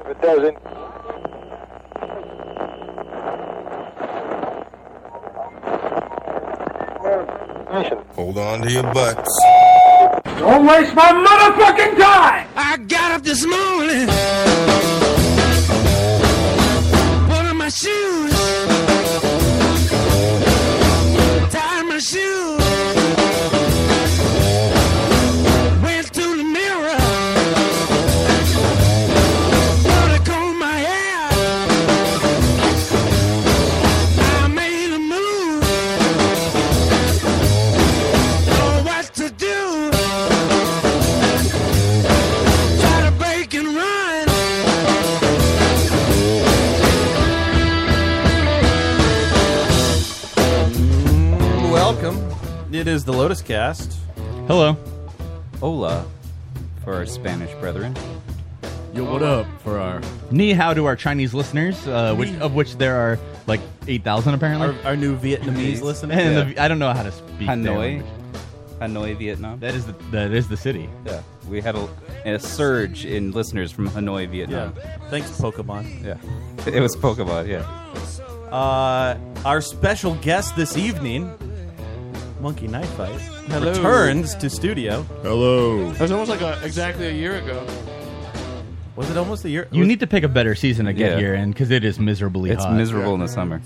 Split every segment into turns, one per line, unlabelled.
If it doesn't, Nation.
Hold on to your butts.
Don't waste my motherfucking time!
I got up this morning, put on my shoes, tied my shoes, went to the mirror, put a comb in my hair. I made a move, know what to do. Try to break and run.
Welcome. It is the Lotus Cast.
Hello.
Hola for our Spanish brethren.
Yo, what up for our ni hao to our Chinese listeners, uh, which, of which there are like eight thousand apparently.
Our, our new Vietnamese listener.
and the, I don't know how to speak their
Hanoi.
language.
Hanoi, Vietnam.
That is the that is the city.
Yeah. We had a, a surge in listeners from Hanoi, Vietnam.
Thanks, Pokemon.
Yeah. It was Pokemon, yeah.
Uh, our special guest this evening, Monkey Knife Fight,
Hello.
returns to studio.
Hello.
That was almost like a, exactly a year ago.
Was it almost a year?
You need to pick a better season to get
Yeah.
here in because it is miserably
It's
hot.
miserable in the summer.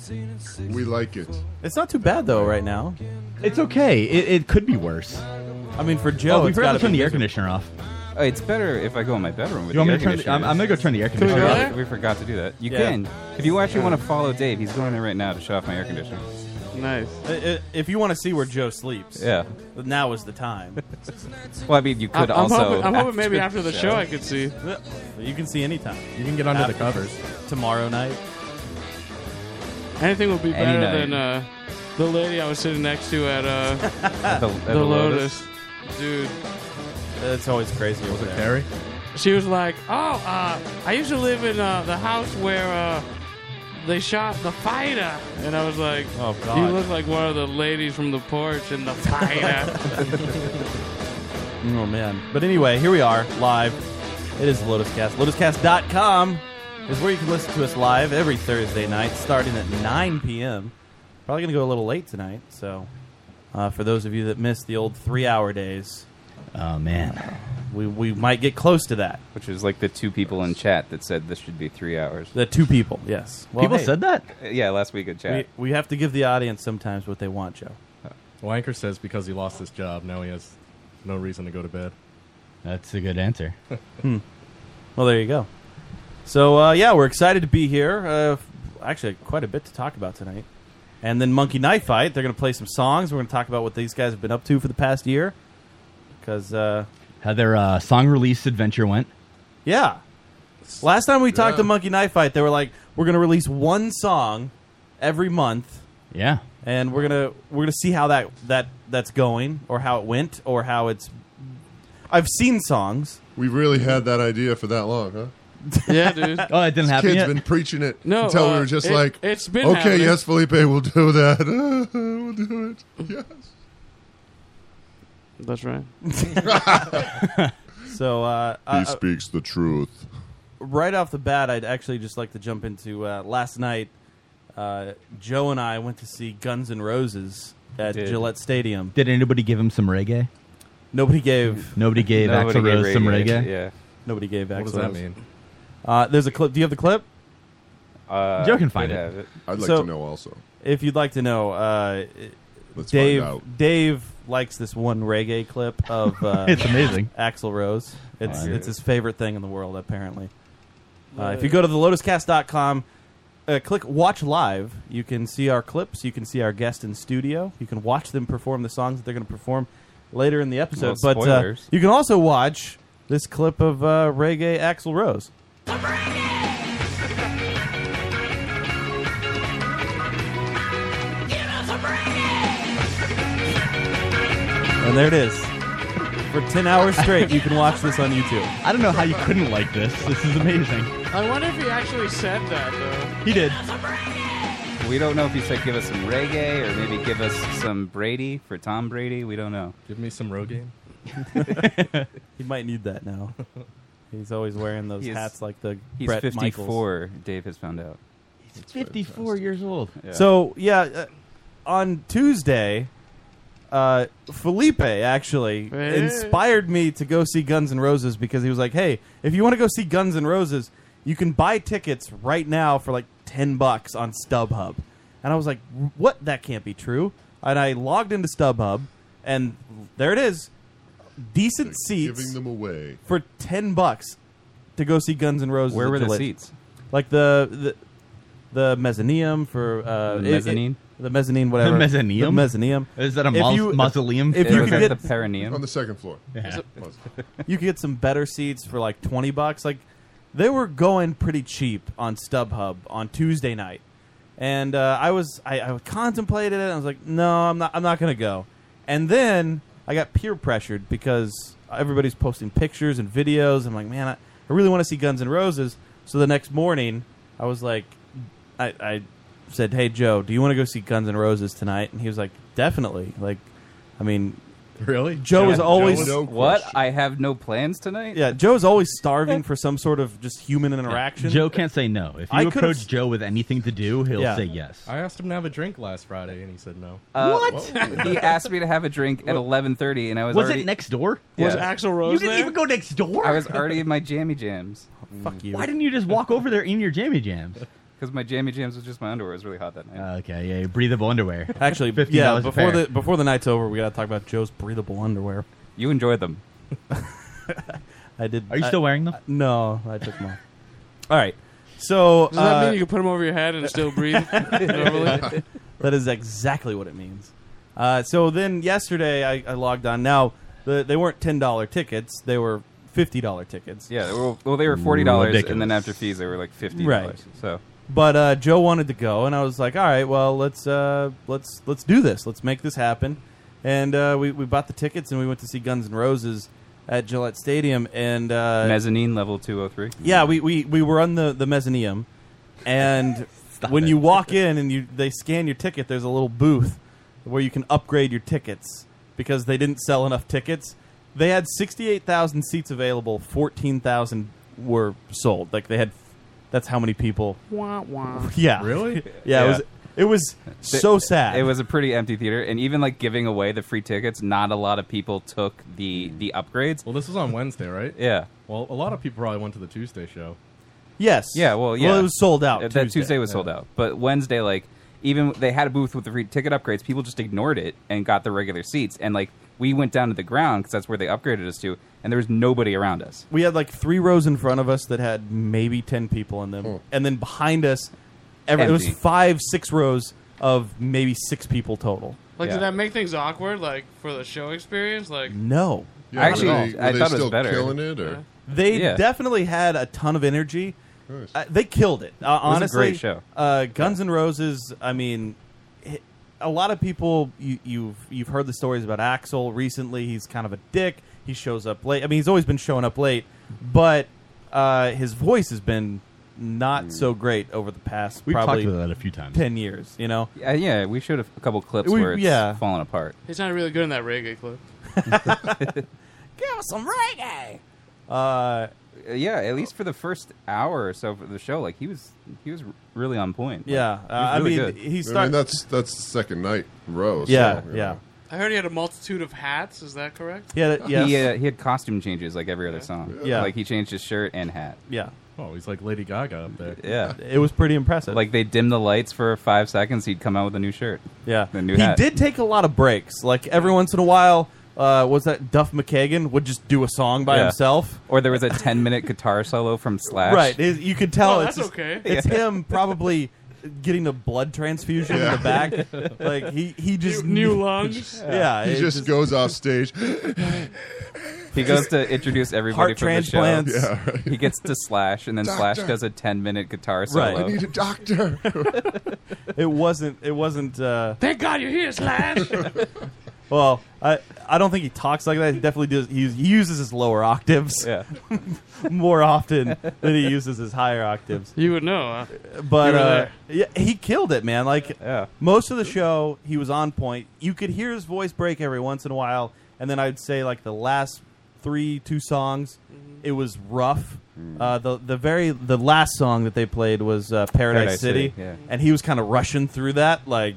We like it.
It's not too bad though, right now.
It's okay. It, it could be worse. Oh,
I mean, for Joe,
we
it's got
forgot
to
to turn
be
the air
miserable.
conditioner off.
Oh, it's better if I go in my bedroom with
You want me to
the air
turn? The, I'm, I'm gonna go turn the air
we
conditioner
go
off.
there?
We forgot to do that. You
Yeah.
can. If you actually want to follow Dave, he's going in right now to shut off my air conditioner.
Nice.
I- I- If you want to see where Joe sleeps,
Yeah.
now is the time.
Well, I mean, you could
I'm, I'm
also.
hoping, I'm hoping maybe after the show I could see.
you can see anytime.
You can get under the covers.
Tomorrow night.
Anything will be better
night.
than uh, the lady I was sitting next to at uh,
at the, at
the Lotus. Dude,
It's always crazy. over there.
Harry.
she was like, "Oh, uh, I used to live in uh, the house where uh, they shot the fighter," and I was like,
Oh, God.
you look like one of the ladies from the porch in the fighter."
Oh man. But anyway, here we are live. It is LotusCast. LotusCast.com is where you can listen to us live every Thursday night, starting at 9 p.m. Probably gonna go a little late tonight. So, uh, for those of you that missed the old three-hour days,
Oh man.
we we might get close to that.
Which is like the two people in chat that said this should be three hours.
The two people, yes. Well,
People
hey,
said that.
Uh, Yeah, last week in chat.
we, we have to give the audience sometimes what they want, Joe.
Wanker says because he lost his job, now he has no reason to go to bed.
That's a good answer.
Hmm. Well, there you go. So uh, yeah, we're excited to be here. Uh, f- actually, quite a bit to talk about tonight. And then Monkey Knife Fight. They're going to play some songs. We're going to talk about what these guys have been up to for the past year. Because uh,
How their uh, song release adventure went.
yeah, last time we talked to Monkey Knife Fight, they were like, "We're going to release one song every month,
Yeah.
and we're gonna we're gonna see how that that that's going, or how it went, or how it's." I've seen songs.
We really had that idea for that long, huh?
yeah, dude.
Oh, it didn't happen
Kid's
yet.
been preaching it
No,
until
uh,
we were just
it-
like,
it's been
okay,
happening."
yes, Felipe, we'll do that. we'll do it. Yes.
That's right.
So uh,
He
I-
speaks the truth.
right off the bat, I'd actually just like to jump into uh, last night. Uh, Joe and I went to see Guns N' Roses at
Did.
Gillette Stadium.
Did anybody give him some reggae?
Nobody gave.
Nobody gave
Nobody
Axl
gave
Rose some
radio.
reggae.
Nobody gave.
What does
Axl
that
Rose.
mean?
Uh, there's a clip. Do you have the clip?
Yeah. Uh,
Joe can find
could
it.
have
I'd like
So-
to know also.
If you'd like to know, uh,
Let's
Dave.
find out.
Dave likes this one reggae clip of uh,
It's amazing.
Axl Rose. It's
Wow.
it's his favorite thing in the world, apparently. Uh, if you go to the lotuscast.com, uh, click watch live. You can see our clips. You can see our guest in studio. You can watch them perform the songs that they're going to perform later in the episode.
Well,
but uh,
spoilers.
you can also watch this clip of uh, reggae Axl Rose. And there it is. For 10 hours straight, you can watch this on YouTube.
I don't know how you couldn't like this. This is amazing.
I wonder if he actually said that though.
He did.
it. We don't know if he said give us some reggae or maybe give us some Brady for Tom Brady. We don't know.
Give me some Rogaine.
He might need that now. He's always wearing those
He is-
hats like the
he's
Bret
54. Dave has found out.
He's 54 years old.
So yeah, uh, on Tuesday, uh, Felipe actually
Hey.
inspired me to go see Guns N' Roses because he was like, "Hey, if you want to go see Guns N' Roses, you can buy tickets right now for like ten bucks on StubHub." And I was like, "What? That can't be true." And I logged into StubHub, and there it is, decent seats,
giving them away
for ten bucks to go see Guns N' Roses.
Where
at
were the
Gillette.
seats?
Like the the, the mezzanium for
The
uh, it- it-
mezzanine?
the mezzanine, whatever.
The mezzanium?
The mezzanium.
Is that a
If
maus-
you-
mausoleum?
If
Or
you
is
could
that
get
the perineum?
on the second floor.
Yeah.
you could get some better seats for like 20 bucks like they were going pretty cheap on stubhub on tuesday night and uh, i was I, I contemplated it and i was like no i'm not i'm not gonna go and then i got peer pressured because everybody's posting pictures and videos i'm like man i, I really want to see guns N' roses so the next morning i was like i, I said hey joe do you want to go see guns N' roses tonight and he was like definitely like i mean
Really?
joe is always
what? I have no plans tonight.
yeah, Joe's always starving for some sort of just human interaction.
Joe can't say no. If you
I could've
approach
s-
Joe with anything to do, he'll
Yeah.
say yes.
I asked him to have a drink last Friday, and he said no.
Uh,
Whoa.
he asked me to have a drink at eleven thirty, and I was
Was
already,
it next door?
Was
Yeah.
Axel Rose
you didn't
there? Oh,
even go next door.
I was already in my jammy jams
Fuck you.
Why didn't you just walk over there in your jammy jams?
because my jammy jams was just my underwear. It was really hot that night.
Okay, yeah, breathable underwear.
Actually,
$50
yeah,
a
before
pair.
the before the night's over, we got to talk about Joe's breathable underwear.
you enjoyed them.
I did.
Are you
I-
still wearing them?
No, I took them off. All right. So
Does that
uh,
mean you can put them over your head and still breathe
uh,
normally?
that is exactly what it means. Uh, so then yesterday, I, I logged on. Now the, they weren't ten dollar tickets; they were fifty dollar tickets.
Yeah, they were- well, they were forty dollars, and then after fees, they were like fifty
Right.
dollars. So
But uh, Joe wanted to go, and I was like, "All right, well, let's uh, let's let's do this. Let's make this happen." And uh, we we bought the tickets, and we went to see Guns N' Roses at Gillette Stadium. And uh,
mezzanine level two hundred three.
yeah, we, we, we were on the the mezzanium, and when you walk in and you they scan your ticket, there's a little booth where you can upgrade your tickets because they didn't sell enough tickets. They had sixty eight thousand seats available. Fourteen thousand were sold. Like they had, that's how many people.
wah, wah.
Yeah,
Really?
yeah,
Yeah.
it was it was so sad.
It was a pretty empty theater, and even like giving away the free tickets, not a lot of people took the the upgrades.
Well, this was on Wednesday, right?
Yeah,
Well, a lot of people probably went to the Tuesday show.
yes.
yeah. Well, yeah.
it was sold out.
Uh, That Tuesday was sold out, but Wednesday, like, even they had a booth with the free ticket upgrades. People just ignored it and got the regular seats, and like we went down to the ground because that's where they upgraded us to, and there was nobody around us.
We had like three rows in front of us that had maybe ten people in them, and then behind us, every, it was
Hmm. Empty.
five, six rows of maybe six people total.
Like,
Yeah.
did that make things awkward? Like for the show experience? Like,
No, Uh-huh.
Yeah,
Actually,
were they,
I
were they
thought it was
still
better.
killing it, or
they
Yeah.
definitely had a ton of energy.
Nice.
Uh, they killed it. Uh,
was a
honestly,
great show.
Uh, Guns N' Roses. I mean, hi- a lot of people you, you've you've heard the stories about Axel recently. He's kind of a dick. He shows up late. I mean, he's always been showing up late, but uh, his voice has been
Hmm.
not so great over the past
We've
probably
talked about that a few times.
ten years. You know,
Uh, yeah, we showed a, a couple clips
We-
where it's
yeah.
falling apart.
he's not really good in that reggae clip.
give us some reggae. Uh,
Uh, yeah, at least for the first hour or so of the show, like he was he was really on point. Like,
yeah, uh, I
he was really
mean,
good.
he
I
started.
mean, that's that's the second night in a row. so,
yeah,
you know.
yeah,
I heard he had a multitude of hats. Is that correct?
yeah, that- yes,
He, uh, he had costume changes like every other song.
Yeah.
Like he changed his shirt and hat.
yeah.
Oh, he's like Lady Gaga up there.
Yeah.
It was pretty impressive.
like they dimmed the lights for five seconds, he'd come out with a new shirt.
Yeah,
The new
he
hat.
did take a lot of breaks. Like every once in a while, uh, was that Duff McKagan would just do a song by
Yeah.
himself.
Or there was a ten minute guitar solo from Slash.
Right, it- you could tell
Oh,
it's
that's
just-
okay.
It's him probably getting a blood transfusion in the back. Like he he
New,
just
new
knew-
lungs.
Yeah,
He
it
just goes off stage.
He goes to introduce everybody
heart
for the show.
transplants.
yeah, right.
He gets to Slash, and then Slash
Doctor.
does a ten-minute guitar solo.
I need a doctor.
It wasn't. It wasn't. Uh,
Thank God you're here, Slash.
well, I I don't think he talks like that. He definitely does. He, he uses his lower octaves
Yeah,
more often than he uses his higher octaves.
you would know. Huh?
but
You were
uh,
there.
yeah, he killed it, man. Like
Yeah.
most of the show, he was on point. You could hear
Mm-hmm.
his voice break every once in a while, and then I'd say like the last three two songs, It was rough.
Mm.
Uh, the the very the last song that they played was uh, Paradise,
Paradise
City,
City, yeah.
and he was kind of rushing through that. Like,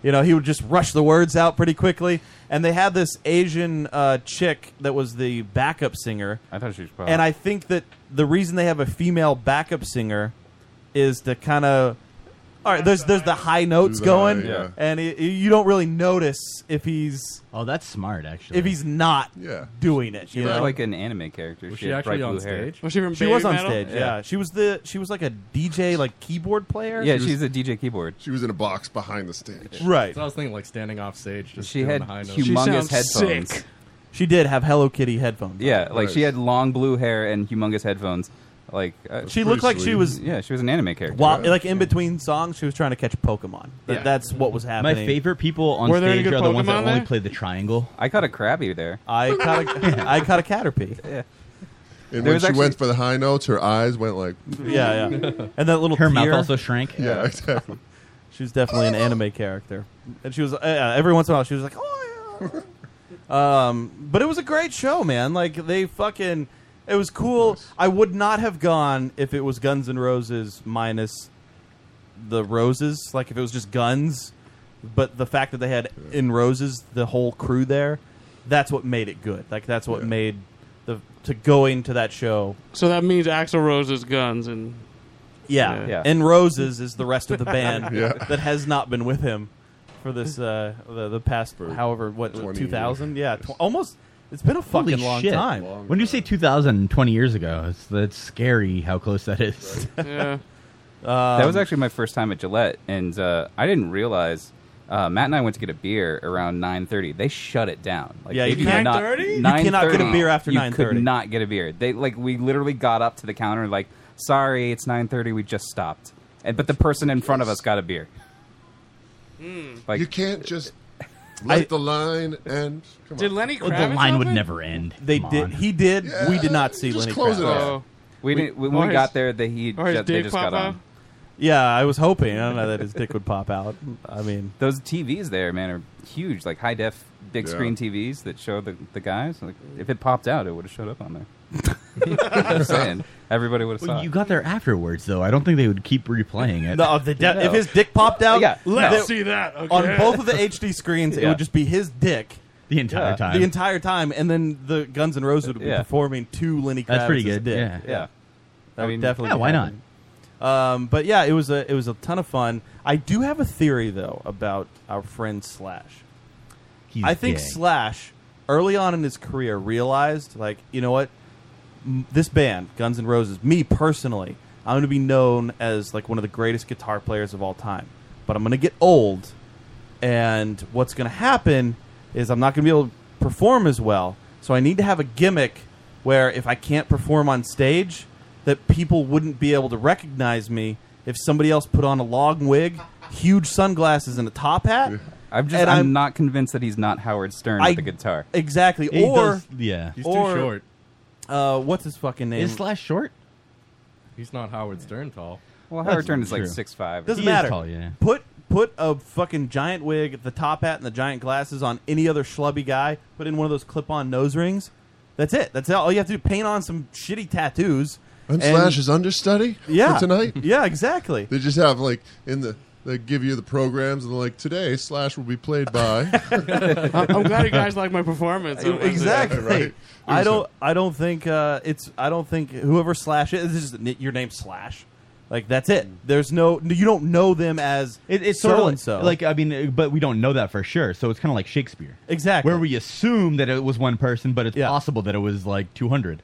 you know, he would just rush the words out pretty quickly. And they had this Asian uh, chick that was the backup singer.
I thought she was pop.
And I think that the reason they have a female backup singer is to kind of. All right, there's there's the high notes
the
going,
high, yeah.
and y- you don't really notice if he's
Oh, that's smart, actually.
if he's not
Yeah.
doing it.
She
you
looked
know?
like an anime character. Was She she had actually bright on blue hair. stage? Was she from
She
Baby
was on
Metal?
stage. Yeah.
Yeah.
she was the she was like a DJ, like keyboard player.
Yeah, she's a DJ keyboard.
She was in a box behind the stage.
Right.
So I was thinking like standing off stage. Just
She
doing
had
the high notes.
humongous headphones.
She did have Hello Kitty headphones.
Yeah, like she had long blue hair and humongous headphones. Like uh,
She looked like she was
Yeah, she was an anime character.
While like in between songs, she was trying to catch Pokemon. Th-
Yeah.
That's what was
My
happening.
favorite people on stage are the ones that only play the triangle.
I caught a crabby there.
I caught a, I caught a Caterpie.
Yeah.
And
There
when
was
she
actually-
went for the high notes, her eyes went like.
Yeah, yeah. And that little
Her mouth
tear-
also shrank. Yeah, exactly.
She was definitely an anime character, and she was uh, every once in a while she was like, oh. Yeah. um, but it was a great show, man. Like they fucking, it was cool. I would not have gone if it was Guns N' Roses minus the roses. Like if it was just guns, but the fact that they had in roses the whole crew there, that's what made it good. Like that's what made the to going to that show
So that means Axl Rose's guns and
yeah.
Yeah.
And Roses is the rest of the band
Yeah.
that has not been with him for this uh, the, the past however what
20
two thousand yeah tw- almost it's been a
Holy
fucking long
shit.
time.
When you say 2000, 20 years ago, it's, that's scary how close that is.
yeah.
that was actually my first time at Gillette, and uh, I didn't realize. Uh, Matt and I went to get a beer around nine thirty. They shut it down. Like,
Yeah,
they
you
did
can't-
not-
9:30? You cannot get a beer after
You
9:30.
Could not get a beer. They like we literally got up to the counter and like, sorry, it's nine thirty. We just stopped, and but the person in front of us got a beer. Like
you can't just let the line end. Come
Did
on.
Lenny
Oh,
Well, the Kravitz line
would never end.
They
Come
did.
on.
He did. we did not see
just
Lenny
close it
Kravitz.
off.
We
Oh.
didn't- when we
or his-
got there, the he
or Oh, his
ju- they
dick
just
pop
got
out?
on.
Yeah, I was hoping. I don't know that his dick would pop out. I mean,
Those TVs there, man, are huge. Like high def, big
Yeah.
screen TVs that show the, the guys. Like if it popped out, it would have showed up on there. I'm saying everybody would have saw.
Well,
it.
you got there afterwards, though. I don't think they would keep replaying it.
No, the de- if his dick popped out,
Yeah,
Let's
they-
see that, okay.
on both of the HD screens. It
Yeah.
would just be his dick
The entire Yeah. time.
The entire time, and then the Guns N' Roses would be
Yeah.
performing to Lenny Kravitz's
That's pretty good,
Dick.
yeah. Yeah.
that
I
would
mean-
definitely.
Yeah,
be
why not?
happening. Um, but yeah, it was a it was a ton of fun. I do have a theory though about our friend Slash.
He's
I think
gay.
Slash early on in his career realized like you know what M- this band Guns N' Roses me personally I'm going to be known as like one of the greatest guitar players of all time but I'm going to get old and what's going to happen is I'm not going to be able to perform as well so I need to have a gimmick where if I can't perform on stage that people wouldn't be able to recognize me if somebody else put on a long wig huge sunglasses and a top hat
I'm just
and
I'm,
I'm-
not convinced that he's not Howard Stern
I-
with the guitar.
Exactly.
He
or
does- yeah. He's
too
or,
short.
Uh, what's his fucking name?
Is Slash short?
He's not Howard Stern tall.
Well, Howard Stern is like six five.
Doesn't matter. Put put a fucking giant wig, the top hat, and the giant glasses on any other schlubby guy. Put in one of those clip-on nose rings. That's it. That's all you have to do. Paint on some shitty tattoos.
And, Slash is understudy
Yeah.
for tonight.
Yeah, exactly.
They just have like in the they give you the programs and they're like today Slash will be played by.
I'm I'm glad you guys like my performance. on Wednesday.
E, exactly.
Right.
I don't. I don't think uh, it's. I don't think whoever Slash is. This is n- your name Slash. Like that's it.
Mm.
There's no. You don't know them as
It, it's sort
so
of
and so.
like I mean, uh, but we don't know that for sure. So it's kind of like Shakespeare,
Exactly.
where we assume that it was one person, but it's possible that it was like two hundred.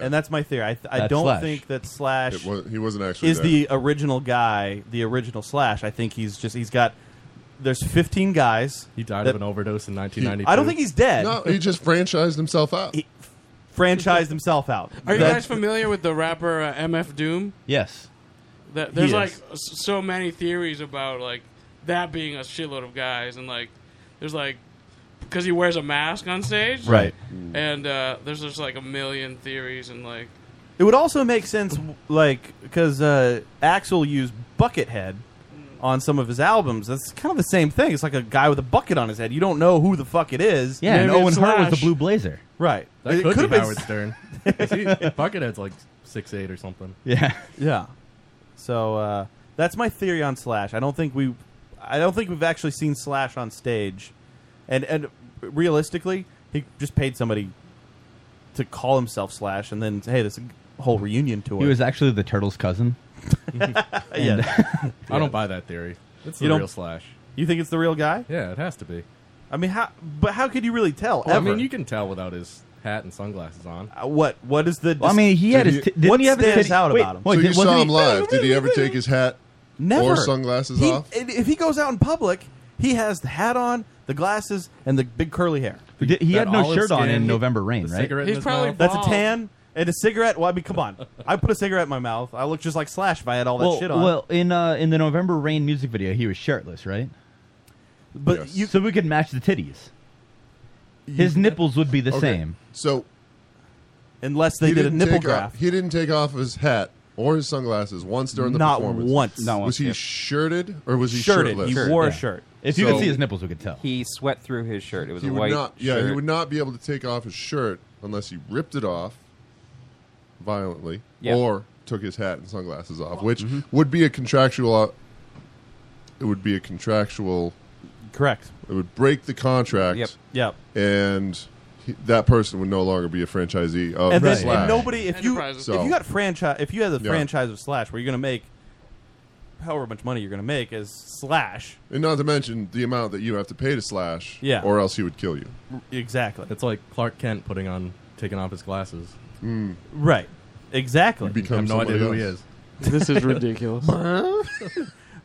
And that's my theory. I, th- I
That's
don't
Slash.
think that Slash
It wa- he wasn't actually
is
there.
the original guy, the original Slash. I think he's just he's got there's 15 guys. He
died of an overdose in 1992.
Mm. I don't think he's dead.
No, he just franchised himself out.
He franchised himself out.
Are you
That-
guys familiar with the rapper uh, MF Doom?
Yes.
That, there's
He
like
is.
s- so many theories about like that being a shitload of guys, and like there's like because he wears a mask on stage,
Right.
And uh, there's just like a million theories, and like
It would also make sense, like, because uh, Axel used Buckethead on some of his albums. That's kind of the same thing. It's like a guy with a bucket on his head. You don't know who the fuck it is.
Yeah, and Owen Hart was the Blue Blazer.
Right.
That
It
could,
could've
be
been
Howard
s-
Stern. 'Cause he- Buckethead's like six eight or something.
yeah. So uh, that's my theory on Slash. I don't think we, I don't think we've actually seen Slash on stage, and and realistically, he just paid somebody to call himself Slash, and then hey, this whole reunion tour.
He was actually the turtle's cousin. And-
yeah.
I don't buy that theory. It's
You
the
don't-
real Slash.
You think it's the real guy?
Yeah, it has to be.
I mean, how? But how could you really tell?
Well, I
ever?
mean, you can tell without his hat and sunglasses on.
Uh, what? What is the?
Well, I mean, he had his
What
t- did-
do you have
did-
stands out
wait,
about him?
wait,
so you saw him live. Did he ever take his hat
Never.
or sunglasses
He-
off?
If he goes out in public, he has the hat on, the glasses, and the big curly hair.
he had no shirt on in November Rain, right?
that's a tan and a cigarette. Well, I mean, come on. I put a cigarette in my mouth. I look just like Slash if I had all that
well,
shit on.
well, in uh, in the November Rain music video, he was shirtless, right?
But you,
so we could match the titties. His nipples would be the same.
So,
unless
they did a nipple
take
graft.
off, he didn't take off his hat or his sunglasses once during the
Not
performance.
once. Not
Was
once,
he
yeah.
shirted or was he
Shirted.
shirtless?
He Shirt, wore a yeah. shirt.
If you
So-
could see his nipples, we could tell.
He sweat through his shirt. It was
he
a
would
white
not. Yeah,
shirt.
he would not be able to take off his shirt unless he ripped it off violently
Yeah.
or took his hat and sunglasses off, which would be a contractual. uh, it would be a contractual.
Correct.
It would break the contract.
Yep. Yep.
And he, that person would no longer be a franchisee of
and then
Oh, Slash.
and nobody, if you
So-
if you got franchise, if you had the
Yeah.
franchise of Slash, where you're gonna make however much money you're gonna make as Slash,
and not to mention the amount that you have to pay to Slash.
Yeah.
Or else he would kill you.
exactly.
It's like Clark Kent putting on, taking off his glasses.
Mm.
Right. Exactly.
You become Have no idea somebody who he else. is.
This is ridiculous.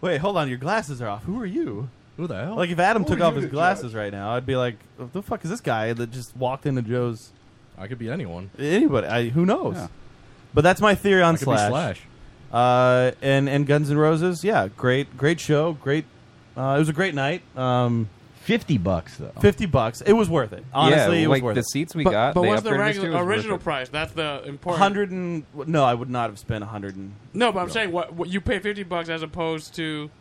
Wait, hold on. Your glasses are off. Who are you?
Who the hell?
Like if Adam
Oh, Who
took
are
off
you
his
to
glasses right now, I'd be like, "What "The fuck is this guy that just walked into Joe's?"
I could be anyone.
Anybody? I, who knows?
Yeah.
But that's my theory on
I could be
Slash.
Slash.
Uh, and and Guns N' Roses. Yeah, great, great show. Great. Uh, it was a great night. Um,
fifty bucks though.
Fifty bucks. It was worth it. Honestly,
Yeah,
it was
like
worth
the
it.
seats we But- got,
but they what's the upgraded us regu- to, it was worth original it. price? That's the important-
Hundred and no, I would not have spent hundred and
No, but I'm saying what, what you pay fifty bucks as opposed to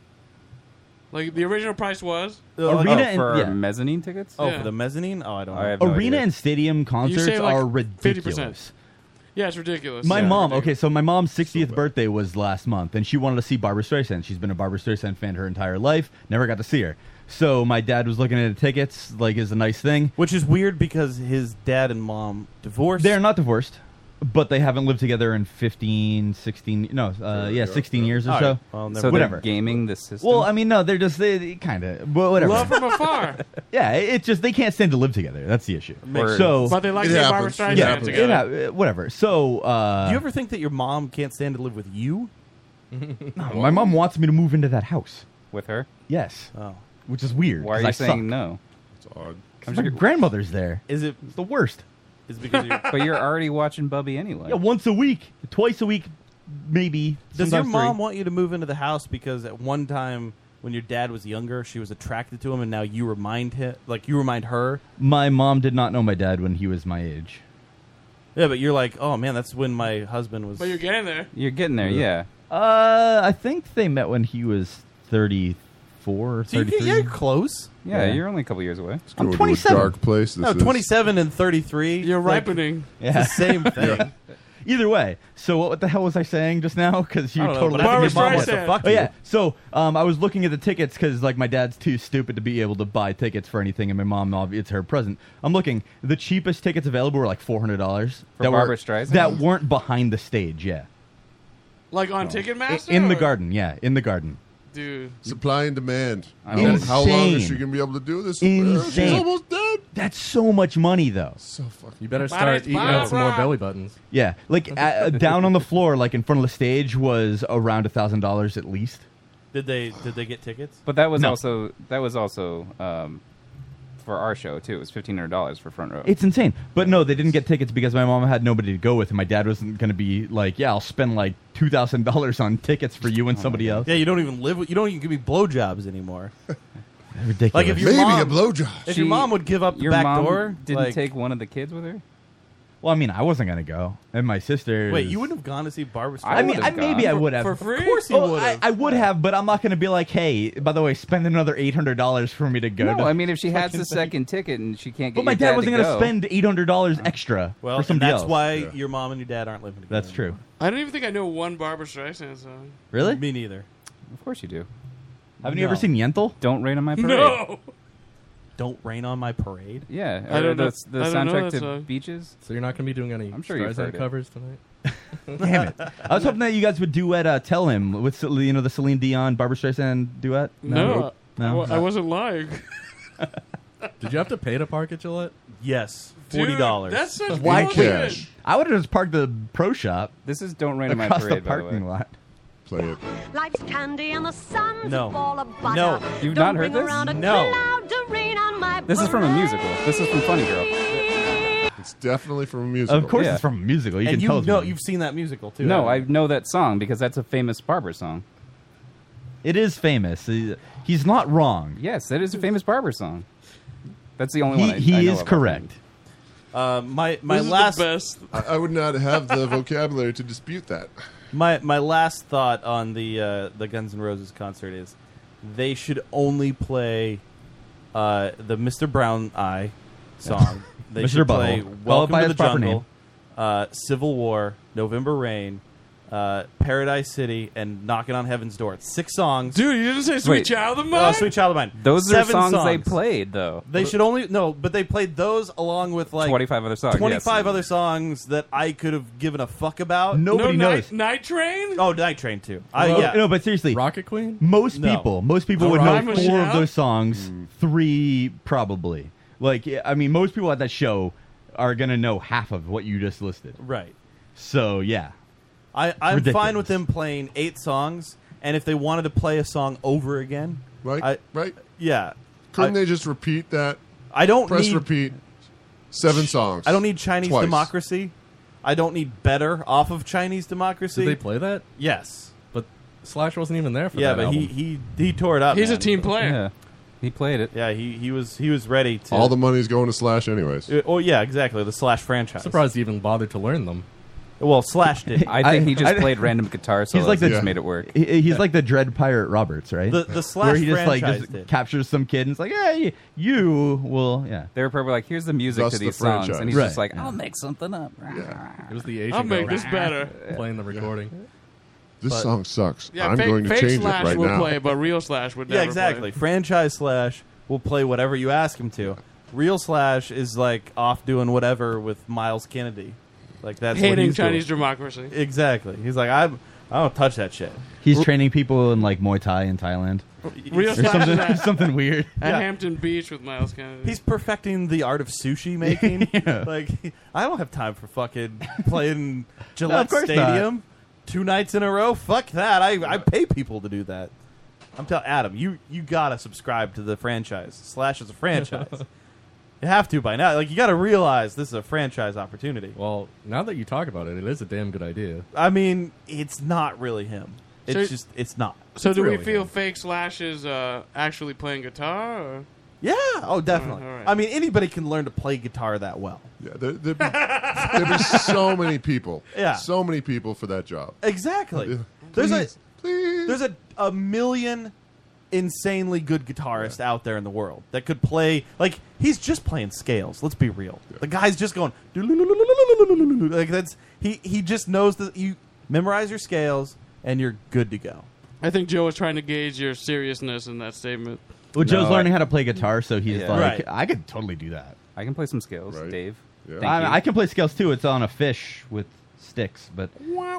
like the original price was
Uh,
Arena and-
for
yeah.
mezzanine tickets?
Oh, for the mezzanine? Oh, I don't know.
I have no
Arena
idea.
and stadium concerts
save, like,
are
50%.
ridiculous.
Yeah, it's ridiculous.
My
Yeah.
mom, okay, so my mom's 60th birthday was last month, and she wanted to see Barbara Streisand. She's been a Barbara Streisand fan her entire life, never got to see her. So my dad was looking at the tickets, like, is a nice thing.
Which is weird because his dad and mom divorced.
They're not divorced, but they haven't lived together in 15, 16, no, uh, yeah, 16 years or
All
so.
right. Well, never So mind.
whatever.
they're gaming the system?
Well, I mean, no, they're just, they, kind of, but whatever.
Love from afar.
yeah, it- it's just, they can't stand to live together. That's the issue.
Makes
So,
sense. But they like It to see Barbra happens. Streisand
yeah,
together.
it hap- whatever. So, uh,
Do you ever think that your mom can't stand to live with you?
No, my mom wants me to move into that house.
With her?
Yes.
Oh.
Which is weird.
Why are
'cause
you
I
saying
suck.
no?
It's odd.
'Cause My grandmother's there.
Is it
it's the worst?
Is because you're
but you're already watching Bubby anyway.
Yeah, once a week, twice a week, maybe.
Does your
sometimes
mom
three.
want you to move into the house because at one time when your dad was younger, she was attracted to him, and now you remind him, like you remind her.
My mom did not know my dad when he was my age.
Yeah, but you're like, oh man, that's when my husband was.
But you're getting there.
You're getting there, yeah.
Uh, I think they met when he was thirty-four or
So you
thirty-three.
get, you're close.
Yeah, you're only a couple years away.
I'm going to a 27. dark
place.
No, 27 and 33. You're
ripening.
It's the same thing.
Either way, so what, what the hell was I saying just now? Because you
I don't know,
totally
but I
your
think your
mom
mom
was
wants to
a-
fuck
Oh
you.
yeah, so um, I was looking at the tickets because like my dad's too stupid to be able to buy tickets for anything, and my mom obvi- it's her present. I'm looking. The cheapest tickets available were like four hundred dollars
For
that were
Barbra Streisand?
that weren't behind the stage. Yeah,
Like
Oh.
on
I-
Ticketmaster
in the
or-
garden. Yeah, in the garden.
dude.
Supply and demand.
I
How-
don't-
How long is
Insane.
she going to be able to do this?
Insane.
She's almost dead.
That's so much money though.
So fucking.
You better start eating out some more belly buttons.
Yeah, like uh, uh, down on the floor, like in front of the stage, was around a thousand dollars at least.
Did they did they get tickets?
But that was
No.
also that was also um, for our show too. It was fifteen hundred dollars for front row.
It's insane. But no, they didn't get tickets because my mom had nobody to go with, and my dad wasn't going to be like, "Yeah, I'll spend like two thousand dollars on tickets for you and somebody
Oh
else."
Yeah, you don't even live. With, you don't even give me blowjobs anymore.
Ridiculous.
Like if your
Maybe
mom,
a blowjob.
If
She-
your mom would give up the
your
back
mom
door,
didn't
like-
take one of the kids with her.
Well, I mean, I wasn't gonna go, and my sister.
Wait, you wouldn't have gone to see Barbara Streisand?
I, mean, I, maybe I would have.
For free?
Of course
you
would Oh, I, I would have, but I'm not going to be like, hey, by the way, spend another $800 for me to go
No,
to.
I mean if she has
fucking
the
thing.
second ticket and she can't get.
But my
your
dad
dad
wasn't
to
going to
go-
spend $800 extra
Well,
for
and
somebody
that's
else.
why your mom and your dad aren't living together.
That's true.
I don't even think I know one Barbara Streisand song.
Really?
Me neither.
Of course you do.
Haven't
No.
you ever seen Yentl?
Don't rain on my parade.
No.
Don't Rain on My Parade?
Yeah,
I
or
don't know-
the, the
I don't know
soundtrack
that
to
song.
Beaches.
So you're not going to be doing any
I'm sure you've heard
Streisand
it.
covers tonight?
Damn it. I was hoping that you guys would duet uh, Tell Him with, Cel- you know, the Celine Dion, Barbara Streisand duet.
No, I-
No.
I, wa- I wasn't lying.
Did you have to pay to park at Gillette?
Yes.
Dude,
Forty dollars.
That's such
Why
bullshit.
cash?
I would have just parked the pro shop
This is Don't Rain on My
across the
Parade. by the
parking
way.
lot.
Play it.
Life's candy and the sun's
No.
a ball of butter.
No.
You've
Don't
not heard
bring
this?
around a
No.
cloud to rain on my
This is from a
parade.
musical. This is from Funny Girl.
It's definitely from a musical.
Of course,
Yeah.
it's from a musical. You
and
can
you
tell it's
know
from-
you've seen that musical too.
No, I
haven't
know that song because that's a famous Barber song.
It is famous. He- He's not wrong.
Yes, that is a famous Barber song. That's the only
He,
one. I,
he
I know
is
of.
correct.
you? Uh, my my
This
last
is the best.
I, I would not have the vocabulary to dispute that.
my my last thought on the uh, the Guns N' Roses concert is they should only play uh, the Mr. Brown Eye song. They
Mr.
should play
Butthole. Call it
Welcome
by
to the
its proper
Jungle, uh, Civil War, November Rain, uh, Paradise City, and Knocking on Heaven's Door. It's six songs.
Dude, you didn't say Sweet
Wait.
Child of Mine?
Oh, Sweet Child of Mine.
Those are
Seven
songs, they played though.
They should only no, but they played those along with like
Twenty-five other songs. yes.
25 other songs that I could have given a fuck about.
no,
Nobody
night,
knows.
night Train?
Oh, Night Train too. I
Well,
yeah.
No, but seriously,
Rocket Queen?
most
No. Mm.
people, most people
No,
would
Rocket
know
Queen.
four of
Yeah.
those songs. Three probably. Like, I mean, most people at that show are gonna know half of what you just listed.
Right.
So yeah,
I, I'm
Ridiculous.
fine with them playing eight songs, and if they wanted to play a song over again,
Right?
I,
right?
yeah,
Couldn't
I-
they just repeat that?
I don't
Press
need
repeat. Seven songs.
I don't need Chinese
Twice.
democracy. I don't need better off of Chinese democracy.
Did they play that?
yes.
But Slash wasn't even there for
Yeah,
that
but
album.
he, he he tore it up.
He's a
man.
team player.
Yeah, he played it.
Yeah, he, he was he was ready to
All the money's going to Slash, anyways.
Uh, Oh yeah, exactly. The Slash franchise.
Surprised he even bothered to learn them.
Well, Slash did.
I think
I-
he just
I-
played random guitar solos.
he's like the
and
Yeah.
just made it work.
He- he's like the Dread Pirate Roberts, right?
The- the Slash
where he just like
franchise
just
did.
captures some kid and it's like, hey, you will, yeah.
They were probably like, "Here's the music
Thus
to
the
these songs,"
franchise.
and he's just
Right.
like, "I'll make something up."
It was the Asian
I'll make
girl
this better.
playing the recording.
This
But-
song sucks.
Yeah,
I'm
fake,
going to
fake
change it
Slash
right
will
now.
play, but real Slash would never
yeah, exactly.
play.
Franchise Slash will play whatever you ask him to. Real Slash is like off doing whatever with Miles Kennedy. Like that's what
Hating
he's doing.
Chinese democracy.
Exactly. He's like I'm. I don't touch that shit.
He's training people in like Muay Thai in Thailand
Real
or
Slash is
something,
at,
something weird.
at
yeah.
Hampton Beach with Miles Kennedy.
He's perfecting the art of sushi making.
Yeah.
Like I don't have time for fucking playing Gillette
No, of course
Stadium two nights in a row. Fuck that. I, I pay people to do that. I'm telling Adam, you you gotta subscribe to the franchise. Slash is a franchise. you have to by now. Like you gotta realize this is a franchise opportunity.
Well, now that you talk about it, it is a damn good idea.
I mean, it's not really him. It's
So-
just it's not.
so do we
really
feel
him.
fake Slash is uh, actually playing guitar? Or?
Yeah. Oh, definitely.
All right, all right.
I mean, anybody can learn to play guitar that well.
Yeah, there, there'd, be, there'd be so many people.
Yeah.
So many people for that job.
Exactly.
Yeah.
There's a
Please, please.
there's a, a million insanely good guitarists out there in the world that could play like he's just playing scales let's be real the guy's just going "Doo-loo-loo-loo-loo-loo-loo-loo-loo-loo." like that's he he just knows that you memorize your scales and you're good to go
I think Joe was trying to gauge your seriousness in that statement.
Well, Joe's
No,
learning
I-
how to play guitar, so he's
Yeah.
like,
Right.
I could totally do that.
I can play some skills,
Right.
Dave.
Yeah.
Thank you.
I, I can play scales too. It's on a fish with sticks, but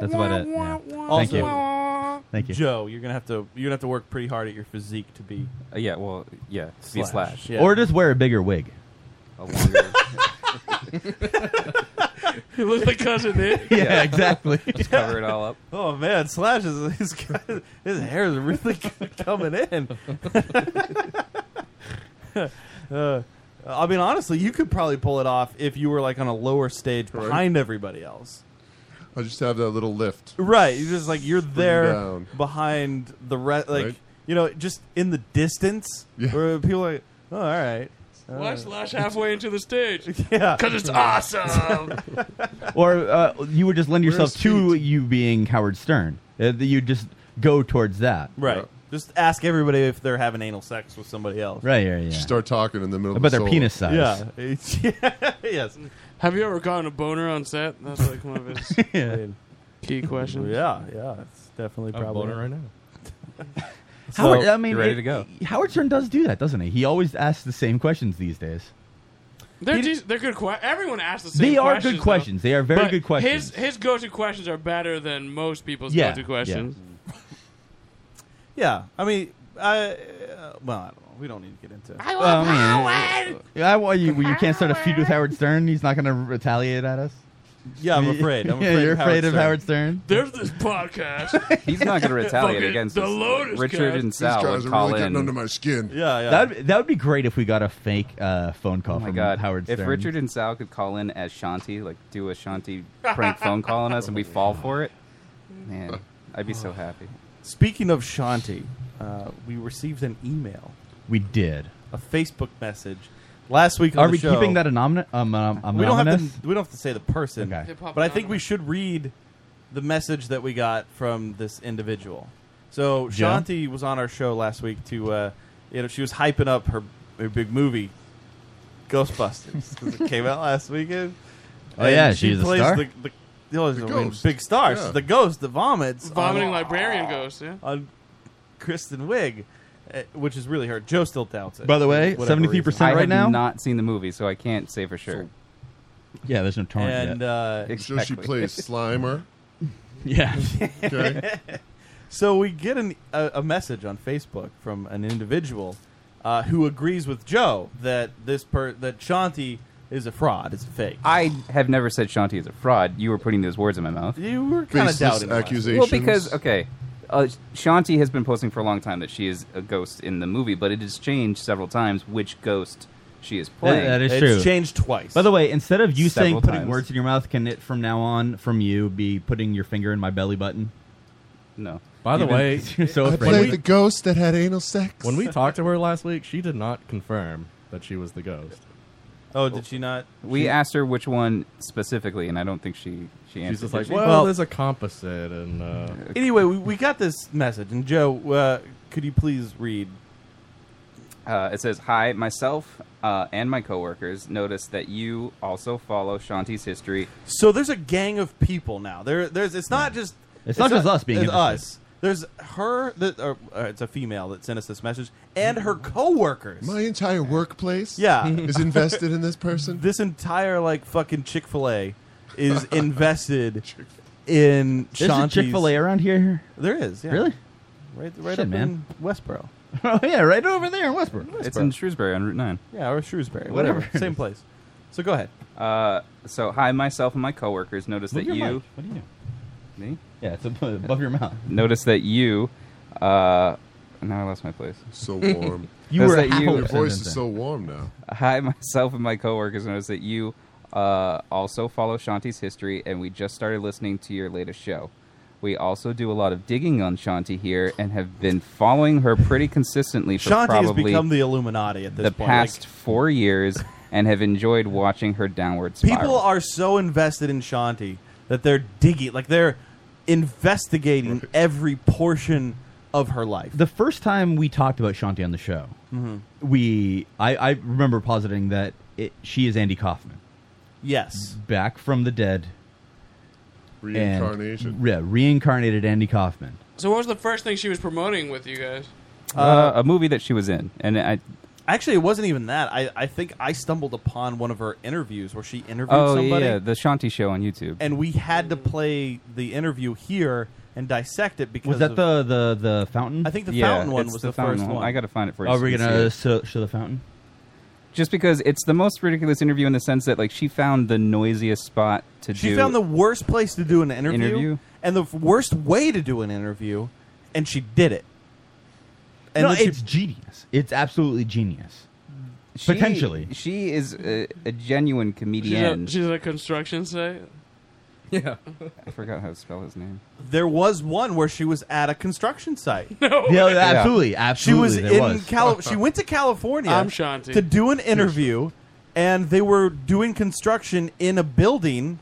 that's about it. Yeah. Thank
Also-
you. Thank you.
joe you're gonna have to you're gonna have to work pretty hard at your physique to be
Uh, yeah, well, yeah, slash. Be
slash,
slash.
Yeah.
Or just wear a bigger wig.
A longer-
He looked like cousin Nick.
Yeah, exactly.
just cover it all up.
oh man slash is his, his hair is really coming in uh, I mean, honestly, you could probably pull it off if you were like on a lower stage
Right.
behind everybody else.
I'll just have that little lift.
Right. You're just like you're there
down.
behind the re- like
Right.
you know, just in the distance
Yeah.
where people are like, oh, all right.
Why slash halfway into the stage?
Yeah.
Because it's awesome.
or uh, you would just lend
Where's
yourself to you being Howard Stern. Uh, that you just go towards that.
Right. Just ask everybody if they're having anal sex with somebody else.
Right, yeah, yeah.
Just start talking in the middle
About
of the
their
solo.
penis size.
Yeah. It's- yes.
Have you ever gotten a boner on set? That's like one of his key questions.
Yeah, yeah. It's definitely
I'm
probably
boner right now.
Howard, I mean,
ready
it-
to go.
Howard Stern does do that, doesn't he? He always asks the same questions these days.
They're just, they're good. Que- everyone asks the same.
They are
questions,
good questions. They are
though.
very
But
good
His
questions.
his go-to questions are better than most people's
Yeah,
go-to
yeah.
questions.
Yeah. I mean, I. Uh, well, I don't know. We don't need to get into.
I
Well, I mean, yeah, I- well, you, well, you can't start a feud with Howard Stern. He's not going to retaliate at us.
Yeah, I'm afraid. I'm
Yeah,
afraid
you're
of
afraid
Howard
of
Stern.
Howard Stern.
There's this podcast.
He's not going to retaliate
Fucking
against
the
us.
Lotus
Richard
Cast.
and
These
Sal
guys
would
are
call
really
in.
getting under my skin.
Yeah,
That'd, that would be great if we got a fake uh, phone call
Oh my
from
god!
Howard Stern.
If Richard and Sal could call in as Shanti, like do a Shanti prank phone call on us, and we fall for it, man, I'd be so happy.
Speaking of Shanti, uh, we received an email.
We did.
A Facebook message last week. on
Are
the
we
show-
keeping that anonymous? Um, um,
we don't have
anonymous?
to. We don't have to say the person.
Okay.
But I think we should read the message that we got from this individual. So
Yeah.
Shanti was on our show last week to, uh, you know, she was hyping up her, her big movie, Ghostbusters, 'cause it came out last weekend.
Oh, yeah,
And
she's a
plays
star?
The, the, the, always-
The
I mean,
ghost.
big star. She's
Yeah.
the ghost that vomits. on-
Vomiting librarian ghost. Yeah.
on Kristen Wiig, uh, which is really hard. Joe still doubts it.
By the way,
Whatever
73%
reason.
right now?
I've not seen the movie, so I can't say for sure.
Yeah, there's no torrent
and
yet.
uh,
So she plays Slimer.
Yeah.
Okay.
so we get an, a, a message on Facebook from an individual uh, who agrees with Joe that this per that Shanti is a fraud, is a fake.
uh,
I have never said Shanti is a fraud. You were putting those words in my mouth.
You were kinda Baseless doubting it last week.
Well, because okay, uh, Shanti has been posting for a long time that she is a ghost in the movie, but it has changed several times which ghost she is playing.
That- that is true. By the way, instead of you
Several
saying putting
times.
words in your mouth, can it from now on from you be putting your finger in my belly button?
No.
By the way,
so
I
afraid.
played the
ghost that had anal sex.
When we talked to her last week, she did not confirm that she was the ghost.
Oh, did she not?
We
She-
asked her which one specifically, and I don't think she she answered.
She's just like,
did she?
well, there's a composite, and uh,
Anyway, we, we got this message, and Joe, uh, could you please read?
Uh, it says, "Hi, myself uh, and my coworkers noticed that you also follow Shanti's history.
So there's a gang of people now. There, there's. It's not just.
It's not just us being
it's
interested.
us. There's her. That, or, uh, it's a female that sent us this message, and her coworkers.
My entire workplace
Yeah,
is invested in this person.
This entire like fucking Chick Fil A is invested in.
There's a
Shanti's-
Chick-fil-A around here?
There is. Yeah.
Really?
Right. Right
Shit,
up
man.
in Westboro.
oh yeah, right over there in Westboro.
It's in Shrewsbury on Route 9.
Yeah, or Shrewsbury, whatever.
Whatever.
Same place. So go ahead.
Uh, so, hi, myself and my coworkers noticed
Move
that
your
you,
mic. What do you do?
Me?
Yeah, it's above, above your mouth.
noticed that you, uh, now I lost my place.
So warm.
You
Noticed
were
that you-
half a
Your voice is so warm now.
Hi, myself and my coworkers noticed that you uh, also follow Shanti's history, and we just started listening to your latest show. We also do a lot of digging on Shanti here, and have been following her pretty consistently for
Shanti has
probably
become the Illuminati at this
the
point.
past
Like,
four years, and have enjoyed watching her downward spiral.
people are so invested in Shanti that they're digging, like they're investigating every portion of her life.
The first time we talked about Shanti on the show,
Mhm.
we I, I remember positing that it, she is Andy Kaufman.
Yes.
Back from the dead. and-
Reincarnation.
yeah, reincarnated Andy Kaufman.
So what was the first thing she was promoting with you guys?
uh, a movie that she was in, and I.
Actually, it wasn't even that. I, I think I stumbled upon one of her interviews where she interviewed
Oh yeah,
somebody,
yeah, the Shanti show on YouTube.
and we had to play the interview here and dissect it because
Was that
of-
the, the the fountain?
I think the
Yeah,
fountain one
it's
was
the
the,
fountain
first
one.
one.
I gotta find it for you
Oh,
so
we're
you can
gonna
see
show, show the fountain.
just because it's the most ridiculous interview in the sense that like she found the noisiest spot to
She
do.
found the worst place to do an interview,
Interview?
and the f- worst way to do an interview, and she did it.
no,
then she-
it's genius. It's absolutely genius.
She-
Potentially,
she is a, a genuine
She's,
comedian.
a, she's at a construction site.
Yeah. I forgot how to spell his name.
There was one where she was at a construction site.
No Yeah, way. absolutely,
She was
absolutely, there
in
was.
Cali- She went to California.
I'm Shanti.
to do an interview, and they were doing construction in a building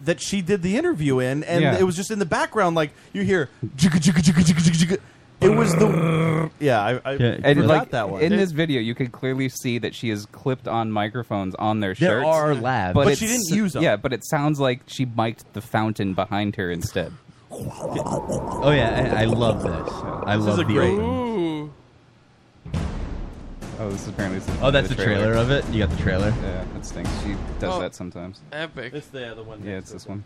that she did the interview in, and
Yeah.
it was just in the background, like you hear. "Jigga, jigga, jigga, jigga, jigga, jigga." It was the yeah. I, I
and
forgot
like
that one.
in this video, you can clearly see that she has clipped on microphones on their
There
shirts.
are labs. But she
it's-
didn't use 'em.
Yeah, but it sounds like she mic'd the fountain behind her instead.
Oh yeah, I, I love this. I
This is
love
a
the
great-
open.
Ooh.
Oh, this is apparently. some-
Oh, that's
the
the trailer. of it. You got the trailer.
Yeah, that stinks. She does
Oh.
that sometimes.
Epic. It's
the other one.
Yeah, it's this one.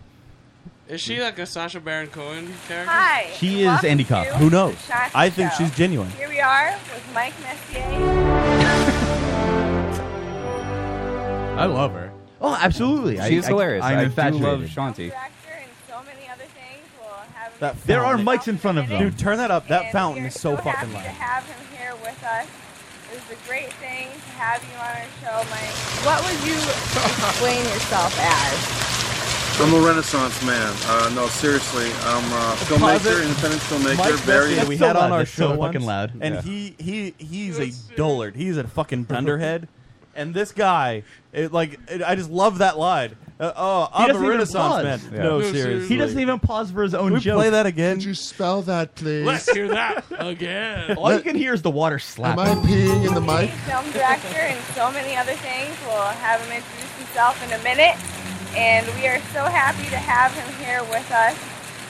Is she like a Sasha Baron Cohen character?
Hi.
She is
welcome
Andy Kaufman.
to
Who knows?
the Shot
I think
Show.
she's genuine.
Here we are with Mike Messier.
I love her.
Oh, absolutely. I-
She's
I-
hilarious.
I'm
I do love
infatuated.
Shanti.
That
There are
fountain-
mics in front of them.
Dude, turn that up. That
And
fountain
we are
is so, fucking
happy to
loud.
have him here with us. It was a great thing to have you on our show, Mike. What would you explain yourself as?
I'm a renaissance man. Uh, no, seriously, I'm a filmmaker, independent filmmaker,
Mike
very.
Messier, we had on our
That's
show
so fucking
once,
loud.
and
Yeah.
he he he's a dullard. He's a fucking dunderhead, and this guy, it, like, it, I just love that line. Uh, oh,
He
I'm a
doesn't even
Renaissance man.
pause.
No, seriously,
He doesn't even pause for his own
Can we
joke.
play that again? Could
you spell that, please?
Let's hear that again.
All you can hear is the water
Am
slapping.
I peeing in the mic?
Film director and so many other things. We'll have him introduce himself in a minute. And we are so happy to have him here with us.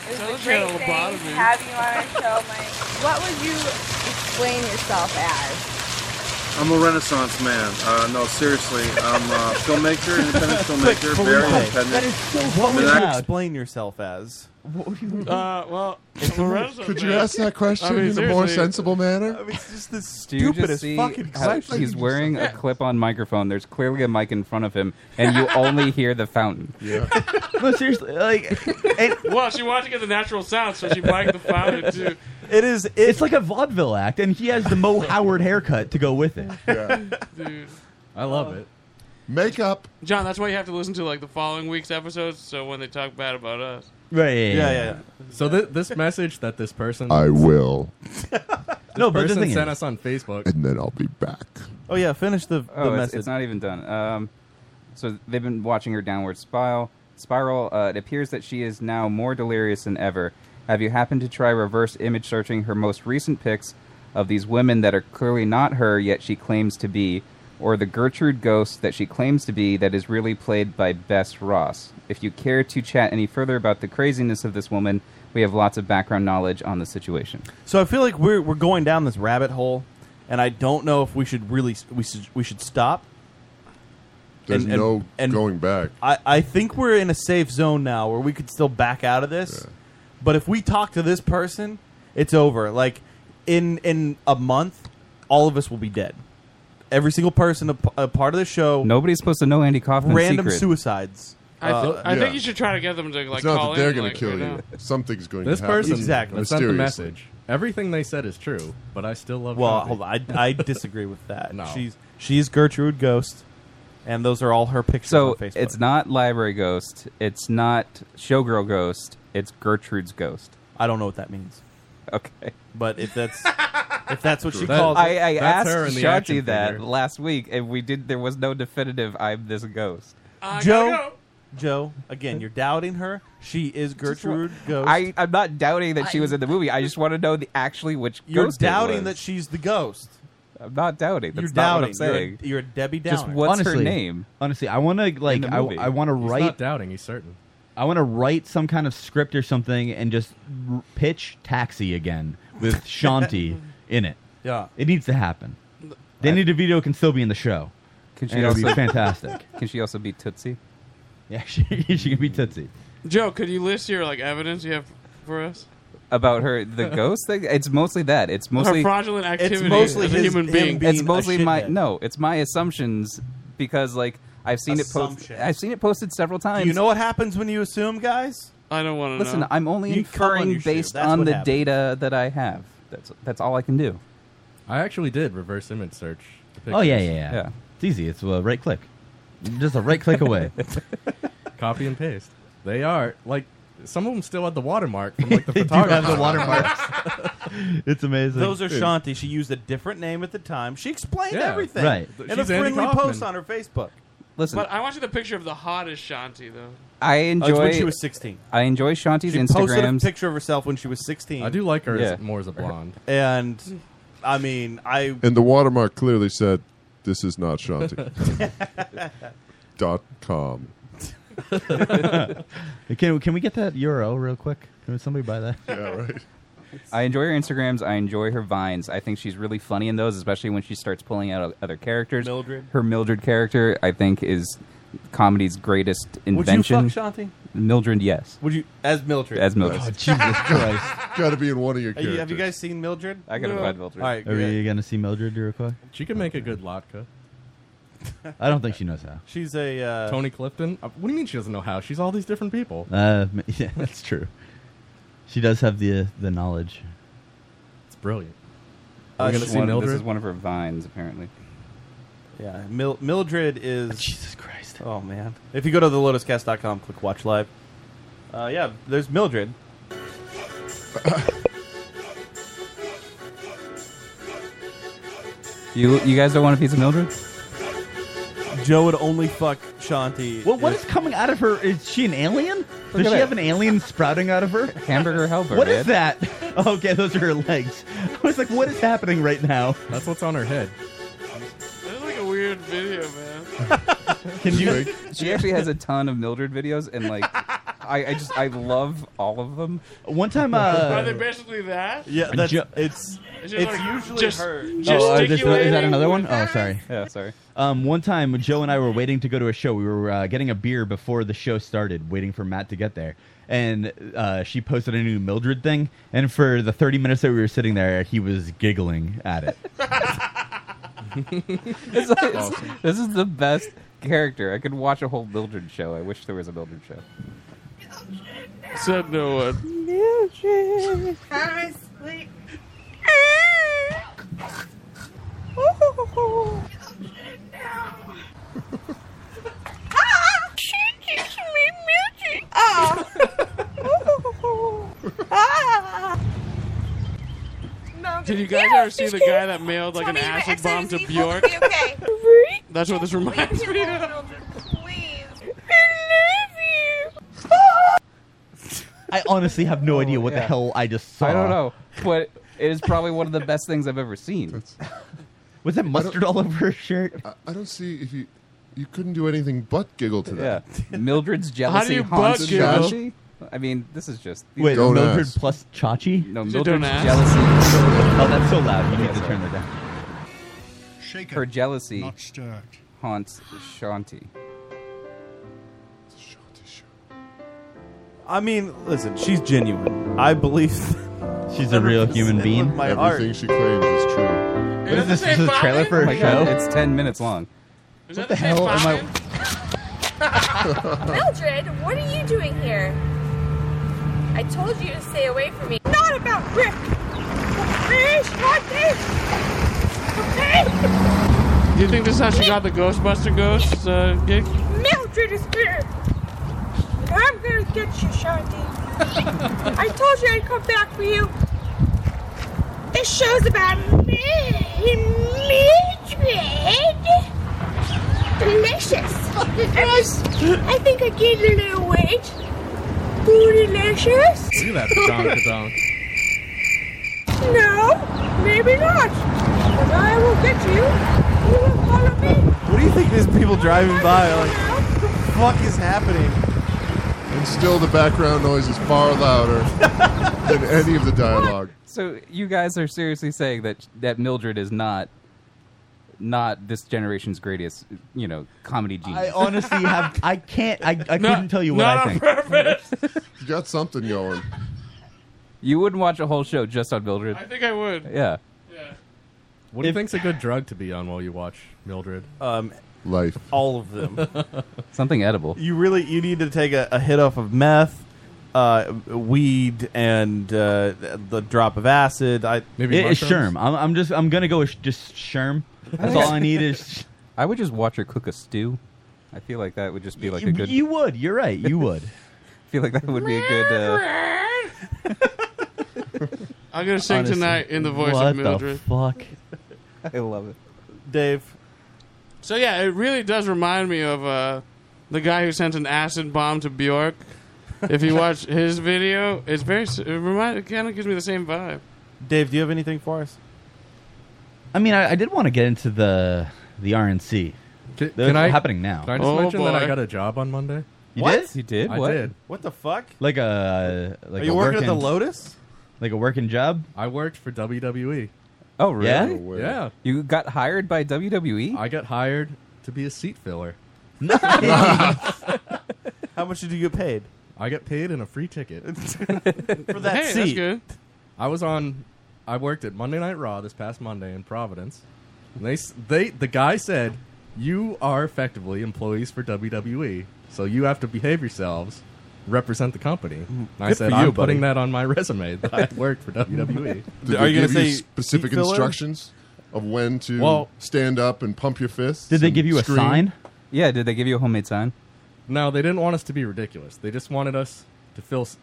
It
Told
was a
you
great
a
thing to
lobotomy.
have you on our show, Mike. What would you explain yourself as?
I'm a renaissance man. Uh, no, seriously, I'm a uh, filmmaker, independent
Click
filmmaker,
play.
very independent.
What
I'm
would
an
you
act-
explain yourself as?
Uh, well,
Could you ask that question
I mean,
in a more
seriously.
sensible manner? I
mean, it's just
Do
the
you
stupidest
just see
fucking
how
question.
he's wearing a
Yeah.
clip-on microphone? There's clearly a mic in front of him, and you only hear the fountain.
Yeah.
no, seriously, like
well, she wanted to get the natural sound, so she biked the fountain too.
It is.
it's like a vaudeville act, and he has the Mo Howard haircut to go with it.
Dude.
I love it.
Makeup.
John, that's why you have to listen to like the following week's episodes, so when they talk bad about us.
Right.
yeah, yeah, yeah.
So th- this message that this person
I will.
no,
No,
but
but the
person
thing
sent
is-
us on Facebook.
And then I'll be back.
Oh yeah, finish the, the
Oh, it's,
message.
it's not even done. Um, so they've been watching her downward spiral. Spiral. Uh, it appears that she is now more delirious than ever. Have you happened to try reverse image searching her most recent pics of these women that are clearly not her, yet she claims to be, or the Gertrude ghost that she claims to be, that is really played by Bess Ross? If you care to chat any further about the craziness of this woman, we have lots of background knowledge on the situation.
So I feel like we're we're going down this rabbit hole, and I don't know if we should really we should we should stop.
There's no going back.
I I think we're in a safe zone now where we could still back out of this, but if we talk to this person, it's over. Like in in a month, all of us will be dead. Every single person a, p- a part of the show.
Nobody's supposed to know Andy Kaufman's
Random
secret.
suicides.
I, th-
Uh,
I think you should try to get them to like
it's not
call
that they're
in.
going
like,
to kill
right
you. Something's going
This
to happen.
person that sent the
mysteriously.
message. Everything they said is true, but I still love.
Well,
Gandhi.
hold on. I, I disagree with that.
No.
She's she's Gertrude Ghost, and those are all her pictures
So
on Facebook.
it's not Library Ghost. It's not Showgirl Ghost. It's Gertrude's Ghost.
I don't know what that means.
Okay,
but if that's if that's what she
That-
calls, it.
I, I asked Shanti that last week, and we did. There was no definitive. I'm this ghost.
Joe, Joe, again, you're doubting her. She is Gertrude Ghost.
I, I'm not doubting that she was in the movie. I just want to know the actually which
You're
ghost.
doubting that she's the ghost.
I'm not doubting. That's
you're
not what
doubting.
I'm saying.
You're, a, you're a Debbie Downer.
Just what's her name?
Honestly, I want to like
the
I,
movie.
I want to
He's
write.
not
doubting. He's certain.
I want to write some kind of script or something and just r- pitch Taxi again with Shanti in it.
Yeah.
it needs to happen. Danny DeVito can still be in the show.
Can she
and it'll be
also-
fantastic.
Can she also be Tootsie?
Yeah, she, she can be Tootsie.
now. Joe, could you list your like evidence you have for us?
About her, the ghost thing. It's mostly that. It's mostly
fraudulent It's activity mostly as a his- human him being. being
It's
a
mostly my
shithead.
no. It's my assumptions because like I've seen it posted.
Assumptions.
I've seen it posted several times.
Do you know what happens when you assume, guys?
I don't want
Listen, I'm only inferring based on the data that I have. That's that's all I can do.
I actually did reverse image search. the
Oh yeah, yeah,
pictures.
yeah, It's easy. It's a right click, just a right click away.
Copy and paste. They are like some of them still have the watermark from like the
They do
photographer.
have the watermarks. It's amazing.
Those are
Dude.
Shanti. She used a different name at the time. She explained
Yeah,
everything
right.
in a
She's Andy
friendly
Kaufman.
post on her Facebook.
Listen,
But I want you the picture of the hottest Shanti though.
I
Oh, it's
enjoy.
when she was 16.
I enjoy Shanti's
She posted a
Instagrams.
picture of herself when she was 16.
I do like her
Yeah.
as, more as a blonde.
And I mean, I
And the watermark clearly said, "This is not Shanti." dot com.
can can we get that URL real quick? Can somebody buy that?
Yeah, right.
I enjoy her Instagrams. I enjoy her vines. I think she's really funny in those, especially when she starts pulling out o- other characters.
Mildred.
Her Mildred character, I think, is comedy's greatest
you
invention.
fuck Shanti?
Mildred, yes.
Would you as Mildred?
As Mildred.
Oh,
Jesus
Christ. Got to be in one of your
Have you, have you
characters.
guys seen Mildred?
I gotta find Mildred.
All right,
Are we gonna see Mildred real quick?
She could make a good latke.
I don't think she knows how.
She's a uh,
Tony Clifton. Uh, What do you mean she doesn't know how? She's all these different people.
Uh, m- yeah, that's true. She does have the uh, the knowledge.
It's brilliant.
Uh,
This
gonna
is
see
one-
Mildred?
This is one of her vines, apparently.
Yeah, Mil- Mildred is Jesus Christ. Oh man! If you go to the lotuscast.com, click watch live. Uh, yeah, there's Mildred.
You you guys don't want a piece of Mildred?
Joe would only fuck Shanti.
Well, what is coming out of her? Is she an alien?
Look
Does
at
she
that.
have an alien sprouting out of her?
Hamburger helper.
What is
man.
that? Okay, those are her legs. I was like, what is happening right now?
That's what's on her head.
This is like a weird video, man.
Can
you? She actually has a ton of Mildred videos, and like, I, I just I love all of them.
One time,
uh,
Are they basically that?
it's
It's just like- just- just
Oh, uh, this- is that
gesticulating
another one?
with
Oh,
that.
sorry.
Yeah, sorry.
Um, one time, Joe and I were waiting to go to a show. We were uh, getting a beer before the show started, waiting for Matt to get there. And uh, she posted a new Mildred thing. And for the 30 minutes that we were sitting there, he was giggling at it.
It's like- it's- This is the best character. I could watch a whole Mildred show. I wish there was a Mildred show.
Said no one.
Mildred.
Come sleep.
Did you guys ever see the guy that mailed like an acid bomb to Bjork? That's what this reminds me of.
I honestly have no idea what the
Oh, yeah.
hell I just saw.
I don't know, but it is probably one of the best things I've ever seen.
Was that mustard all over her shirt?
I, I don't see if you you couldn't do anything but giggle to that.
Yeah. Mildred's jealousy
you
haunts
butt giggle?
Chachi. I mean, this is just
Wait,
Don't
Mildred
ask.
plus Chachi? No,
Mildred's don't ask. jealousy.
Oh, that's so loud. You need to turn that down.
her jealousy
not stirred.
haunts Shanti.
I mean, listen, she's genuine. I believe
she's a real human being.
My
Everything
art.
she claims is true.
What is this? This is a trailer for
Oh
a
my
show?
God, it's ten minutes long.
Is that
what
the same
hell am I?
Falcon?
Mildred, what are you doing here? I told you to stay away from me. Not about Rick. Please, not
Do you think this is how she got the Ghostbuster Ghost uh, gig?
Mildred is here. I'm gonna get you, Shanti. I told you I'd come back for you. This show's about me, Mildred. Delicious. I think I gained a little weight. Bootylicious.
Do that donk donk.
No, maybe not. But I will get you. You will follow me.
What do you think these people driving by are like? Fuck is happening?
And still, the background noise is far louder than any of the dialogue.
So you guys are seriously saying that that Mildred is not not this generation's greatest, you know, comedy genius.
I honestly have. I can't. I, I couldn't tell you what
not
I
on
think.
You got something going.
You wouldn't watch a whole show just on Mildred.
I think I would.
Yeah.
What do you think's a good drug to be on while you watch Mildred?
Um,
Life.
All of them.
Something edible.
You really you need to take a, a hit off of meth, uh, weed, and uh, the drop of acid. I
It- it's Sherm. I'm, I'm just. I'm gonna go with sh- just Sherm. That's all I need is.
I would just watch her cook a stew. I feel like that would just be like a good.
You would. You're right. You would.
feel like that would be a good. Uh,
I'm gonna sing
Honestly,
tonight in the voice
what
of Mildred.
The fuck,
I love it,
Dave.
So yeah, it really does remind me of uh, the guy who sent an acid bomb to Bjork. If you watch his video, it's very. s- It, remind, it kind of gives me the same vibe.
Dave, do you have anything for us?
I mean, I, I did want to get into the the RNC.
Can,
Those are happening now.
Can I just
Oh,
mention that I got a job on Monday?
You
What?
did? You did?
I
What?
did.
What the fuck?
Like a like
Are you
a
working at the
working-
Lotus?
Like a working job?
I worked for WWE.
Oh, really?
Yeah?
Yeah. You got hired by E? WWE?
I got hired to be a seat filler.
How much did you get paid?
I got paid in a free ticket for
that Hey, that's seat. good.
I was on. I worked at Monday Night Raw this past Monday in Providence. And they s- they the guy said, "You are effectively employees for WWE, so you have to behave yourselves." Represent the company. And I
Good
said,
for
I'm
you, buddy."
putting that on my resume that I worked for E. WWE.
Did they give you specific instructions of when to
Well-
stand up and pump your fists? and scream?
Yeah, did they give you a homemade sign?
No, they didn't want us to be ridiculous. They just wanted us to fill. s-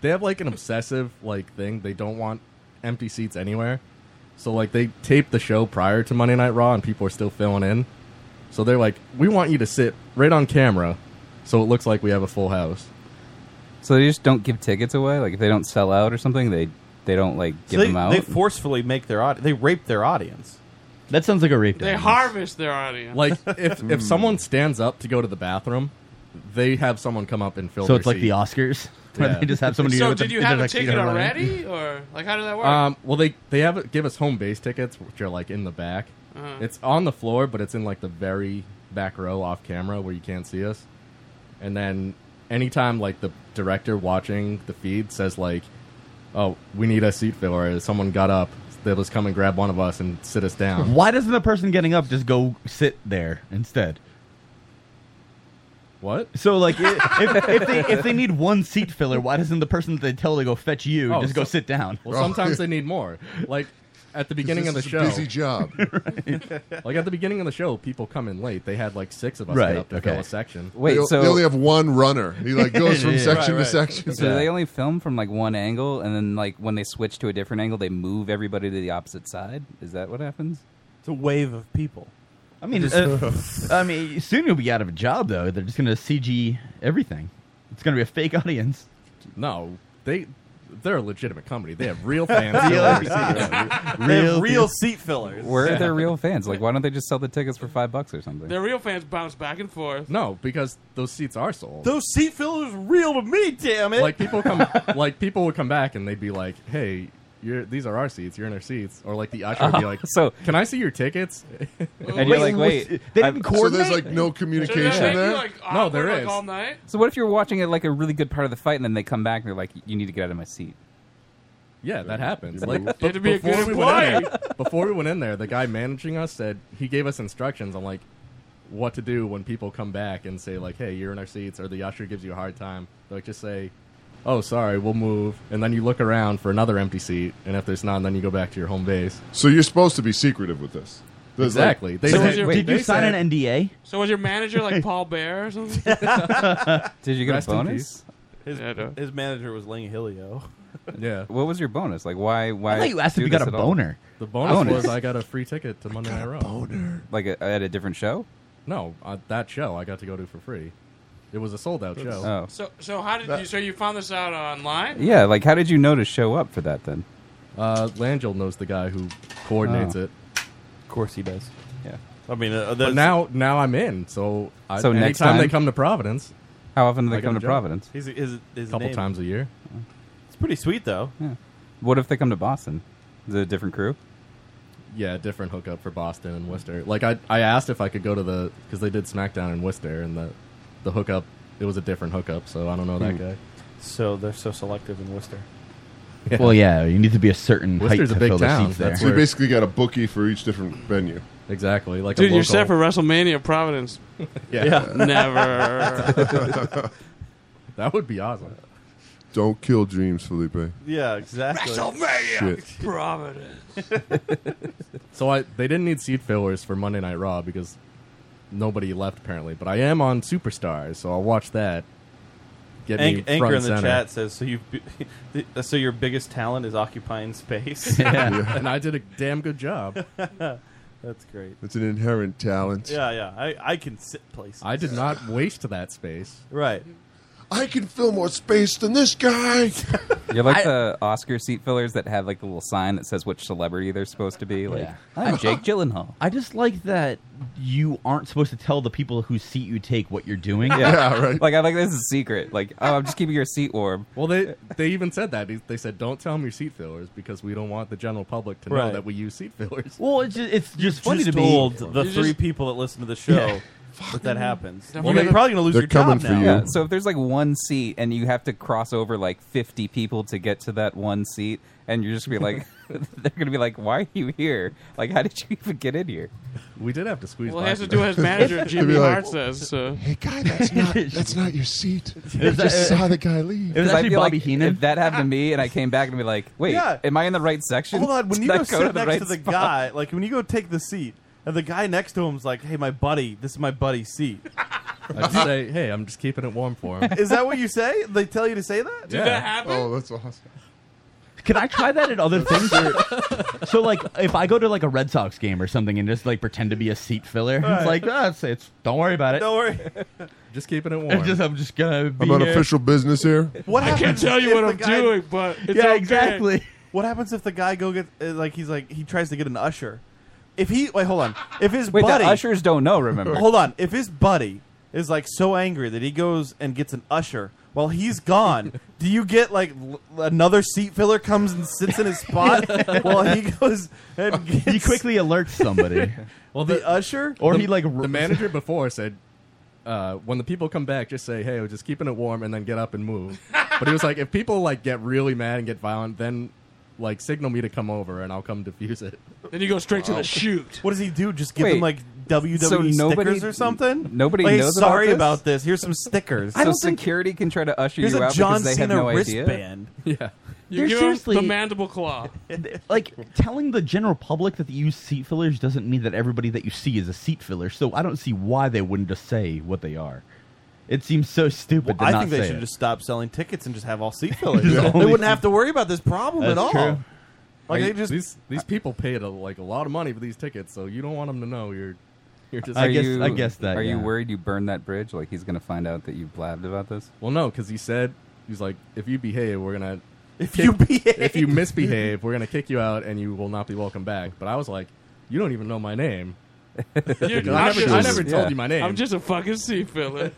They have like an obsessive like thing. They don't want empty seats anywhere. So like they taped the show prior to Monday Night Raw, and people are still filling in. So they're like, "We want you to sit right on camera, so it looks like we have a full house."
So they just don't give tickets away? Like, if they don't sell out or something, they they don't, like,
So
give
they,
them out?
they forcefully make their audience. They rape their audience.
That sounds like a rape.
They harvest their audience.
Like if
Hmm.
Hmm.
if someone stands up to go to the bathroom, they have someone come up and fill.
So
their
it's like the
seat.
Oscars, where they just have somebody
so
with
did
the-
you
with
have
the
a ticket
tuxedo on.
already, or like how did that work?
Um, well, they they have give us home base tickets, which are like in the back.
Uh-huh.
It's on the floor, but it's in like the very back row, off camera, where you can't see us. And then anytime like the director watching the feed says like, "Oh, we need a seat filler," or someone got up, they'll just come and grab one of us and sit us down.
Why doesn't the person getting up just go sit there instead?
What?
So like, i- if, if they if they need one seat filler, why doesn't the person that they tell to go fetch you
Oh,
just go
so-
sit down?
Well, sometimes they need more. Like at the beginning of the
this is
show,
a busy job.
like at the beginning of the show, people come in late. They had like six of us
Right,
get up to
okay.
fill a section.
Wait,
they,
so.
they only have one runner. He like goes from section to section.
So they only film from like one angle, and then like when they switch to a different angle, they move everybody to the opposite side. Is that what happens?
It's a wave of people.
I mean, uh, I mean, soon you'll be out of a job though. They're just gonna CG everything. It's gonna be a fake audience.
No, they they're a legitimate company. They have real fans.
Real-
Real- real seat fillers.
Where
Yeah.
are their real fans? Like, why don't they just sell the tickets for five bucks or something?
Their real fans bounce back and forth.
No, because those seats are sold.
Those seat fillers are real to me, damn it.
Like people come, like people would come back and they'd be like, "Hey, you're, these are our seats. You're in our seats." Or like the usher would be like,
"So
can I see your tickets?"
And you're like, wait, I'm-
no, there is.
So what if you're watching it like a really good part of the fight, and then they come back and they're like, "You need to get out of my seat."
Yeah, that happens.
You
Like
moved.
b-
It'd be a
before
good
we went in there- before we went in there, the guy managing us said he gave us instructions on like what to do when people come back and say like, "Hey, you're in our seats," or the usher gives you a hard time. Like just say, "Oh, sorry, we'll move," and then you look around for another empty seat, and if there's none, then you go back to your home base.
So you're supposed to be secretive with this. There's, like-
exactly. they said,
did you sign an NDA?
So was your manager like Paul Bear or something?
Did you get
Rest
a
in
bonus?
His, his manager was Lang Hilio.
Yeah.
What was your bonus? Like, why? Why?
thought you asked if
do
you got
this
a
at all?
boner.
The bonus, was I got a free ticket to Monday Night Raw. Boner.
like a, at a different show.
No, uh, that show I got to go to for free. It was a sold out show.
Oh.
So so how did
That-
you? So you found this out online?
Yeah, like how did you know to show up for that then?
Uh, Langell knows the guy who coordinates
Oh.
it.
Of course he does.
Yeah.
I mean, uh,
But
there's-
now, now I'm in. So, I,
So next
anytime they
time-
come to Providence,
How often do
I
they
got
come
a
to
job.
Providence?
He's, his, his
Couple
name.
times a year.
It's pretty sweet, though.
Yeah. What if they come to Boston? Is it a different crew?
Yeah, different hookup for Boston and Worcester. Like I, I asked if I could go to the because they did SmackDown in Worcester, and the, the hookup it was a different hookup. So I don't know that
Hmm.
guy.
So they're so selective in Worcester.
Well, yeah, you need to be a certain height
Worcester's a
to
big
fill their
town.
seats there.
That's
So you
where-
basically got a bookie for each different venue.
Exactly. Like
Dude, you're set for WrestleMania Providence. Never.
that would be awesome.
Don't kill dreams, Felipe.
Yeah, exactly.
Shit.
Providence.
So I they didn't need seat fillers for Monday Night Raw because nobody left apparently. But I am on Superstars, so I'll watch that. get
Anch-
me
Anchor
front
in the
center.
chat says so. You, so your biggest talent is occupying space.
Yeah. and I did a damn good job.
That's great.
It's an inherent talent.
Yeah, yeah. I, I can sit places.
I did not waste that space.
Right.
I can fill more space than this guy.
You're like the Oscar seat fillers that have like a little sign that says which celebrity they're supposed to be. Like, I'm Jake Gyllenhaal.
I just like that you aren't supposed to tell the people whose seat you take what you're doing.
Like, I'm like, this is a secret. Like, oh, I'm just keeping your seat warm.
Well, they they even said that They- they said don't tell them your seat fillers because we don't want the general public to know
Right.
that we use seat fillers.
Well, it's just, it's
You
just funny
just
to be
told the
You
three
just-
people that listen to the show
Yeah.
that that happens.
Don't
Well,
forget-
they're probably going to lose your job now.
Yeah, so if there's like one seat and you have to cross over like 50 people to get to that one seat, and you're just gonna be like, they're gonna be like, why are you here? Like, how did you even get in here?
We did have to squeeze.
Well, he has to do what his manager Jimmy
like-
Hart says. So.
Hey, guy, that's not that's not your seat.
It
I
was-
just
uh,
saw the guy leave.
Because I feel like If that happened to me, and I came back and be like, "Wait,
Yeah.
am I in the right section?"
Hold on, when
Did
you
I
go, sit
to
next
right
to the
spot?
guy, like when you go take the seat, and the guy next to him's like, "Hey, my buddy, this is my buddy's seat."
I just say, hey, I'm just keeping it warm for him.
is that what you say? They tell you to say that?
Did Yeah. that happen?
Oh, that's awesome.
Can I try that at other things? Or, so, like, if I go to like a Red Sox game or something and just like pretend to be a seat filler,
Right.
it's like, ah, it's, it's don't worry about it.
Don't worry.
just keeping it warm.
It's just, I'm just gonna be
I'm on
here.
official business here.
What
I can't
happens
tell you
if
what
the
I'm doing,
but it's
yeah,
okay.
exactly. What happens if the guy go get uh, like he's like he tries to get an usher? If he wait, hold on. If his
Wait, the
buddy
ushers don't know. Remember,
hold on. If his buddy is like so angry that he goes and gets an usher while he's gone, do you get like l- another seat filler comes and sits in his spot while he goes and gets
He quickly alerts somebody.
well,
the, usher
Or
the,
he, like,
the manager before said, uh, when the people come back, just say, hey, we're just keeping it warm, and then get up and move. but he was like, if people like get really mad and get violent, then like signal me to come over and I'll come defuse it.
Then you go straight to the shoot.
What does he do? Just give them
Wait,
like WWE
so nobody-
stickers or something?
Nobody
like,
knows.
Sorry
about
about this. Here's some stickers.
So security can try to usher
Here's
you
a
out
John
because they
Cena
have no
wristband.
idea.
Yeah,
You
They're
give
seriously-
him the mandible claw.
like telling the general public that you use seat fillers doesn't mean that everybody that you see is a seat filler. So I don't see why they wouldn't just say what they are. It seems so stupid. to
I
not
think they
say
should
it.
just stop selling tickets and just have all seat fillers.
Just
They
only
wouldn't
seat-
have to worry about this problem
That's
at all.
true.
Like
Like,
they just
these these people paid a, like a lot of money for these tickets, so you don't want them to know you're you're just.
Are you- Are you worried you burned that bridge? Like he's gonna find out that you blabbed about this?
Well, no, because he said he's like, if you behave, we're gonna.
If
you behave, if you misbehave, we're gonna kick you out, and you will not be welcome back. But I was like, you don't even know my name. I
You-
never,
I'm
I
just-
never told
yeah.
you my name.
I'm just a fucking sea filler.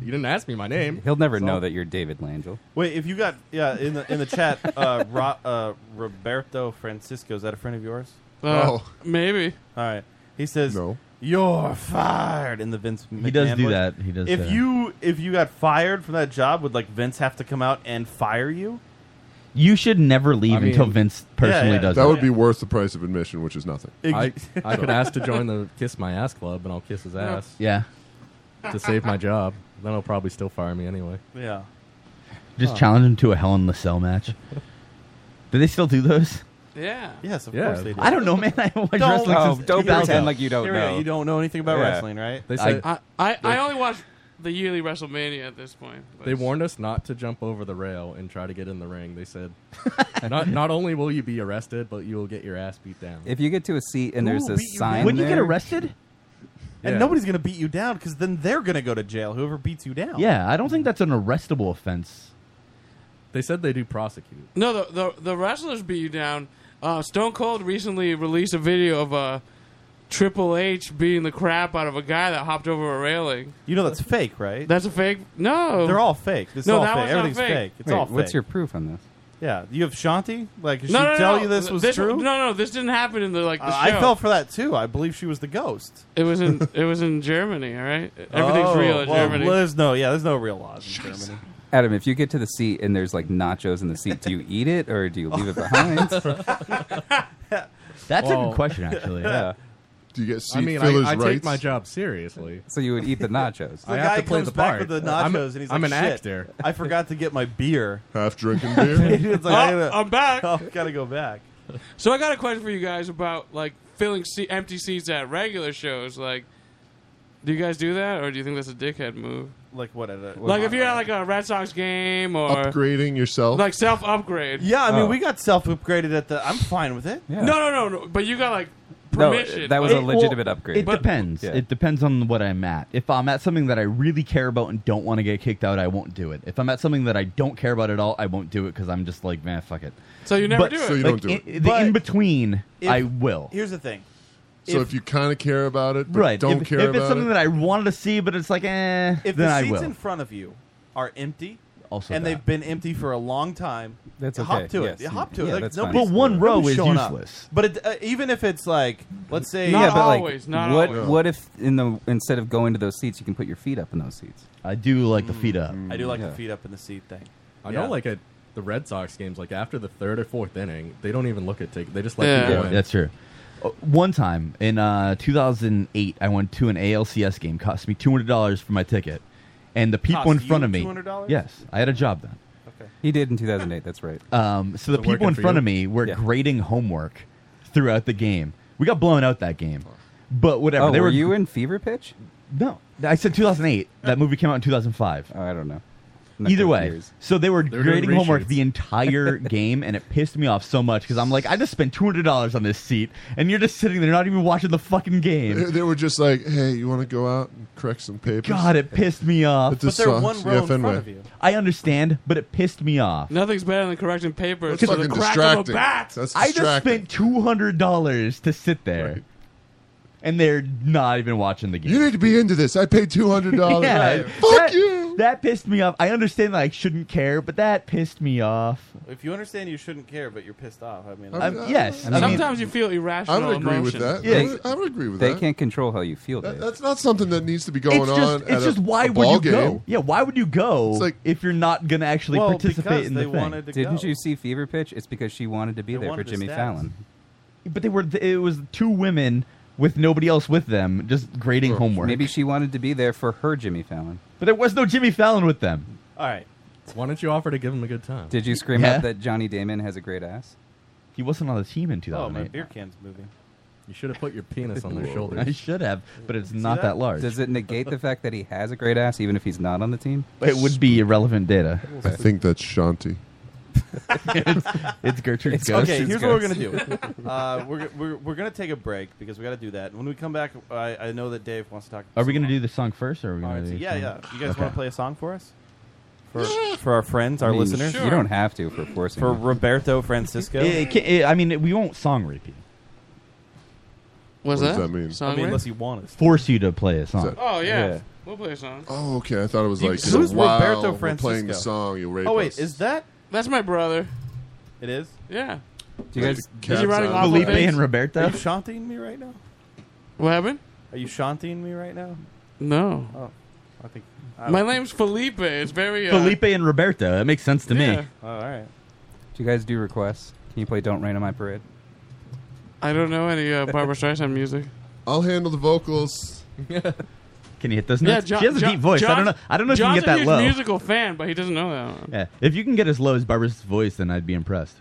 you didn't ask me my name.
He'll never
So-
know that you're David Langell.
Wait, if you got yeah in the in the chat, uh, Ro- uh, Roberto Francisco is that a friend of yours?
Uh, Oh. maybe.
All right, he says
No.
You're fired in the Vince. McMahon
He does do
voice.
that. He does
If
do that.
you if you got fired from that job, would like Vince have to come out and fire you?
You should never leave
I mean-
until Vince personally
Yeah, yeah.
does.
That
it.
would be worth the price of admission, which is nothing.
I, I could ask to join the Kiss My Ass Club, and I'll kiss his ass.
Yeah.
To save my job, then he'll probably still fire me anyway.
Yeah.
Just
Huh.
challenge him to a Hell in the Cell match. do they still do those?
Yeah.
Yes, of
Yeah.
course they do.
I don't know, man. I watch wrestling
oh,
since
don't
2000.
pretend like you don't Here we go. know. You don't know anything about Yeah. wrestling, right?
They
I-
said
I, I, I only watch the yearly WrestleMania at this point. but-
They warned us not to jump over the rail and try to get in the ring. They said, not, not only will you be arrested, but you will get your ass beat down.
If you get to a seat and there's
Who
a
beat you
sign,
down? When you get
there-
arrested?
And
Yeah.
nobody's gonna beat you down because then they're gonna go to jail. Whoever beats you down.
Yeah, I don't think that's an arrestable offense.
They said they do prosecute.
No, the, the the wrestlers beat you down. Uh, Stone Cold recently released a video of uh, Triple H beating the crap out of a guy that hopped over a railing.
You know that's fake, right?
That's a fake. No,
They're all fake. It's
no,
all
that
fake.
one's
Everything's
not fake.
fake. It's all fake.
What's your proof on this?
Yeah, you have Shanti. Like, did
No,
she
no, no,
tell
no.
you this was true?
No, no, this didn't happen in the like. The
Uh, I
show.
fell for that too. I believe she was the ghost.
It was in it was in Germany. All right, everything's
Oh,
real in
well,
Germany.
There's no, yeah, there's no real laws in Germany.
Adam, if you get to the seat and there's like nachos in the seat, do you eat it or do you leave it behind?
That's a good question, actually.
Yeah.
Do you get
I mean, I, I take my job seriously.
So you would eat the nachos.
The
I
guy
have to play
comes
the
back
part.
with the nachos
I'm,
and he's like,
I'm an
"Shit,
actor.
I forgot to get my beer.
Half drinking beer.
It's like, I
Oh,
gotta-
I'm back.
Oh, gotta go back.
So I got a question for you guys about like filling se- empty seats at regular shows. Like, do you guys do that, or do you think that's a dickhead move?
like what? At a,
Like if you're at like a Red Sox game or
Upgrading yourself.
like self upgrade.
yeah, I
Oh.
mean, we got self upgraded at the. I'm fine with it.
No, no, no, no. But you got like
No,
permission.
that was
but-
a legitimate upgrade.
It
But-
depends.
Yeah.
It depends on what I'm at. If I'm at something that I really care about and don't want to get kicked out, I won't do it. If I'm at something that I don't care about at all, I won't do it because I'm just like, man, fuck it.
So you never do it. So you
like,
don't do
in-
it.
The
But
in between,
if-
I will.
Here's the thing.
So if, you kind of care about it, but
right.
don't
if,
care
if
about
it's something
it,
that I wanted to see, but it's like, eh,
If the
then I
seats
will.
in front of you are empty,
Also
and
that.
they've been empty for a long time,
That's
you hop
okay,
to
yes.
it. You hop to
Yeah,
it. Like,
that's fine.
nobody's-
But one row
nobody's
is
showing up.
useless.
But it, uh, even if it's like, let's say,
yeah, but like, what what if in the instead of going to those seats, you can put your feet up in those seats?
I do like the feet up.
Mm. I do like
Yeah.
the feet up in the seat thing.
I
Yeah.
know, like at the Red Sox games, like after the third or fourth inning, they don't even look at tickets. They just let
Yeah,
people in.
that's true. Uh, One time in uh, 2008, I went to an ALCS game. Cost me $200 for my ticket, and the people
Cost
in front
you
of me.
$200?
Yes, I had a job then.
He did in 2008. That's right.
Um, so the
Is it
people
working
in
for
front
you?
of me were grading homework throughout the game. We got blown out that game, but whatever.
Oh,
they
were
were
you in Fever Pitch?
No, I said 2008.
Oh.
That movie came out in 2005.
I don't know. Not
Either
good
way,
years.
so they were
They were doing
grading homework
reshoots.
the entire game, and it pissed me off so much because I'm like, I just spent two hundred dollars on this seat, and you're just sitting there not even watching the fucking
they,
game.
they were just like, "Hey, you want to go out and correct some papers?"
God, it pissed me off.
It just But they're sucks. one row Yeah, in front Fenway. of you.
I understand, but it pissed me off.
Nothing's better than correcting papers
That's
for the
fucking
crack of a
distracting.
bat.
I just spent two hundred dollars to sit there, and they're not even watching the game.
You need to be into this. I paid two hundred dollars.
Yeah, that, you. That pissed me off. I understand that I shouldn't care, but that pissed me off.
If you understand, you shouldn't care, but you're pissed off. I mean,
I'm- yes, I mean-
Sometimes you feel irrational. emotions.
that. Yeah. I would- I would agree with
they
that.
can't control how you feel. Dave.
That's not something that needs to be going
it's
on.
just,
at
it's
a-
just why
a
would
ball
you go?
game.
Yeah, why would you go
It's like-
if you're not going to actually participate in the thing?
Didn't you see Fever Pitch? It's because she wanted to be there for Jimmy Fallon.
But they were. It was two women with nobody else with them, just grading homework.
Maybe she wanted to be there for her Jimmy Fallon.
But there was no Jimmy Fallon with them.
All right.
Why don't you offer to give him a good time?
Did you scream
Yeah.
out that Johnny Damon has a great ass?
He wasn't on the team in 2008.
Oh, beer can's moving.
You should have put your Oh, penis on their
Whoa.
shoulders.
I should have, but it's not that? large.
Does it negate the fact that he has a great ass, even if he's not on the team?
it would be irrelevant data.
I think that's Shanti.
it's, it's
It's-
Gertrude's ghost.
Okay, here's what we're gonna do. Uh, we're, we're we're gonna take a break because we got to do that. When we come back, I, I know that Dave wants to talk.
Are we gonna do the song first, or are we gonna
All right,
do?
so
the
yeah,
song?
yeah. You guys
Okay.
want to play a song for us? For for our friends, our
I mean,
listeners.
You don't have to for forcing.
For
me.
Roberto Francisco.
It- it can't- it- I mean, it- we won't song repeat.
What's
What does that mean?
I
Song
mean,
rate?
unless you want us.
Force you to play a song.
Oh yeah. we'll play a song.
Oh, okay. I thought it was
You-
like
who's
you know, wow,
Roberto
we're playing
Francisco?
the song. You rape
Oh wait,
us.
is that?
That's my brother.
It is.
Yeah.
Do you guys?
Is he running off
Felipe
of things?
and Roberto?
Are you shanting me right now?
What happened?
Are you shanting me right now?
No.
Oh, I think I
My
don't-
name's Felipe. It's very uh,
Felipe and Roberto. That makes sense to
Yeah.
me.
Oh, all right.
Do you guys do requests? Can you play "Don't Rain on My Parade"?
I don't know any uh, Barbara Streisand music.
I'll handle the vocals.
Can you hit those
Yeah,
notes?
John,
she has a
John-
deep voice. I don't know.
John's-
I don't know if
John's
you can
a
get that
huge
low.
musical fan, but he doesn't know that. One.
Yeah. If you can get as low as Barbara's voice, then I'd be impressed.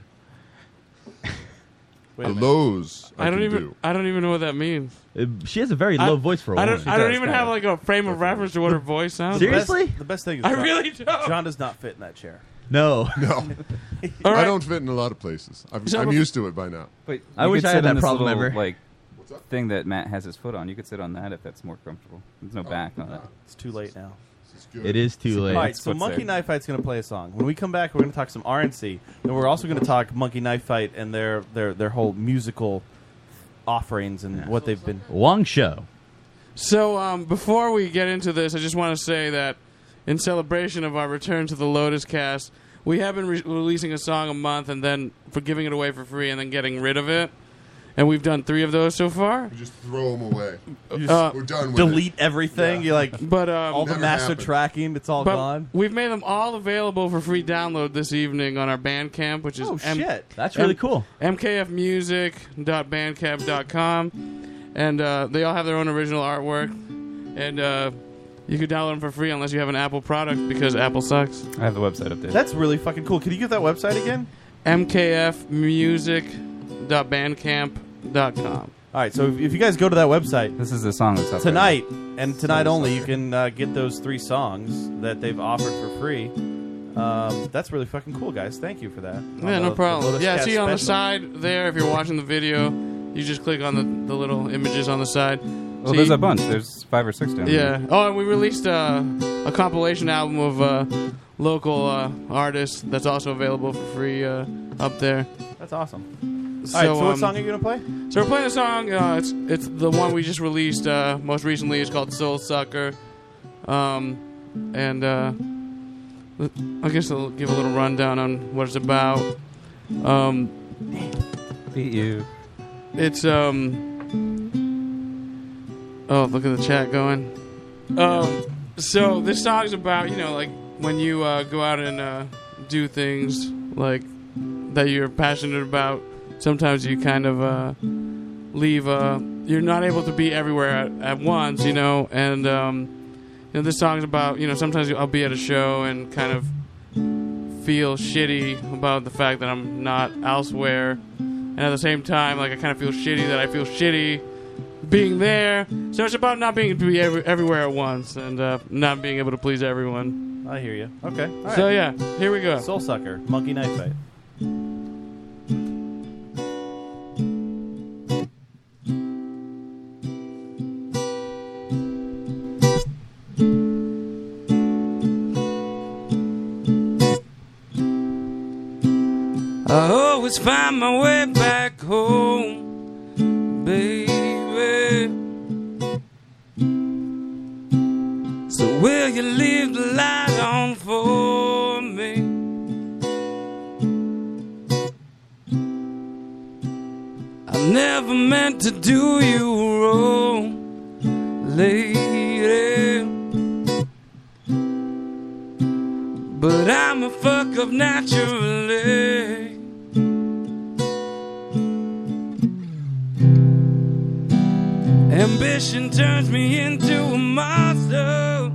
Wait a
the
minute.
lows. I,
I, don't
can
even.
do.
I don't even know what that means.
Uh, She has a very
I-
low voice for a
I
woman.
don't. I don't even have like a frame of reference to what her voice sounds. like.
Seriously?
The best, the best thing is
I
John-
really don't.
John does not fit in that chair.
No.
No,
All
I
right.
don't fit in a lot of places. I'm,
So-
I'm used to it by now.
But
I
you
wish
could
I
sit
had
on
that
this
problem
little,
ever.
Like thing that Matt has his foot on. You could sit on that if that's more comfortable. There's
Oh.
no back on it.
Ah.
It's too late now.
It is too late.
All right, so
what's
Monkey
there.
Knife Fight's going to play a song. When we come back, we're going to talk some RNC, and we're also going to talk Monkey Knife Fight and their their their whole musical offerings and what they've been.
Long
Um,
show.
So um, before we get into this, I just want to say that in celebration of our return to the Lotus Cast, we have been re- releasing a song a month and then for giving it away for free and then getting rid of it. And we've done three of those so far.
We just throw them away.
You
Uh,
We're done with
delete
it.
everything.
Yeah.
You're like,
But um,
all the
Never
master
happened.
tracking, it's all
but
gone.
we've made them all available for free download this evening on our Bandcamp, which is
Oh
M-
shit,
That's really cool.
mkfmusic.bandcamp.com, and uh, they all have their own original artwork, and uh, you can download them for free unless you have an Apple product because Apple sucks.
I have the website up there.
that's really fucking cool. Can you get that website again?
mkfmusic.bandcamp.com.
All right, so if, if you guys go to that website,
this is the song that's up there.
tonight and tonight only. You can uh, get those three songs that they've offered for free. Um, that's really fucking cool, guys. Thank you for that.
Yeah,
On the-
no
the
problem.
Lotus
Yeah,
Cast
see on the
special.
side there, if you're watching the video, you just click on the, the little images on the side.
Well, Oh, there's a bunch. There's five or six down there.
Yeah. Oh, and we released uh, a compilation album of uh, local uh, artists that's also available for free uh, up there.
That's awesome. All right, so what song are you gonna play?
um, So we're playing a song. Uh, it's it's the one we just released uh, most recently. It's called Soul Sucker, um, and uh, I guess I'll give a little rundown on what it's about. Um,
Beat you.
It's um. Oh, look at the chat going. Um, so this song's about you know like when you uh, go out and uh, do things like that you're passionate about. Sometimes you kind of uh, leave. Uh, you're not able to be everywhere at, at once, you know. And um, you know this song's about you know sometimes I'll be at a show and kind of feel shitty about the fact that I'm not elsewhere. And at the same time, like I kind of feel shitty that I feel shitty being there. So it's about not being to be every, everywhere at once and uh, not being able to please everyone.
I hear you. Okay. All
So
right.
yeah, here we go.
Soul Sucker, Monkey Knife Fight.
I always find my way back home, baby. So will you leave the light on for me? I never meant to do you wrong, lady. But I'm a fuck up naturally. Ambition turns me into a monster.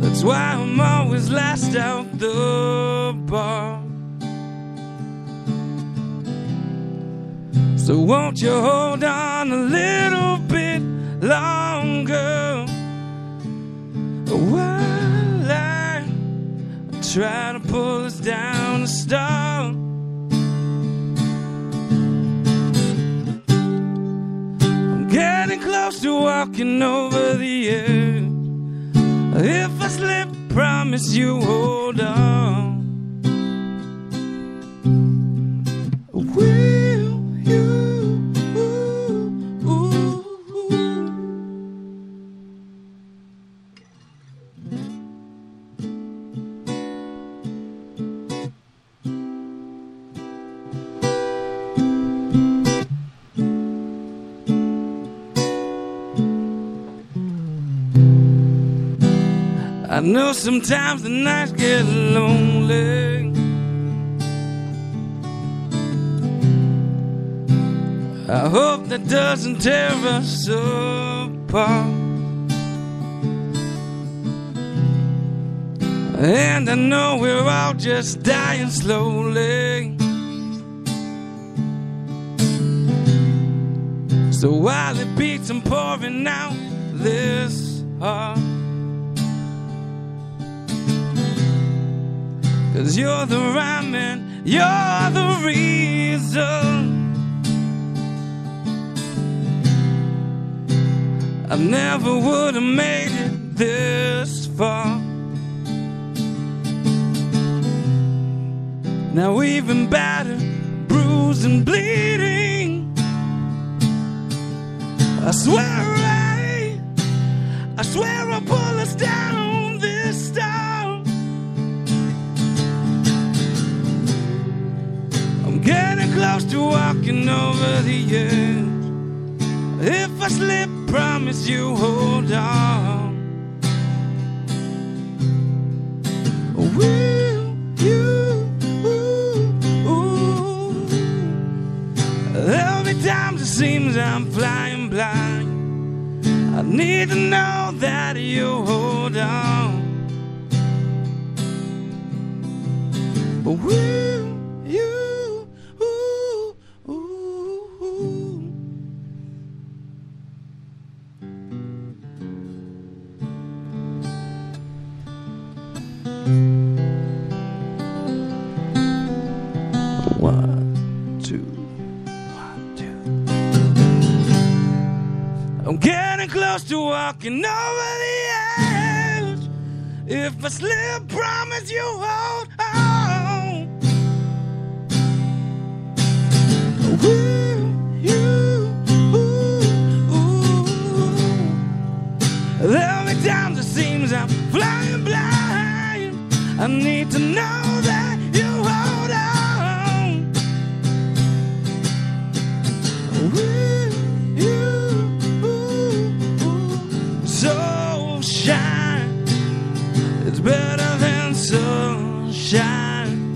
That's why I'm always last out the bar. So won't you hold on a little bit longer while I try to pull us down to start? I'm getting close to walking over the edge. If I slip, promise you hold on. I know sometimes the nights get lonely. I hope that doesn't tear us apart. And I know we're all just dying slowly. So while it beats, I'm pouring out this heart. Cause you're the rhyme and you're the reason I never would have made it this far Now even battered, bruised and bleeding I swear I, I swear I'll pull us down this time I'm getting close to walking over the edge. If I slip, promise you hold on. Will you? Ooh, There'll be times it seems I'm flying blind. I need to know that you hold on. But will you? One, two, one, two. I'm getting close to walking over the edge. If I slip, promise you hold on. There'll be times it seems I'm flying blind. I need to know that you hold on. Ooh, ooh, ooh, ooh. So shine, it's better than sunshine.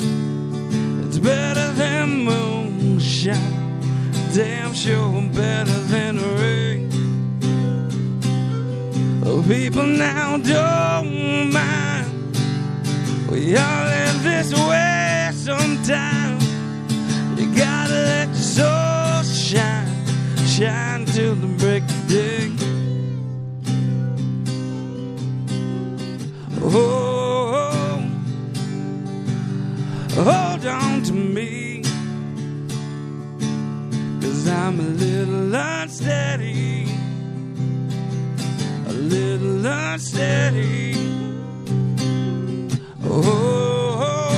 It's better than moonshine. Damn sure better than rain. Oh, People now don't mind. We all live this way sometimes. You gotta let your soul shine, shine till the break of day. Oh, hold on to me, cause I'm a little unsteady a little unsteady. Oh,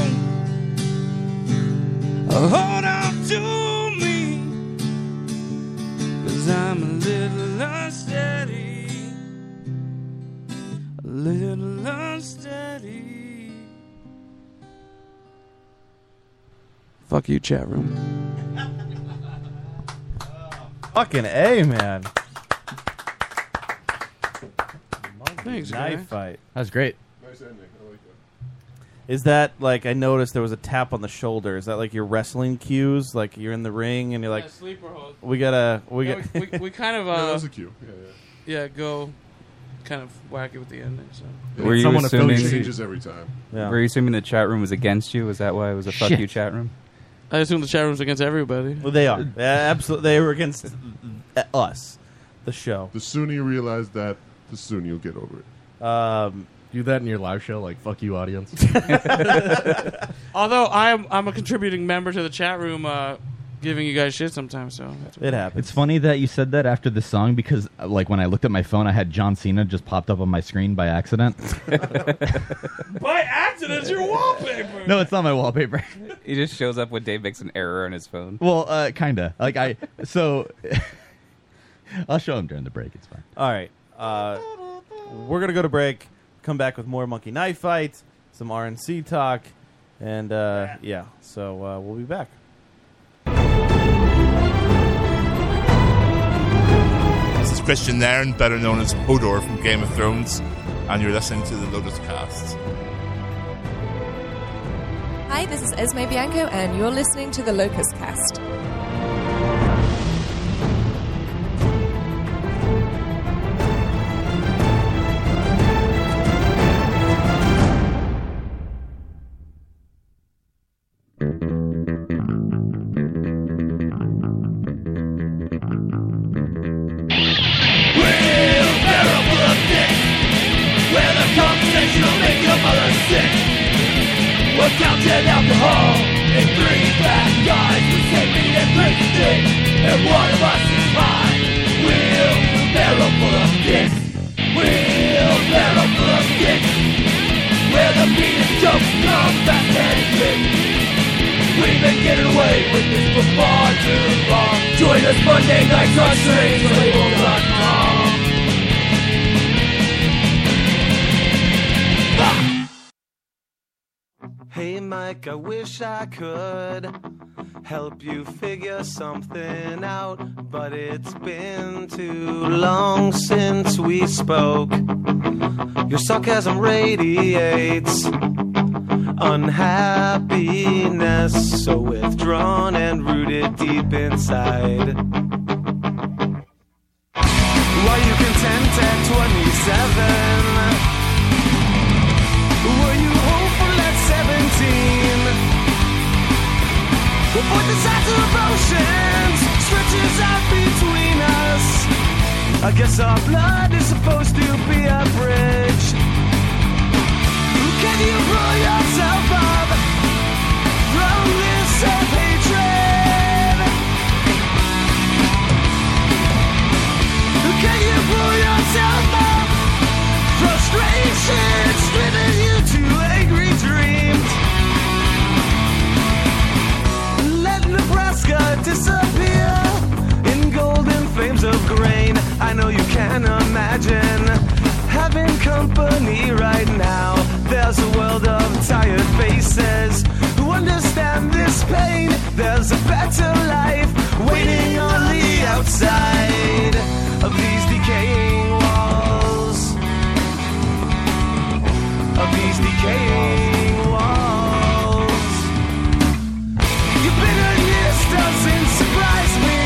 hold on to me, cause I'm a little unsteady, a little unsteady. Fuck you, chat room.
Fucking A, man.
Thanks,
Knife
guy.
fight. That was great.
Nice ending. I like that.
Is that like I noticed there was a tap on the shoulder? Is that like your wrestling cues? Like you're in the ring and you're like,
Yeah, sleeper hold.
we gotta, we
Yeah,
got.
we, we, we kind of uh,
Yeah, that was a cue. Yeah,
yeah, go kind of wacky with the ending. So
Were you
Someone
assuming
affiliated changes every time.
Were you assuming the chat room was against you? Was that why it was a fuck
Shit.
you chat room?
I assume the chat room's against everybody.
Well, they are. absolutely. They were against us, the show.
The sooner you realize that, the sooner you'll get over it.
Um,
Do that in your live show, like fuck you, audience.
Although I'm I'm a contributing member to the chat room, uh, giving you guys shit sometimes. So that's-
It's funny that you said that after the song because, uh, like, when I looked at my phone, I had John Cena just popped up on my screen by accident.
By accident, it's your wallpaper.
no, it's not my wallpaper.
He just shows up when Dave makes an error on his phone.
Well, uh, kinda. Like I, so I'll show him during the break. It's fine.
All right. Uh, we're going to go to break, come back with more Monkey Knife Fight, some RNC talk, and uh, yeah. So uh, we'll be back.
This is Christian Nairn, better known as Hodor from Game of Thrones, and you're listening to the Lotus Cast.
Hi, this is Esme Bianco, and you're listening to the Locust Cast.
Where the conversation will make your mother sick. We're counting alcohol in three fat guys with safety and drifting. And one of us is fine. We'll barrel full of dicks. We'll barrel full of dicks. Where the penis jokes come fast and quick. We've been getting away with this for far too long. Join us Monday nights on strangelabel.com.
Hey Mike, I wish I could help you figure something out, but it's been too long since we spoke. Your sarcasm radiates unhappiness, so withdrawn and rooted deep inside. Why you content at 27? Were you hopeful at 17? Well, for the size of emotions stretches out between us. I guess our blood is supposed to be a bridge. Can you pull yourself up from this self-hatred?
company right now. There's a world of tired faces who understand this pain. There's a better life waiting on the outside of these decaying walls. Of these decaying walls. Your bitterness doesn't surprise me.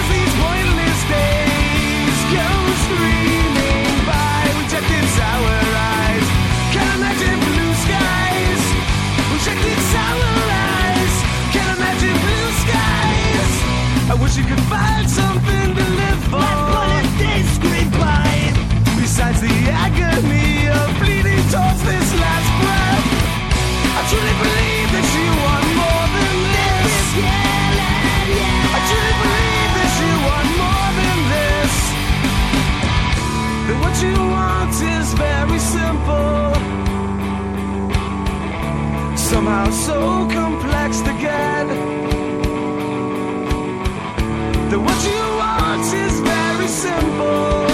As these pointless days go streaming by, rejected sour eyes. Can't imagine blue skies. Rejected sour eyes. Can't imagine blue skies. I wish you could find something to live for. What days scream by? Besides the agony of bleeding towards this last breath, I truly believe that you want more than this. I truly believe that you want more than this. That what you want is very simple. Somehow so complex to get. That what you want is very simple.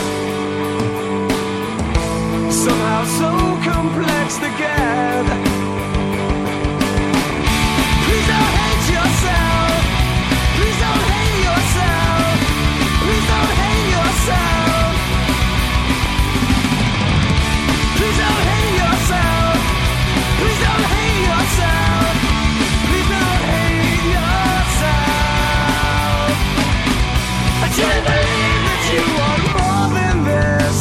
Somehow so complex to get. Please don't hate yourself. Please don't hate yourself. Please don't hate yourself. Please don't hate yourself. Please don't hate yourself. Please don't hate yourself. I truly believe that you are more than this.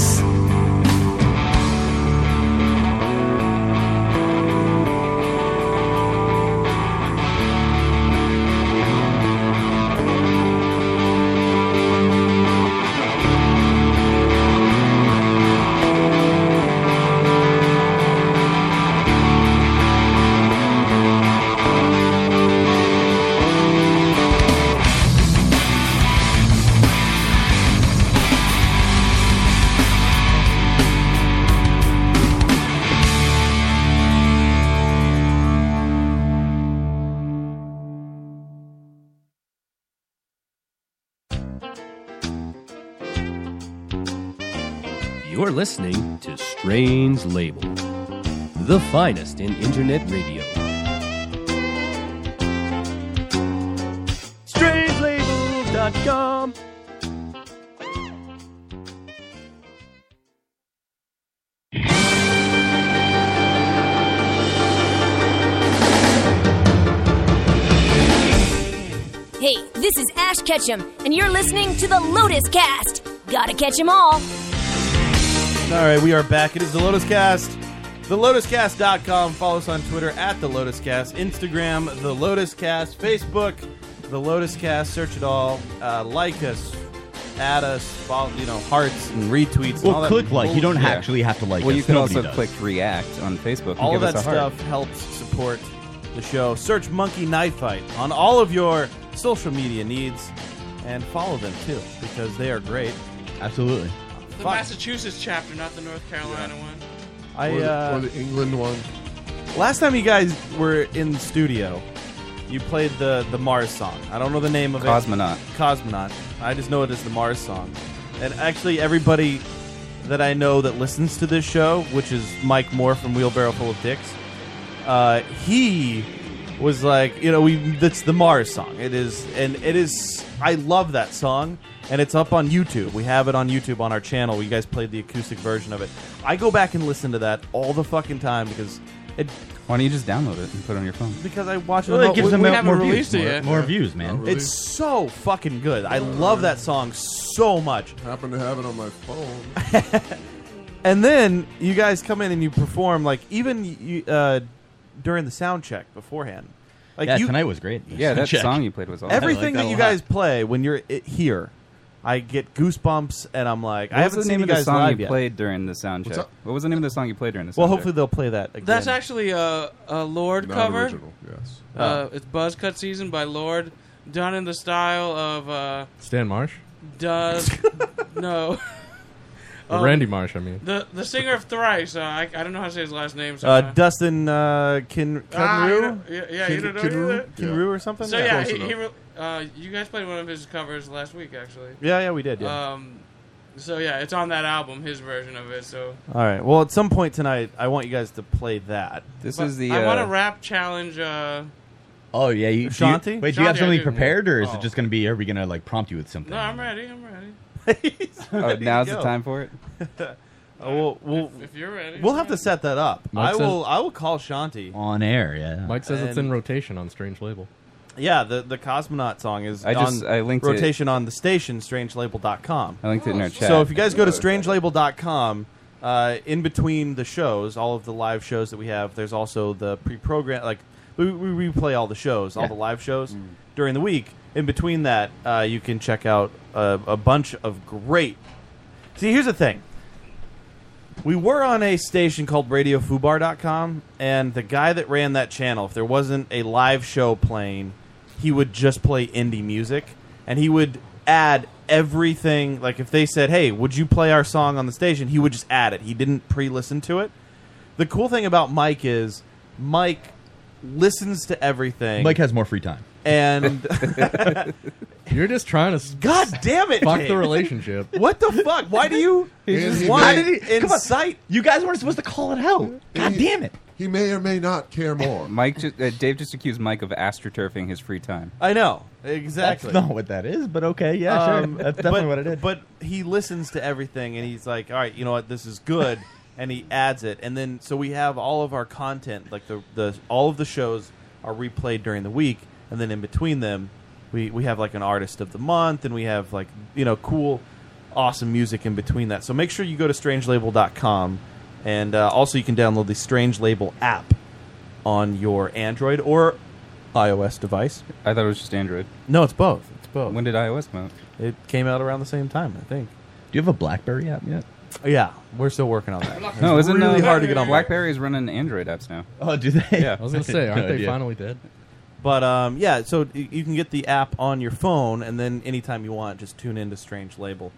You're listening to Strange Label, the finest in internet radio.
Strangelabel.com.
Hey, this is Ash Ketchum, and you're listening to the Lotus Cast. Gotta catch 'em all.
All right, we are back. It is the Lotus Cast. TheLotusCast.com. Follow us on Twitter at The Lotus Cast, Instagram, The Lotus Cast, Facebook, The Lotus Cast. Search it all. Uh, like us, add us, follow, you know, hearts and retweets. and all
Well,
that
click like. You don't
bullshit.
actually have to like.
Well,
us.
you can
Nobody
also
does.
click react on Facebook. And
all of
give
that
us a heart.
stuff helps support the show. Search Monkey Knife Fight on all of your social media needs and follow them too because they are great.
Absolutely.
The Massachusetts chapter, not the North Carolina one.
I
or, the,
uh,
or the England one.
Last time you guys were in the studio, you played the the Mars song. I don't know the name of
Cosmonaut.
it. Cosmonaut. Cosmonaut. I just know it as the Mars song. And actually, everybody that I know that listens to this show, which is Mike Moore from Wheelbarrow Full of Dicks, uh, he was like, you know, we that's the Mars song. It is, and it is. I love that song, and it's up on YouTube. We have it on YouTube on our channel. You guys played the acoustic version of it. I go back and listen to that all the fucking time because it
Why don't you just download it and put it on your phone?
because I watch it.
Well,
on
it
all-
gives
we-
them
we
out
haven't
more
released
views.
it yet.
More- more views, man. Not
It's so fucking good. I love that song so much.
Happen to have it on my phone.
And then you guys come in and you perform like even you, uh, during the sound check beforehand. Like
Yeah,
you,
tonight was great. The Yeah, sound that check. song you played was awesome. I like
Everything
that
that,
a
you
lot.
guys play when you're i here, I get goosebumps and I'm like, I
What was
haven't
the
seen
name
you
of
guys
the song
live
you
yet.
played during the sound
What's
check?
up?
What was the name of the song you played during the sound
Well,
check?
hopefully they'll play that again.
That's actually a, a Lord
Not
cover.
original, yes.
Uh, It's Buzz Cut Season by Lord, done in the style of uh,
Stan Marsh?
does no. Um,
Or Randy Marsh, I mean.
The the singer of Thrice. Uh, I, I don't know how to say his last name. So
uh, Dustin uh, Kin
Ah, you
Kinru?
don't- yeah, yeah, you don't know either?
Kinru or something.
So yeah, he, he re- uh, you guys played one of his covers last week, actually.
Yeah, yeah, we did, yeah.
Um, So yeah, it's on that album, his version of it. So
All right. Well, at some point tonight, I want you guys to play that.
This
But I want a rap challenge. Uh,
Oh yeah, you, do you-
Shanti?
wait, do you
Shanti,
have
I
something
do.
prepared, or is
Oh.
it just gonna be? Are we gonna like prompt you with something?
no, I'm ready. I'm ready.
Oh, now's the time for it.
uh,
Uh, we'll, we'll,
If- if you're ready,
we'll have to set that up.
Mike
I
says-
will. I will call Shanti
On air, yeah.
Mike says it's
And-
in rotation on Strange Label.
Yeah, the the cosmonaut song is
I just-
on
I linked it.
rotation on the station strangelabel.com.
I linked it in our chat.
So if you guys go to strangelabel.com, uh, in between the shows, all of the live shows that we have, there's also the pre-program like we, we replay all the shows, all
Yeah.
the live shows during the week. In between that, uh, you can check out a, a bunch of great. See, here's the thing. We were on a station called RadioFubar.com, and the guy that ran that channel, if there wasn't a live show playing, he would just play indie music, and he would add everything. Like if they said, "Hey, would you play our song on the station?" He would just add it. He didn't pre-listen to it. The cool thing about Mike is Mike listens to everything.
Mike has more free time.
and
You're just trying to
God damn it,
fuck
Dave.
the relationship.
What the fuck? Why do you? Why did he incite?
You guys weren't supposed to call it out. God damn it!
He may or may not care more.
Mike, just, uh, Dave just accused Mike of astroturfing his free time.
I know exactly.
That's not what that is, but okay, yeah, sure.
Um,
That's definitely
but,
what it is.
But he listens to everything, and he's like, "All right, you know what? This is good," and he adds it, and then so we have all of our content, like the the all of the shows are replayed during the week, and then in between them, we we have like an artist of the month, and we have like you know cool, awesome music in between that. So make sure you go to strangelabel.com, and uh, also you can download the Strange Label app on your Android or iOS device.
I thought it was just Android.
No, it's both. It's both.
When did iOS come out?
It came out around the same time, I think.
Do you have a BlackBerry app yet?
Yeah, we're still working on that.
No,
It's
isn't
really
uh,
hard to get on Black.
BlackBerry is running Android apps now.
Oh, do they?
Yeah.
I was gonna say, aren't
No
they
idea.
finally dead?
But um, yeah, so y- you can get the app on your phone, and then anytime you want, just tune into Strange Label.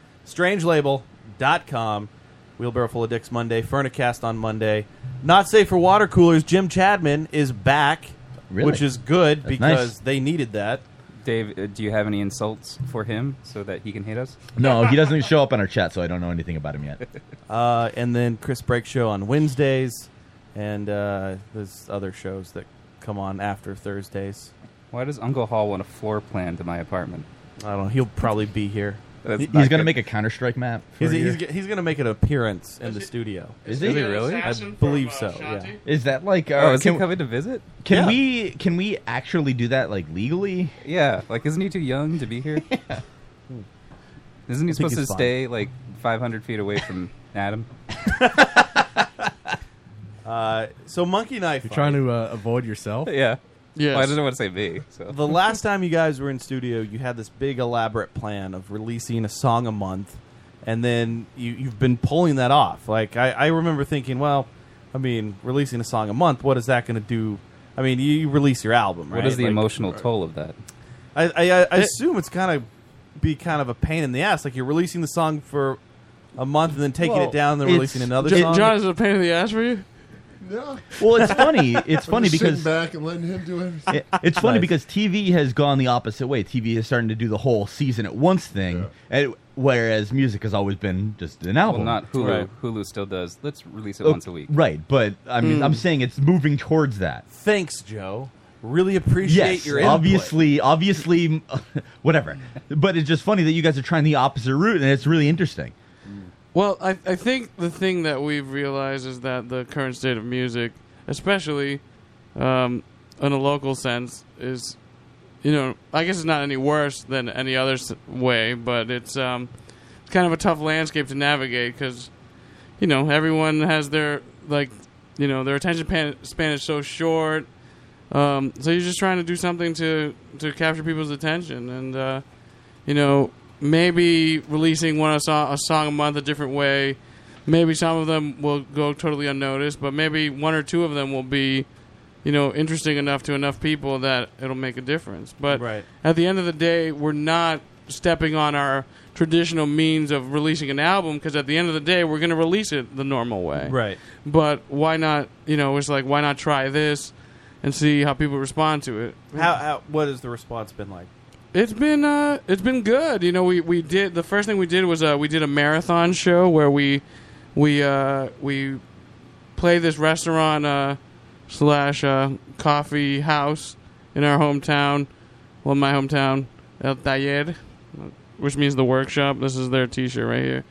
StrangeLabel.com. Wheelbarrow Full of Dicks Monday. Furnicast on Monday. Not Safe for Water Coolers. Jim Chadman is back,
Really?
which is good
That's
because
nice.
they needed that.
Dave, uh, do you have any insults for him so that he can hate us?
No, he doesn't show up on our chat, so I don't know anything about him yet.
Uh, and then Chris Break Show on Wednesdays, and uh, there's other shows that come on after Thursdays.
Why does Uncle Hall want a floor plan to my apartment?
I don't know. He'll probably be here.
That's
He-
not
he's gonna
good.
make a Counter Strike map. for
He's,
a
he's,
year.
g- he's going to make an appearance in the studio.
Is he? Is he really?
I
uh,
believe so. Yeah.
Is that like? Uh,
Oh, is he
can-
coming to visit?
Can
Yeah.
we can we actually do that like legally?
Yeah, like isn't he too young to be here? Isn't he
I think
supposed to
he's fine.
stay like 500 feet away from Adam?
Uh, so Monkey Knife.
You're trying to uh, avoid yourself.
Yeah. Yes. Well, I didn't want to say me, so.
the last time you guys were in studio, you had this big elaborate plan of releasing a song a month, and then you, you've been pulling that off. Like I, I remember thinking, well, I mean, releasing a song a month, what is that going to do? I mean, you, you release your album, right?
What is the
Like-
emotional toll of that?
I, I, I assume it's kind of be kind of a pain in the ass. Like you're releasing the song for a month and then taking
Well,
it down, and then
it's-
releasing another
Jo-
song.
John, is it a pain in the ass for you?
No.
Well, it's funny. It's
I'm
funny
just sitting
because
back and letting him do everything.
It- it's funny
Nice.
because TV has gone the opposite way. TV is starting to do the whole season at once thing, and, whereas music has always been just an
Well,
album.
not Hulu. Hulu still does. Let's release it
Oh,
once a week.
Right, but I mean,
Hmm.
I'm saying it's moving towards that.
Thanks, Joe. Really appreciate
yes,
your input.
obviously, obviously, whatever. But it's just funny that you guys are trying the opposite route, and it's really interesting.
Well, I, I think the thing that we've realized is that the current state of music, especially um, in a local sense, is, you know, I guess it's not any worse than any other s- way, but it's um, it's kind of a tough landscape to navigate because, you know, everyone has their, like, you know, their attention pan- span is so short. Um, so you're just trying to do something to, to capture people's attention. And, uh, you know, maybe releasing one a song, a song a month a different way. Maybe some of them will go totally unnoticed, but maybe one or two of them will be, you know, interesting enough to enough people that it'll make a difference. But
Right.
at the end of the day, we're not stepping on our traditional means of releasing an album because at the end of the day, we're going to release it the normal way.
Right.
But why not? You know, it's like why not try this and see how people respond to it.
How, how what has the response been like?
It's been uh, it's been good. You know, we, we did the first thing we did was uh, we did a marathon show where we we uh, we played this restaurant uh, slash uh, coffee house in our hometown, well, my hometown, El Taller, which means the workshop. This is their T-shirt right here.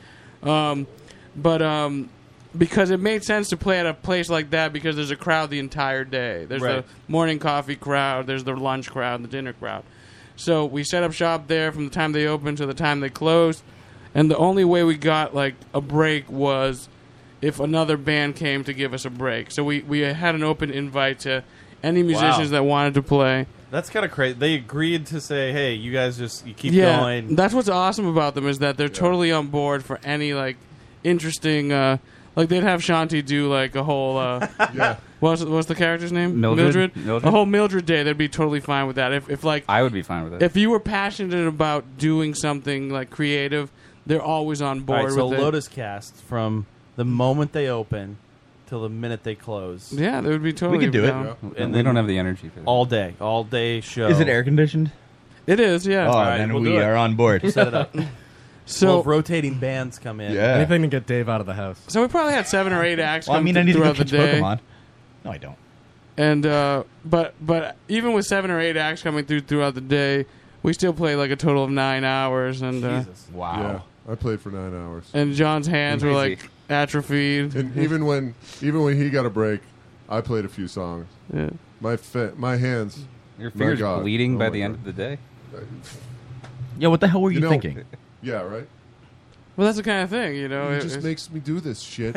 Um, but um, because it made sense to play at a place like that because there's a crowd the entire day. There's
Right.
the morning coffee crowd, there's the lunch crowd, the dinner crowd. So we set up shop there from the time they opened to the time they closed. And the only way we got like a break was if another band came to give us a break. So we, we had an open invite to any musicians that wanted to play.
That's kind of crazy. They agreed to say, "Hey, you guys just you keep
yeah,
going."
That's what's awesome about them is that they're totally on board for any like interesting. Uh, like they'd have Shanti do like a whole. Uh, yeah. What's what's the character's name?
Mildred? Mildred?
A whole Mildred day. They'd be totally fine with that. If if like
I would be fine with it.
if you were passionate about doing something like creative, they're always on
All
board.
right, so
with it.
Lotus Cast from the moment they open till the minute they close.
Yeah, they would be totally down.
And we don't have the energy for that.
All day, all day show.
Is it air conditioned?
It is, yeah.
Oh,
All right,
then
we'll
we
do it.
are on board.
Set it up.
So-
We'll have rotating bands come in.
Yeah. Anything
to get Dave out of the house.
So we probably had seven or eight acts.
Well, I
come
mean,
th-
I need to go
throughout
catch
the day.
Pokemon. No, I don't.
And uh, but but even with seven or eight acts coming through throughout the day, we still play like a total of nine hours. And uh,
Yeah, I played for nine hours.
And John's hands were like atrophied.
And even when even when he got a break, I played a few songs.
Yeah.
My fa- my hands.
Your
my
fingers
God.
bleeding
Oh
by
my
the end
God.
of the day.
Yeah, what the hell were you,
know-
thinking?
Yeah, right.
well, that's the kind of thing, you know.
it
it-
just
it-
makes me do this shit.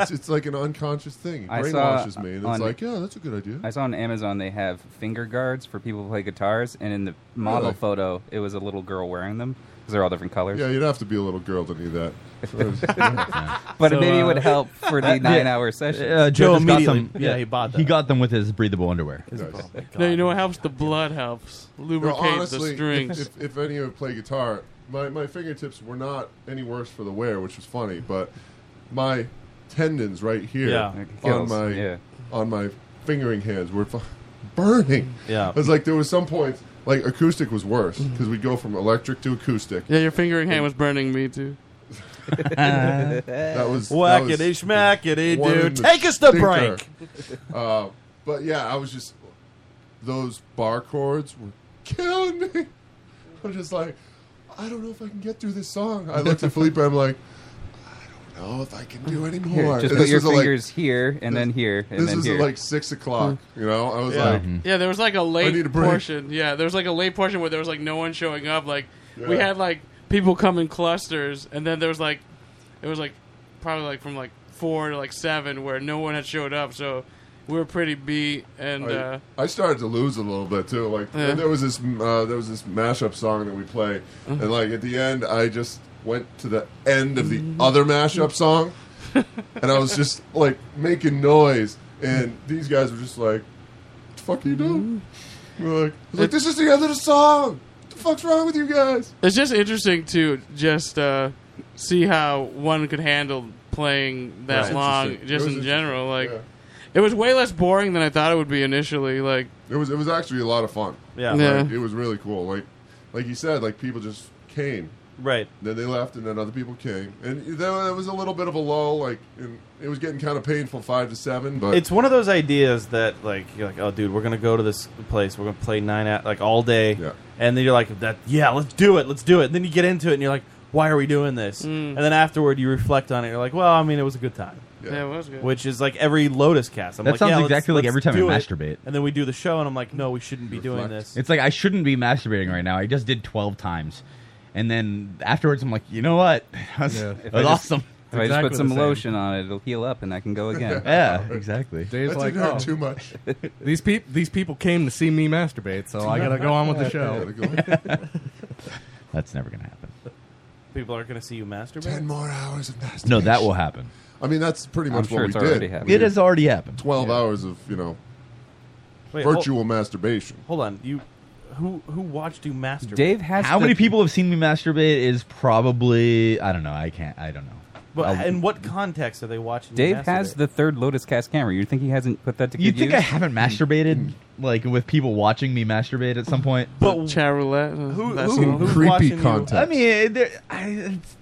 it's, it's like an unconscious thing. It
I saw
brainwashes me, and it's
on-
like, yeah, that's a good idea.
I saw on Amazon they have finger guards for people who play guitars, and in the model
Really?
photo, it was a little girl wearing them because they're all different colors.
Yeah, you'd have to be a little girl to need that.
But maybe it would help for the
uh,
nine-hour
yeah,
session.
Uh, Joe,
Joe
just got
immediately-
some-
yeah, he bought
He got them with his breathable underwear.
no, you know what helps? The blood helps
No,
lubricate the
honestly,
strings.
if, if, if any of you play guitar, my, my fingertips were not any worse for the wear, which was funny, but my tendons right here
Yeah. It
on
kills,
my
yeah.
on my fingering hands were fu- burning.
Yeah. Mm-hmm.
It's like there was some points like acoustic was worse because we'd go from electric to acoustic.
yeah, your fingering hand was burning me too.
that was
Whackity schmackity do. Take us to break.
uh, but yeah, I was just those bar chords were killing me. I'm just like, I don't know if I can get through this song. I looked at Felipe. I'm like, I don't know if I can do any more.
Here, just
And
put
this
your
was at, like-
fingers here and then here and
this
then
was at,
here.
like six o'clock. You know, I was
Yeah.
like,
Mm-hmm.
Yeah, there was like a late
need a break.
portion. Yeah, there was like a late portion where there was like no one showing up. Like we
Yeah.
had like people come in clusters, and then there was like it was like probably like from like four to like seven where no one had showed up. So we were pretty beat, and
I,
uh,
I started to lose a little bit too. Like
Yeah.
there was this uh, there was this mashup song that we play,
Mm-hmm.
and like at the end, I just went to the end of the
Mm-hmm.
other mashup song, and I was just like making noise, and these guys were just like, "What the fuck are you doing?"
Mm-hmm.
We We're like, I was like, "This is the other song. What the fuck's wrong with you guys?"
it's just interesting to just uh, see how one could handle playing that
Right.
long,
Interesting.
just
It was
in general. Like
yeah.
it was way less boring than I thought it would be initially. Like
It was it was actually a lot of fun.
Yeah.
Like,
Yeah.
it was really cool. Like like you said, like people just came.
Right.
Then they left, and then other people came, and then there was a little bit of a lull. Like and it was getting kind of painful five to seven, but
it's one of those ideas that like you're like, oh, dude, we're gonna go to this place. We're gonna play nine at like all day, and then you're like, that, yeah, let's do it, let's do it. And then you get into it, and you're like, why are we doing this?
Mm.
And then afterward, you reflect on it. You're like, well, I mean, it was a good time.
Yeah. Yeah, it was good.
Which is like every Lotus cast. I'm
That
like,
sounds
yeah, let's-
exactly like
let's
every time I
do it.
masturbate.
And then we do the show, and I'm like, no, we shouldn't be doing this.
It's like I shouldn't be masturbating right now. I just did twelve times, and then afterwards I'm like, you know what? That's,
Yeah.
that's
If I just-
awesome.
if I just put some lotion on it, it'll heal up and I can go again.
Yeah, exactly.
Dave's
That
like,
didn't hurt
oh,
too much.
these people, these people came to see me masturbate, so I gotta go on with the show.
That's never gonna happen.
People aren't gonna see you masturbate.
Ten more hours of masturbation.
No, that will happen.
I mean, that's pretty
I'm
much
sure
what
it's
we
already
did.
happened. It has already happened.
Twelve hours of you know
Wait, hold-
virtual masturbation.
Hold on, you. Who who watched you masturbate?
How many people have seen me masturbate? Is probably I don't know. I can't. I don't know.
But
I'll-
in what context are they watching? you
Dave
masturbate?
has the third Lotus Cast camera. You think he hasn't put that to
you
good
think
Mm.
use?
I haven't masturbated? like with people watching me masturbate at some point.
But chat roulette. Who,
I mean, eh, there- I, it's-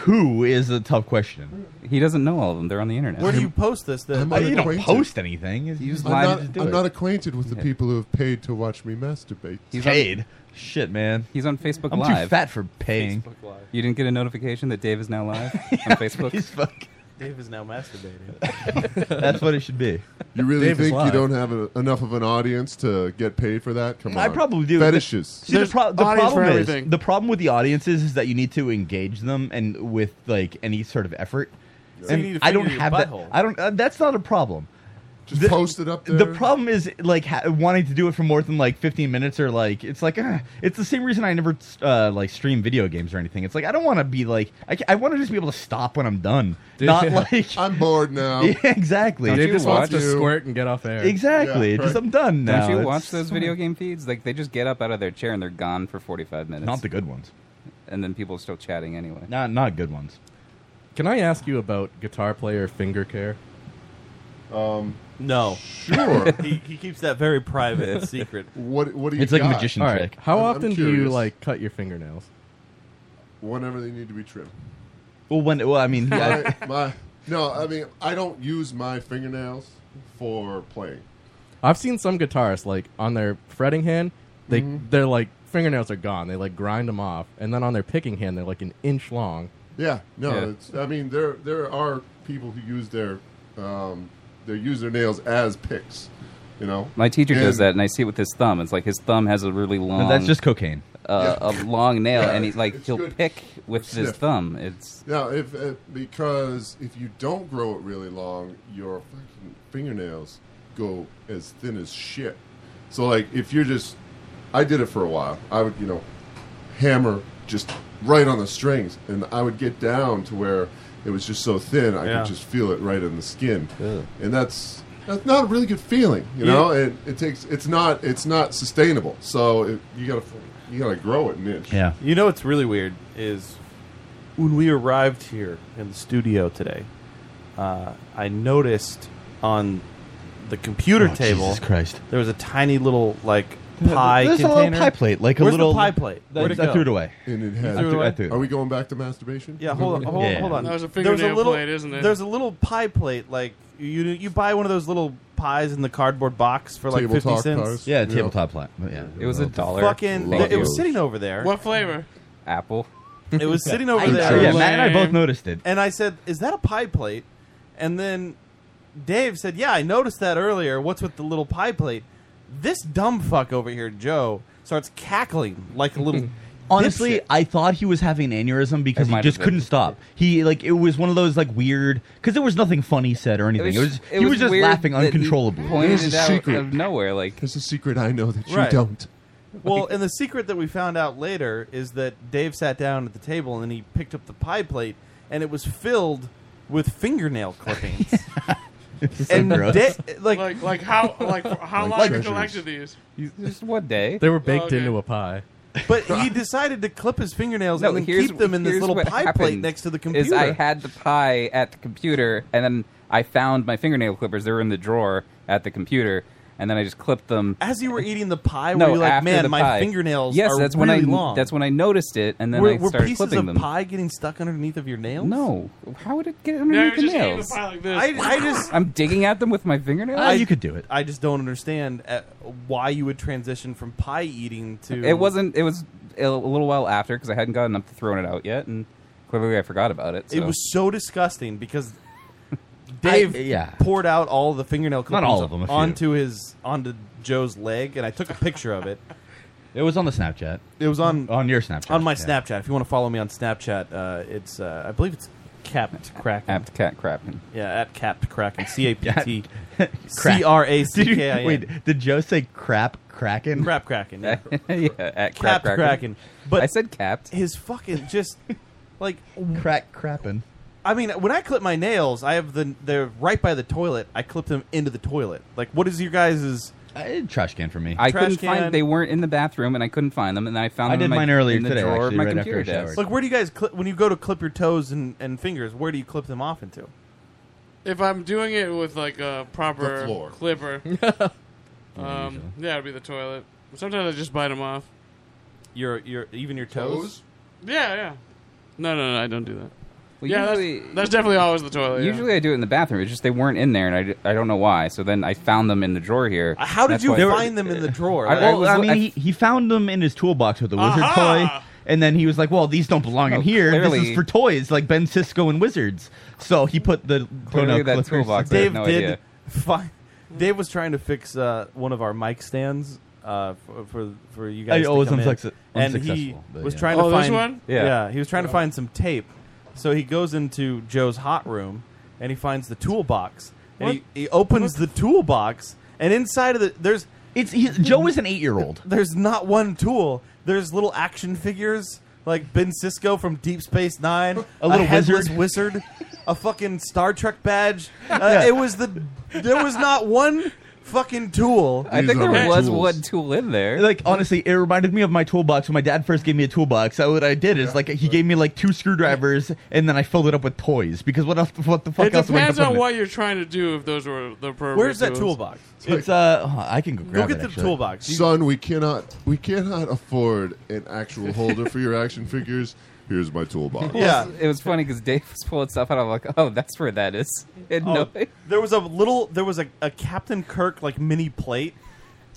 who is a tough question.
He doesn't know all of them. They're on the internet.
Where do you post this? Then
not
you don't
acquainted.
post anything. You just
I'm
lied
not,
to do
I'm
it.
not acquainted with the
Yeah.
people who have paid to watch me masturbate.
He's
paid. Shit, man.
He's on Facebook
I'm too
Live.
fat for paying. Facebook
Live. You didn't get a notification that Dave is now live on Facebook.
Dave is now masturbating.
That's what it should be.
You really
Dave is
think you
live.
don't have a, enough of an audience to get paid for that? Come on,
I probably do.
Fetishes.
See, the, pro- the problem is the problem with the audiences is that you need to engage them and with like any sort of effort.
So
and
you need to
I don't
figure your
have that.
butthole.
I don't. Uh, that's not a problem. Just
post it up
The problem is like ha- wanting to do it for more than like 15 minutes or like it's like uh, it's the same reason I never uh, like stream video games or anything. It's like I don't want to be like I, ca- I want to just be able to stop when I'm done. Not like
I'm bored now.
Yeah, exactly.
Dave just wants to squirt and get off air.
Exactly. Just I'm done now.
Don't you
It's
watch those
so-
video game feeds? Like they just get up out of their chair and they're gone for 45 minutes.
Not the good ones.
And then people are still chatting anyway.
Not not good ones.
Can I ask you about guitar player finger care?
Um,
no.
Sure.
he, he keeps that very private and secret.
What What do you? got?
All right, How often do you like cut your fingernails?
Whenever they need to be trimmed.
Well, when well, I mean, yeah,
my, my- no, I mean I don't use my fingernails for playing.
I've seen some guitarists like on their fretting hand, they
Mhm.
they're like fingernails are gone. They like grind them off, and then on their picking hand, they're like an inch long.
Yeah, no, It's, I mean there there are people who use their um, they use their nails as picks. You know,
My teacher does
And-
that, and I see it with his thumb. It's like his thumb has a really long.
that's just cocaine.
Uh, A long nail,
Yeah,
and he like
it's
he'll
good.
pick with his
Sniff.
thumb. It's
Now, if uh, because if you don't grow it really long, your fucking fingernails go as thin as shit. So, like, if you're just, I did it for a while. I would, you know, hammer just right on the strings, and I would get down to where it was just so thin, I
Yeah.
could just feel it right in the skin, and that's that's not a really good feeling, you know. It, it takes, it's not, it's not sustainable. So it, you gotta, you gotta grow it an inch.
Yeah.
You know what's really weird is when we arrived here in the studio today, uh, I noticed on the computer
Oh,
table
Jesus Christ.
there was a tiny little like
Yeah,
pie
there's a little
container.
pie plate, like a
Where's
little-
the pie plate.
that-
Where'd it
I
go?
threw it away.
And it
You
had.
threw it away?
Are we going back to masturbation?
Yeah, hold on, hold, hold on.
That was a
There
fingernail
little,
plate, isn't it?
There's a little pie plate. Like you, you buy one of those little pies in the cardboard box for like fifty
Tabletop
cents.
pies. Yeah, Yeah. tabletop pie. Yeah.
It was a dollar.
Fucking,
Love
it was
those.
sitting over there.
What flavor?
Apple.
It was sitting over
I'm
there.
sure. Yeah, Matt and I both Lame. noticed it.
And I said, "Is that a pie plate?" And then Dave said, "Yeah, I noticed that earlier. What's with the little pie plate?" This dumb fuck over here, Joe, starts cackling like a little.
Honestly, I thought he was having an aneurysm because
might
he
have
just
been.
couldn't stop. He like it was one of those like weird because there was nothing funny said or anything. It was,
it
he was, just
weird
laughing
that he
uncontrollably.
Pointed it out of nowhere, like
there's a secret I know that
you Right. don't. Well, and the secret that we found out later is that Dave sat down at the table and he picked up the pie plate, and it was filled with fingernail clippings. and
gross.
Da- like,
Like like how like for how long have
Like
you
treasures.
collected these?
just one day
They were baked
Okay.
into a pie.
But he decided to clip his fingernails and then
here's-
keep them in this
here's
little
what
pie plate
happened
next to the computer.
Is I had the pie at the computer, and then I found my fingernail clippers. They were in the drawer at the computer, and then I just clipped them.
As you were eating the pie,
no,
were you like,
after
man,
the
my
pie.
fingernails
yes,
are
that's
really
when I,
long.
That's when I noticed it, and then
were,
I
were
started
pieces
clipping
of
them.
pie getting stuck underneath of your nails?
No. How would it get
No,
underneath
you just
the
eating
nails?
the pie like this.
I, I just
I'm digging at them with my fingernails.
Uh, do it.
I just don't understand uh, why you would transition from pie eating to
It wasn't. It was a little while after because I hadn't gotten up to throwing it out yet, and clearly I forgot about it. So.
It was so disgusting because Dave
yeah.
poured out all the fingernail clippings
all of them, a few.
onto his onto Joe's leg, and I took a picture of it.
It was on the Snapchat.
It was on
on your Snapchat.
on my
yeah.
Snapchat. If you want to follow me on Snapchat, uh, it's uh, I believe it's Capt Kraken.
Apt Cat Kraken.
Yeah, at Capt Kraken. C A P T
Crack.
C R A C K I
Did
N.
you- Wait, did Joe say crap kraken?
Crap Kraken. Yeah.
yeah, at Cap
Cap Kraken.
Kraken.
But
I said capped.
His fucking just like
crack crapping.
I mean, when I clip my nails, I have the they're right by the toilet. I clip them into the toilet. Like, what is your guys's
trash can for me?
I
Trash
couldn't
can.
find. They weren't in the bathroom, and I couldn't find them. And then I found.
I
them
did
in my,
mine earlier
in the
today,
drawer of
actually,
my
right after I
computer
showered.
desk.
like? Where do you guys clip when you go to clip your toes and, and fingers? Where do you clip them off into?
If I'm doing it with like a proper
The floor.
clipper,
Yeah,
Um, yeah, it'd be the toilet. Sometimes I just bite them off.
Your your even your toes.
Yeah, yeah. No, no, no, I don't do that.
Well,
yeah,
usually-
that's, that's definitely always the toilet. yeah.
Usually I do it in the bathroom. It's just they weren't in there, and I, d- I don't know why. So then I found them in the drawer here.
Uh, How did
That's
you
why-
find them in the drawer?
I-
Like,
well,
was-
I mean, he, he found them in his toolbox with a wizard toy, and then he was like, "Well, these don't belong in
Oh,
here. This
clearly-
is for toys, like Ben Cisco and wizards." So he put the
Clearly
Chrono
that
Clippers-
toolbox, I
Dave did fi- Dave was trying to fix uh, one of our mic stands uh, for, for for you guys.
I
to
always
come in.
unsucce-
and he
unsuccessful, but
was
yeah.
trying
Oh,
to
this
find
one?
Yeah.
Yeah.
he was trying to find some tape. So he goes into Joe's hot room and he finds the toolbox and he,
What?
he opens the toolbox and inside of the there's
it's he, Joe is an eight year old.
There's not one tool. There's little action figures like Ben Cisco from Deep Space Nine,
A little
headless
wizard.
wizard, a fucking Star Trek badge. Uh,
Yeah.
It was the there was not one fucking tool.
I think there was one
tool in there.
Like honestly, it reminded me of my toolbox when my dad first gave me a toolbox. So what I did is like he gave me like two screwdrivers, and then I filled it up with toys because what else? What the fuck
It
else? am I gonna
depends
put
on
in it?
what you're trying to do. If those were the appropriate.
Where's that
tools.
toolbox?
It's uh, oh, I can go grab it. actually.
son. We cannot we cannot afford an actual holder for your action figures. Here's my toolbox.
Yeah, it was funny because Dave was pulling stuff out. I'm like, oh, that's where that is. And
Oh,
no,
there was a little there was a, a Captain Kirk like mini plate,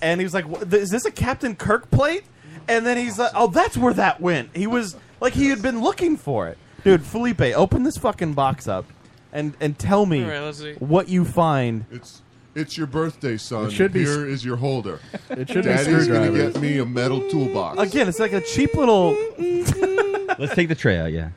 and he was like, "What- "Is this a Captain Kirk plate?" And then he's like, "Oh, that's where that went." He was like, he had been looking for it, dude. Felipe, open this fucking box up, and and tell me
All right, let's see.
what you find.
It's it's your birthday, son.
It should be
Here is your holder.
It should be
Daddy's gonna
screwdrivers.
get me a metal toolbox.
Again, it's like a cheap little.
Let's take the tray out. Yeah.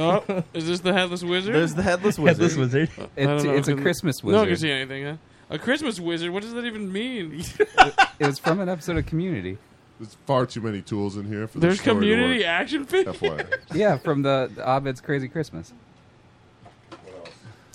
Oh, is this the headless wizard?
There's the headless wizard. Headless wizard.
I don't
It's-
know.
it's a Christmas
No one can
wizard.
see anything. Huh? A Christmas wizard. What does that even mean?
it was from an episode of Community.
There's far too many tools in here for
There's
this story to
community
work.
action figures.
FYI.
yeah, from the, the Abed's Crazy Christmas.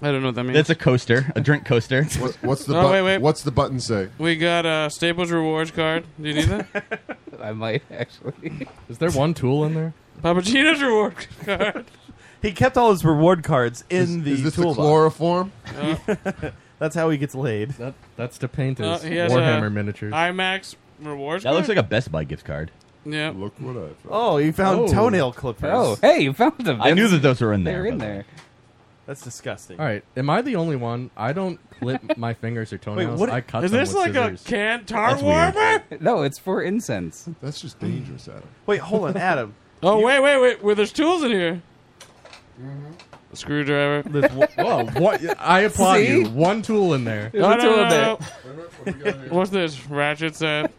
I don't know what that means.
That's a coaster, a drink coaster.
What, what's
the Oh, bu- wait, wait.
What's the button say?
We got a Staples rewards card. Do you need that?
I might actually.
Is there one tool in there?
Papagino's reward card.
He kept all his reward cards in
Is-
the
is this the
toolbox.
chloroform?
That's how he gets laid.
that's to paint his
Uh, he has
Warhammer
a
miniatures.
IMAX rewards.
That looks
card?
like a Best Buy gift card.
Yeah.
Look what I
Oh, you found
Oh.
toenail clippers.
Oh,
hey, you found them.
I knew that those were in there.
They're in
but-
there.
That's disgusting.
All right, am I the only one? I don't clip my fingers or toenails.
what-
I cut
is
them
this
with
like a
scissors.
Can tar
That's
warmer?
weird. No, it's for incense.
That's just dangerous, Adam.
Wait, hold on, Adam.
Oh wait, wait, wait. Where there's tools in here?
Mm-hmm.
A screwdriver.
Whoa! What? I applaud you. One tool in there.
No, no, no, no. What's this? Ratchet set.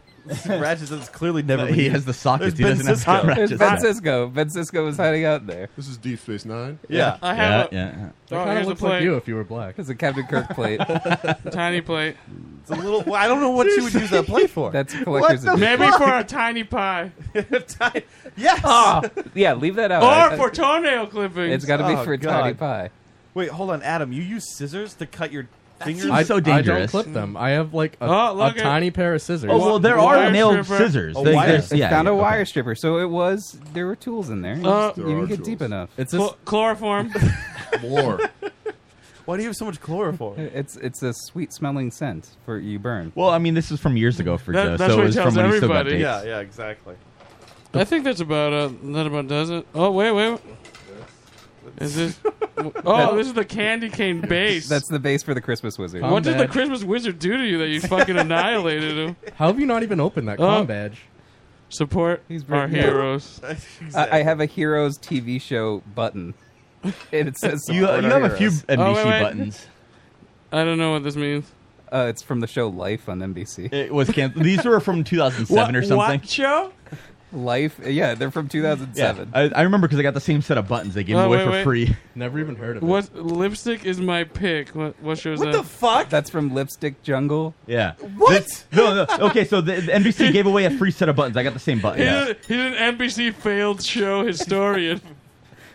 Ratchet set's clearly
never been He used. has the sockets. There's He Ben doesn't have Cisco. the ratchet
There's Ben
set.
Cisco. Ben Cisco was hiding out there.
This is Deep Space Nine.
Yeah.
I have a,
Yeah, yeah.
That
Oh,
kinda
here's a
looks like
plate.
you if you were black.
It's a Captain Kirk plate.
tiny plate.
It's a little. I don't know what you would use that plate for.
That's a collector's
What the
edition.
Maybe
fuck?
for a tiny pie.
yes.
Ah,
yeah, leave that out. Uh,
Or for toenail clippings.
It's gotta be
Oh,
for a
God.
tiny pie.
Wait, hold on, Adam. You use scissors to cut your fingers.
I, I don't clip them. I have like a,
Oh,
a
look at-
tiny pair of scissors.
Oh, well, there
Wire
are nailed
stripper.
scissors.
A
They-
wire-
there's-
I
yeah,
found
yeah,
a wire stripper, so it was there were tools in there. You,
Uh,
just- you
There are
didn't get
tools.
deep enough.
It's
Chl- chloroform.
More.
Why do you have so much chloroform?
It's it's a sweet smelling scent for you burn.
Well, I mean, this is from years ago for
That-
Joe,
that's
so
what
it
he
was
tells
from when he still got
everybody.
dates.
Yeah, yeah, exactly.
I think that's about uh, that about does it. Oh wait, wait. Is this? Oh, this is the candy cane base.
That's the base for the Christmas wizard.
what did the Christmas wizard do to you that you fucking annihilated him?
How have you not even opened that
Oh.
com badge?
Support our
Yeah.
heroes.
I, I have a heroes TV show button. And it says
You-
support
you
our
have a few
heroes.
NBC Oh, wait, wait. buttons.
I don't know what this means.
Uh, it's from the show Life on NBC.
It was canceled. These were from 2007 or something.
show?
Life. Yeah, they're from
Yeah,
2007.
I, I remember because I got the same set of buttons they gave
Oh,
away
wait,
for
wait.
free.
Never even heard of it.
What lipstick is my pick? What what show is
What
that?
the fuck?
That's from Lipstick Jungle.
Yeah.
What?
no, no. Okay, so the, the NBC gave away a free set of buttons. I got the same button.
He's, a- he's an NBC failed show historian.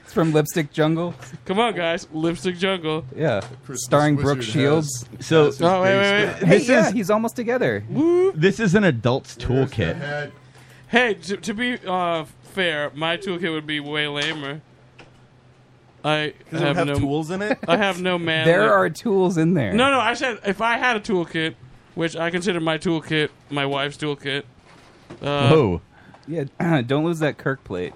It's from Lipstick Jungle.
Come on, guys, Lipstick Jungle.
Yeah, starring Brooke Shields.
So
Oh, wait, wait, wait.
Hey,
This
yeah,
is
he's almost together.
this is an adult's toolkit.
Hey, to, to be uh, fair, my toolkit would be way lamer. I
'Cause it would
have,
have
no
tools in it?
I have no man.
There are tools in there.
No, no. I said if I had a toolkit, which I consider my toolkit my wife's toolkit. Uh,
Whoa. Yeah, don't lose that Kirk plate.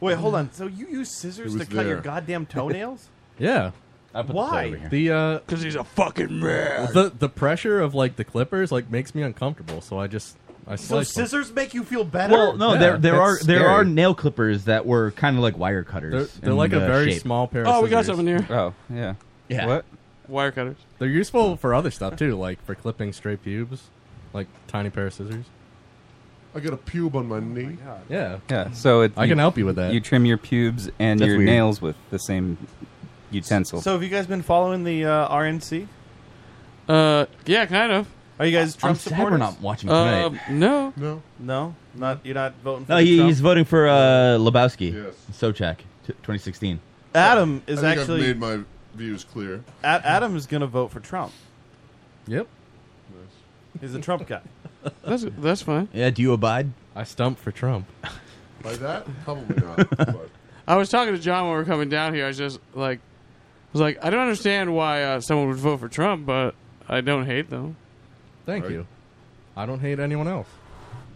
Wait, hold on. So you use
It
scissors to
was
cut your
there.
goddamn toenails?
Yeah.
Why?
The uh,
because he's a fucking man.
The the pressure of like the clippers like makes me uncomfortable, so I just I
So
slice them.
scissors make you feel better?
Well, no, there there are
that's
there
scary.
are nail clippers that were kind of like wire cutters.
They're- they're
in
like a
the
very
shape.
small pair
Oh, we got something here.
Oh, yeah.
Yeah.
What?
Wire cutters.
They're useful for other stuff too, like for clipping straight pubes, like tiny pair of scissors.
I got a pube on my knee.
Yeah.
Yeah, so it,
I can help you with that.
You trim your pubes and
That's
your
weird.
nails with the same utensil.
So have you guys been following the uh, RNC?
Uh, yeah, kind of.
Are you guys Trump supporters?
Uh, No,
no,
no, not you're not voting. For
No, he,
Trump?
he's voting for uh, Lebowski. Sochak, t- 2016.
Adam
I
is
think I've
actually
made my views clear.
A- Adam is going to vote for Trump.
Yep.
He's a Trump guy.
That's that's fine.
Yeah, do you abide?
I stumped for Trump.
By that, probably not. but
I was talking to John when we were coming down here. I was just like, I was like, I don't understand why uh, someone would vote for Trump, but I don't hate them.
Thank you. I don't hate anyone else.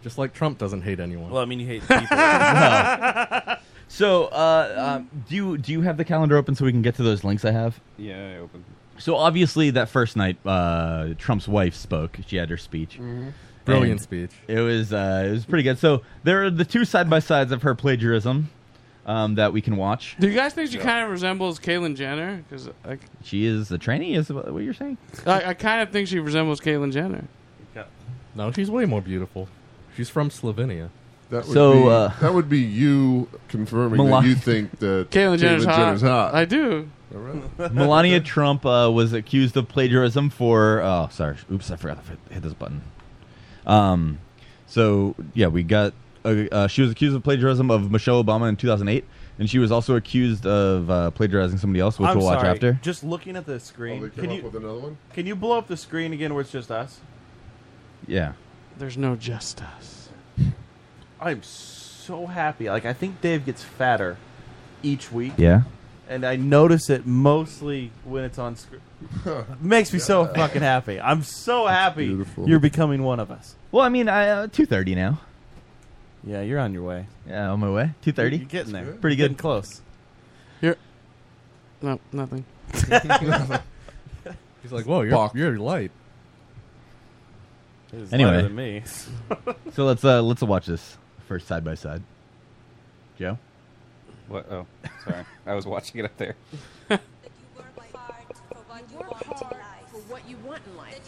Just like Trump doesn't hate anyone.
Well, I mean, you hate people.
So, uh, um, do you do you have the calendar open so we can get to those links I have?
Yeah, I opened.
So obviously, that first night, uh, Trump's wife spoke. She had her speech.
Mhm.
Brilliant
And
speech.
It was uh, it was pretty good. So there are the two side by sides of her plagiarism um, that we can watch.
Do you guys think she kind of resembles Caitlyn Jenner? Because I,
She is the trainee, is what what you're saying?
I, I kind of think she resembles Caitlyn Jenner.
No, she's way more beautiful. She's from Slovenia.
that would
So,
be,
uh,
that would be you confirming
Melania-
that you think that
Caitlyn Jenner's hot.
Jenner's hot.
I do.
All right.
Melania Trump uh, was accused of plagiarism for. Oh, sorry. Oops, I forgot to hit- hit this button. Um, so yeah, we got. Uh, uh, she was accused of plagiarism of Michelle Obama in 2008, and she was also accused of uh, plagiarizing somebody else, which
I'm
we'll watch
sorry,
after.
Just looking at the screen.
Oh, they came
can
up
you
with another one?
Can you blow up the screen again where it's just us?
Yeah.
There's no just us.
I'm so happy. Like I think Dave gets fatter each week.
Yeah.
And I notice it mostly when it's on screen. Makes me so fucking happy. I'm so happy. You're becoming one of us.
Well, I mean, I uh, 2:30 now.
Yeah, you're on your way.
Yeah, on my way. 2:30.
You're getting there.
Pretty good.
Getting close.
No, nothing.
Oh,
He's like, whoa, you're you're light.
It's
Anyway.
lighter than me.
so let's uh, let's watch this first side by side. Joe.
What? Oh, sorry. I was watching it up there.
for what you want in life.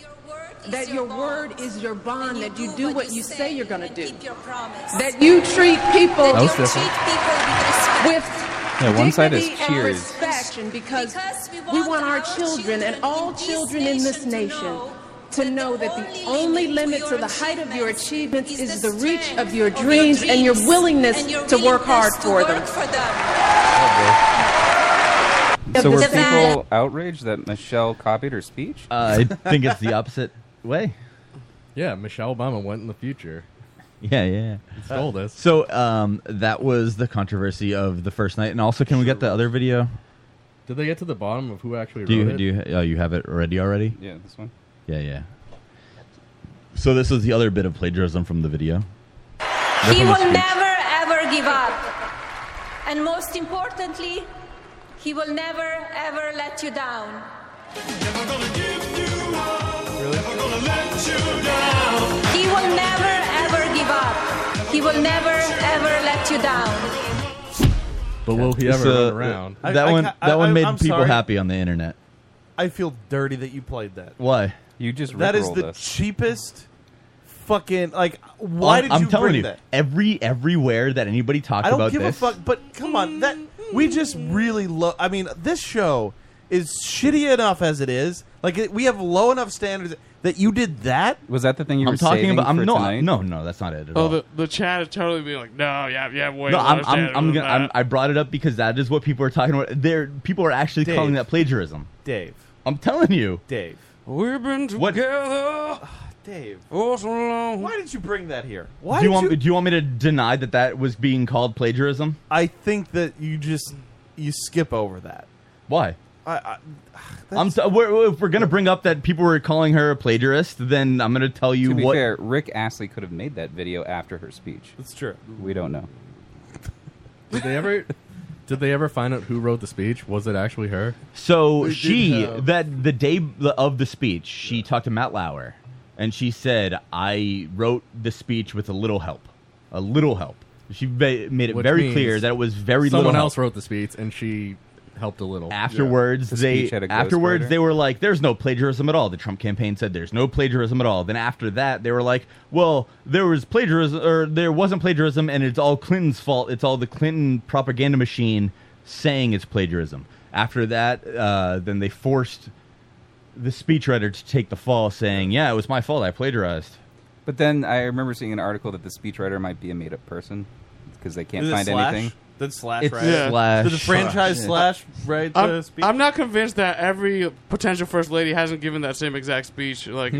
That your word is your bond, that you do what you say you're going to do. That
That
you treat people
That was different.
with
Yeah, one side is
dignity and
cheers.
respect, and because we want our children and all children in this nation to know that the only limit to the height of your achievements is the reach of your dreams and your willingness to work hard for them.
Oh, So were
The fact-
people outraged that Michelle copied her speech?
Uh, I think it's the opposite way.
Yeah, Michelle Obama went in the future.
Yeah, yeah.
He stole this.
So um, that was the controversy of the first night, and also, can we get the other video?
Did they get to the bottom of who actually
Do you
wrote
do
it?
you, oh, you have it ready already?
Yeah, this one.
Yeah, yeah. So this is the other bit of plagiarism from the video. This
He
one
will
was speech.
never ever give up. And most importantly, he will never ever let you down. He will never ever give up. He will never ever let you down.
But will he ever
So,
run around?
That one,
ca-
that
I-
one
I-
made
I'm
people
sorry.
happy on the internet.
I feel dirty that you played that.
Why?
You just
that is the cheapest fucking like. Why
I'm,
did
I'm
you
telling
bring
you,
that?
every everywhere that anybody talks
I don't
about
give
this,
a fuck. But come on, that we just really love. I mean, this show is shitty enough as it is. Like it, we have low enough standards that you did that.
Was that the thing you
I'm
were
talking
saving
about.
for
I'm no,
tonight?
no, no. That's not it at
Oh,
all.
the, the chat is totally being like, no, yeah, yeah, way.
no,
more
I'm, I'm,
standard
I'm
than
gonna.
that."
I'm, I brought it up because that is what people are talking about. There, people are actually
Dave.
calling that plagiarism.
Dave.
I'm telling you,
Dave. Ah,
We've been together
Dave.
for so long.
Why did you bring that here? Why
do you
did
want? Do you want me to deny that that was being called plagiarism?
I think that you just you skip over that.
Why?
I, I,
I'm so, we're, we're- if we're gonna bring up that people were calling her a plagiarist, then I'm gonna tell you
To be
what.
fair, Rick Astley could have made that video after her speech.
That's true.
We don't know.
Did they ever? did they ever find out who wrote the speech? Was it actually her?
So
They
she
did have-
that the day of the speech, she talked to Matt Lauer, and she said, "I wrote the speech with a little help, a little help." She ba- made it
Which
very
means
clear that it was very
someone
little
else wrote the speech and she helped a little.
afterwards they afterwards they were like there's no plagiarism at all the trump campaign said there's no plagiarism at all then after that they were like well there was plagiarism or there wasn't plagiarism and it's all clinton's fault it's all the clinton propaganda machine saying it's plagiarism after that uh, then they forced the speechwriter to take the fall saying yeah it was my fault i plagiarized
But then I remember seeing an article that the speechwriter might be a made-up person because they can't
Is it
find
Slash?
anything.
That's Slash,
It's
right? Yeah.
Slash.
Did the franchise
Yeah.
Slash write the
I'm,
speech?
I'm not convinced that every potential first lady hasn't given that same exact speech like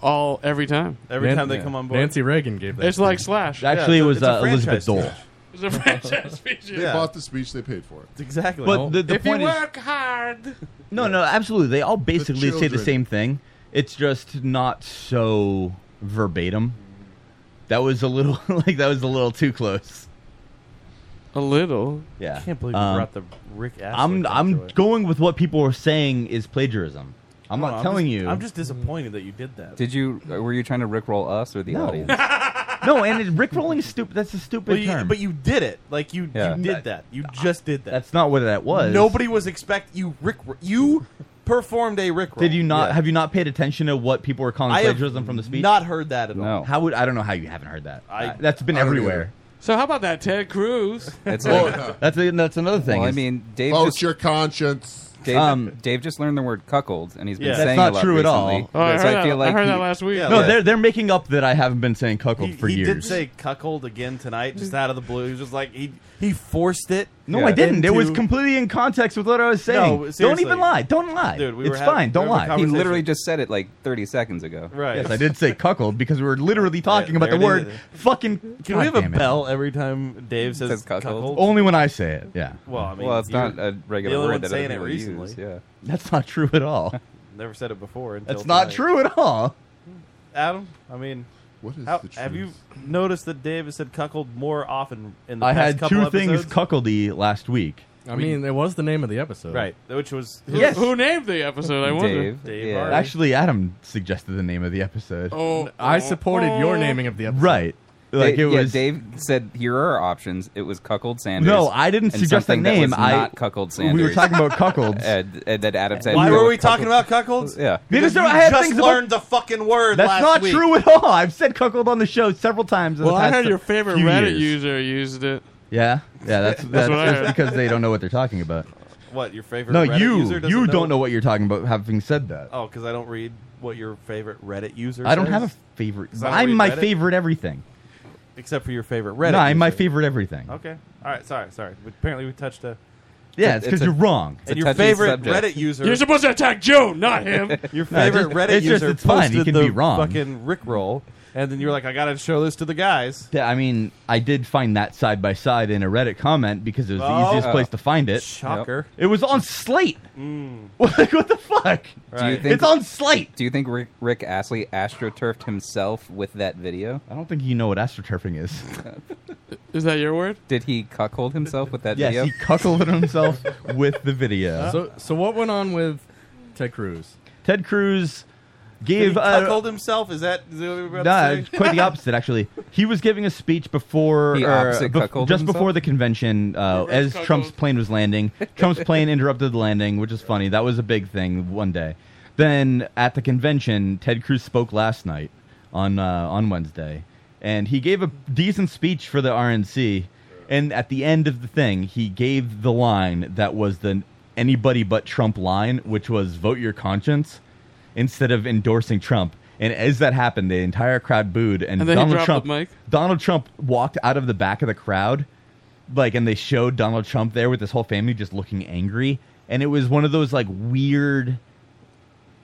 all every time.
Every Nan- time they yeah. come on board.
Nancy Reagan gave that
It's like
speech.
Slash.
Actually, it was uh, Elizabeth Dole.
It's a franchise speech.
They bought the speech. They paid for it.
Exactly.
But the, the
if
point
you
is,
work hard.
No, no, absolutely. They all basically say the
children.
same thing. It's just not so verbatim. That was a little like that was a little too close.
A little.
Yeah. um,
Can't believe we brought the Rick Astley
I'm
thing
I'm
to it.
going with what people are saying is plagiarism. I'm
No,
not telling
just-
you.
I'm just disappointed that you uh, did that.
Did you? Were you trying to rickroll us or the
No.
audience?
no, and it, rickrolling is stupid. That's a stupid
Well, you-
term.
but you did it. Like you,
Yeah.
you did that. You just did that.
That's not what that was.
Nobody was expect you Rick. You performed a Rick.
Did you not? Have you not paid attention to what people were calling
I have
plagiarism from the speech?
not heard that at all.
No. How would I don't know how you haven't heard that.
I-
Uh, that's been
I don't
everywhere.
So how about that, Ted Cruz?
uh,
that's a, that's another thing.
Well, I
is-
mean, Dave.
Vote
just,
your conscience.
Dave,
Um,
Dave just learned the word cuckold, and he's been
Yeah.
saying
That's not
a lot
true at all.
recently.
Oh, I
so
heard
I feel
that- I
like
heard
he-
that
last week.
Yeah.
no,
Yeah.
they're they're making up that I haven't been saying cuckold
He,
for
he
years.
did say cuckold again tonight, just out of the blue. He was just like he he forced it.
No, I didn't. It was
into-
completely in context with what I was saying. don't
seriously.
even lie. Don't lie.
Dude, we were
it's
having-
fine. Don't
we were
lie.
having a
He literally just said it like 30 seconds ago.
Right.
Yes, I did say cuckold because we were literally talking
Yeah,
about the
there it
word
is.
fucking.
Can
God
we have a
damn it.
bell every time Dave says,
Says cuckold.
Only when I say it. Yeah.
Well, I mean,
Well, it's
you're
not a regular
the only
word
one
that other
saying it
people
recently.
use, yeah.
That's not true at all.
Never said it before. Until
That's not
tonight.
true at all.
Adam, I mean, what
is
the
Have you
truth?
noticed that Dave has said cuckold more often in the
I
past
had
couple
two things
episodes?
cuckoldy last week.
I mean, it was the name of the episode,
right? Which was
Who,
Yes.
who named the episode? I wonder.
Dave.
Dave
Harvey.
Actually, Adam suggested the name of the episode.
Oh,
I supported
Oh.
your naming of the episode.
Right. Like
Da-
it
yeah,
was.
Dave said, "Here are our options." It was cuckold Sanders.
no, I didn't
and
suggest that
something
name.
That was
I
not cuckold Sanders.
We were talking about cuckolds.
and, and then Adam said,
Why
"Here
were
are
we talking about cuckolds?
Yeah.
because
Because
you
there- I had
just
things about-
learned the fucking word.
That's
last
not
week.
true at all. I've said cuckold on the show several times. In
Well,
the
I
past
heard your favorite
few
Reddit
years.
user used it.
Yeah, yeah. That's
That's
that's,
what I
just
heard.
because they don't know what they're talking about.
What your favorite?
No,
Reddit
you
user doesn't
you
know?
don't know what you're talking about. Having said that,
Oh, because I don't read what your favorite Reddit user.
I don't
says?
have a favorite.
'Cause I don't
I'm
read
my
Reddit,
favorite everything.
except for your favorite Reddit.
no, I'm my
user.
favorite everything.
Okay. All right. Sorry. Sorry. We- Apparently, we touched a.
Yeah, it's 'cause you're wrong.
And your favorite Reddit user.
You're supposed to attack Joe, not him.
your favorite Reddit
it's just-
user
it's fine, he
posted
can
the
be wrong.
fucking Rickroll, and then you're like, I gotta show this to the guys.
Yeah, I mean, I did find that side by side in a Reddit comment because it was the
Oh.
easiest place to find it.
Shocker.
It was on Slate.
Mm.
Like, what the fuck?
Do you think,
It's on Slate.
Do you think Rick, Rick Astley astroturfed himself with that video?
I don't think you know what astroturfing is.
Is that your word?
Did he cuckold himself with that
yes,
video?
he cuckolded himself with the uh, video.
So, so what went on with Ted Cruz?
Ted Cruz
Did he
gave uh,
cuckold himself? Is that, is that what we were about
Nah,
to
it's
say?
quite the opposite actually. He was giving a speech before,
The
or
opposite
bef-
cuckold
just
himself?
before the convention, uh, as
cuckold.
Trump's plane was landing. Trump's plane interrupted the landing, which is funny. That was a big thing one day. Then at the convention, Ted Cruz spoke last night on uh, on Wednesday, and he gave a decent speech for the RNC. And at the end of the thing, he gave the line that was the anybody but Trump line, which was "Vote your conscience." instead of endorsing Trump. And as that happened, the entire crowd booed, and,
And then he
Donald
dropped
Trump.
the mic.
Donald Trump walked out of the back of the crowd, like, and they showed Donald Trump there with his whole family, just looking angry. And it was one of those like weird,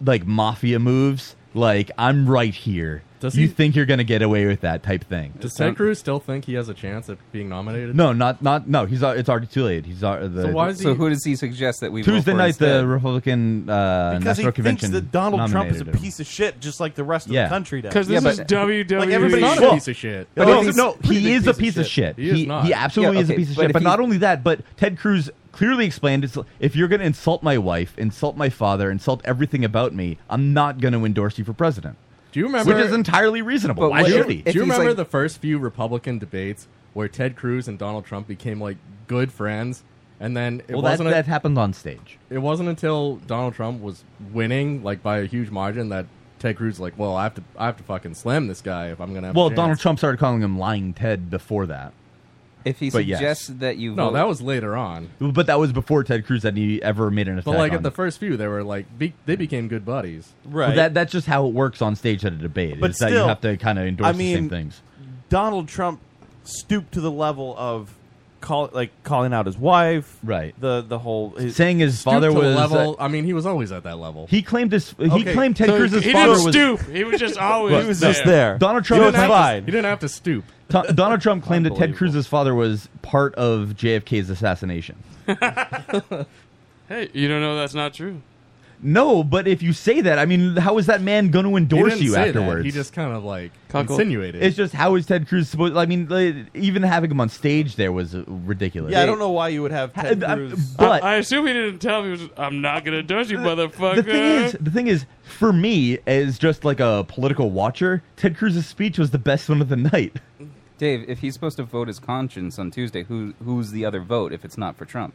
like mafia moves Like I'm right here.
Does
you
he-
think you're gonna get away with that type thing?
Does Ted Cruz still think he has a chance at being nominated?
No, not not no. He's al- it's already too late. He's al- the
So why is he- So who
does he suggest that we vote
Tuesday
for
night
instead?
the Republican uh,
Because he
National
thinks
Convention
that Donald Trump is a
nominated him.
piece of shit, just like the rest of
Yeah.
the country does.
'Cause this
yeah,
is
E
Like
WWE.
everybody's
He's not a
Well,
piece of shit.
no,
But he's-
no, no,
he
pretty
is
big
a piece of shit.
He is not.
He absolutely
Yeah,
is a
okay,
piece of
but
shit.
if
But
he-
not only that, but Ted Cruz clearly explained it's, if you're going to insult my wife, insult my father, insult everything about me, I'm not going to endorse you for president.
Do you remember?
Which is entirely reasonable. Why
do,
should he?
Do you remember the first few Republican debates where Ted Cruz and Donald Trump became like good friends, and then it
Well, that,
wasn't a-
that happened on stage.
It wasn't until Donald Trump was winning like by a huge margin that Ted Cruz like, well, I have to, I have to fucking slam this guy if I'm gonna. Have
Well,
a chance.
Donald Trump started calling him lying Ted before that.
If he
But yes.
suggests that you
No,
vote-
that was later on.
But that was before Ted Cruz had he ever made an attack.
But like
on
at the first few, they were like be- they became good buddies.
Well, that that's just how it works on stage at a debate.
But
is that
still,
you have to kind of endorse
I mean,
the same things.
Donald Trump stooped to the level of call, like calling out his wife,
right?
The the whole his,
Saying his Stooped father to the was, uh, level-
I mean, he was always at that level.
He claimed his. He
Okay.
claimed Ted
So
Cruz's
he didn't
father was
stoop. He was just
Oh,
always
Look,
He was there. just there.
Donald
He
Trump
didn't have to-
fine.
he didn't have to stoop.
To- Donald Trump claimed that Ted
Unbelievable.
Cruz's father was part of JFK's assassination.
Hey, you don't know that's not true.
No, but if you say that, I mean, how is that man going to endorse
didn't
you
say that.
afterwards?
He just kind of, like, Cuckold. insinuated.
It's just how is Ted Cruz supposed? I mean, like, even having him on stage there was uh, ridiculous.
Yeah, I don't know why you would have Ted
I- I-
Cruz.
uh, But- Uh,
I, I assume he didn't tell me. He was just, I'm not gonna endorse you, motherfucker.
The thing is, the thing is, for me, as just like a political watcher, Ted Cruz's speech was the best one of the night.
Dave, if he's supposed to vote his conscience on Tuesday, who who's the other vote if it's not for Trump?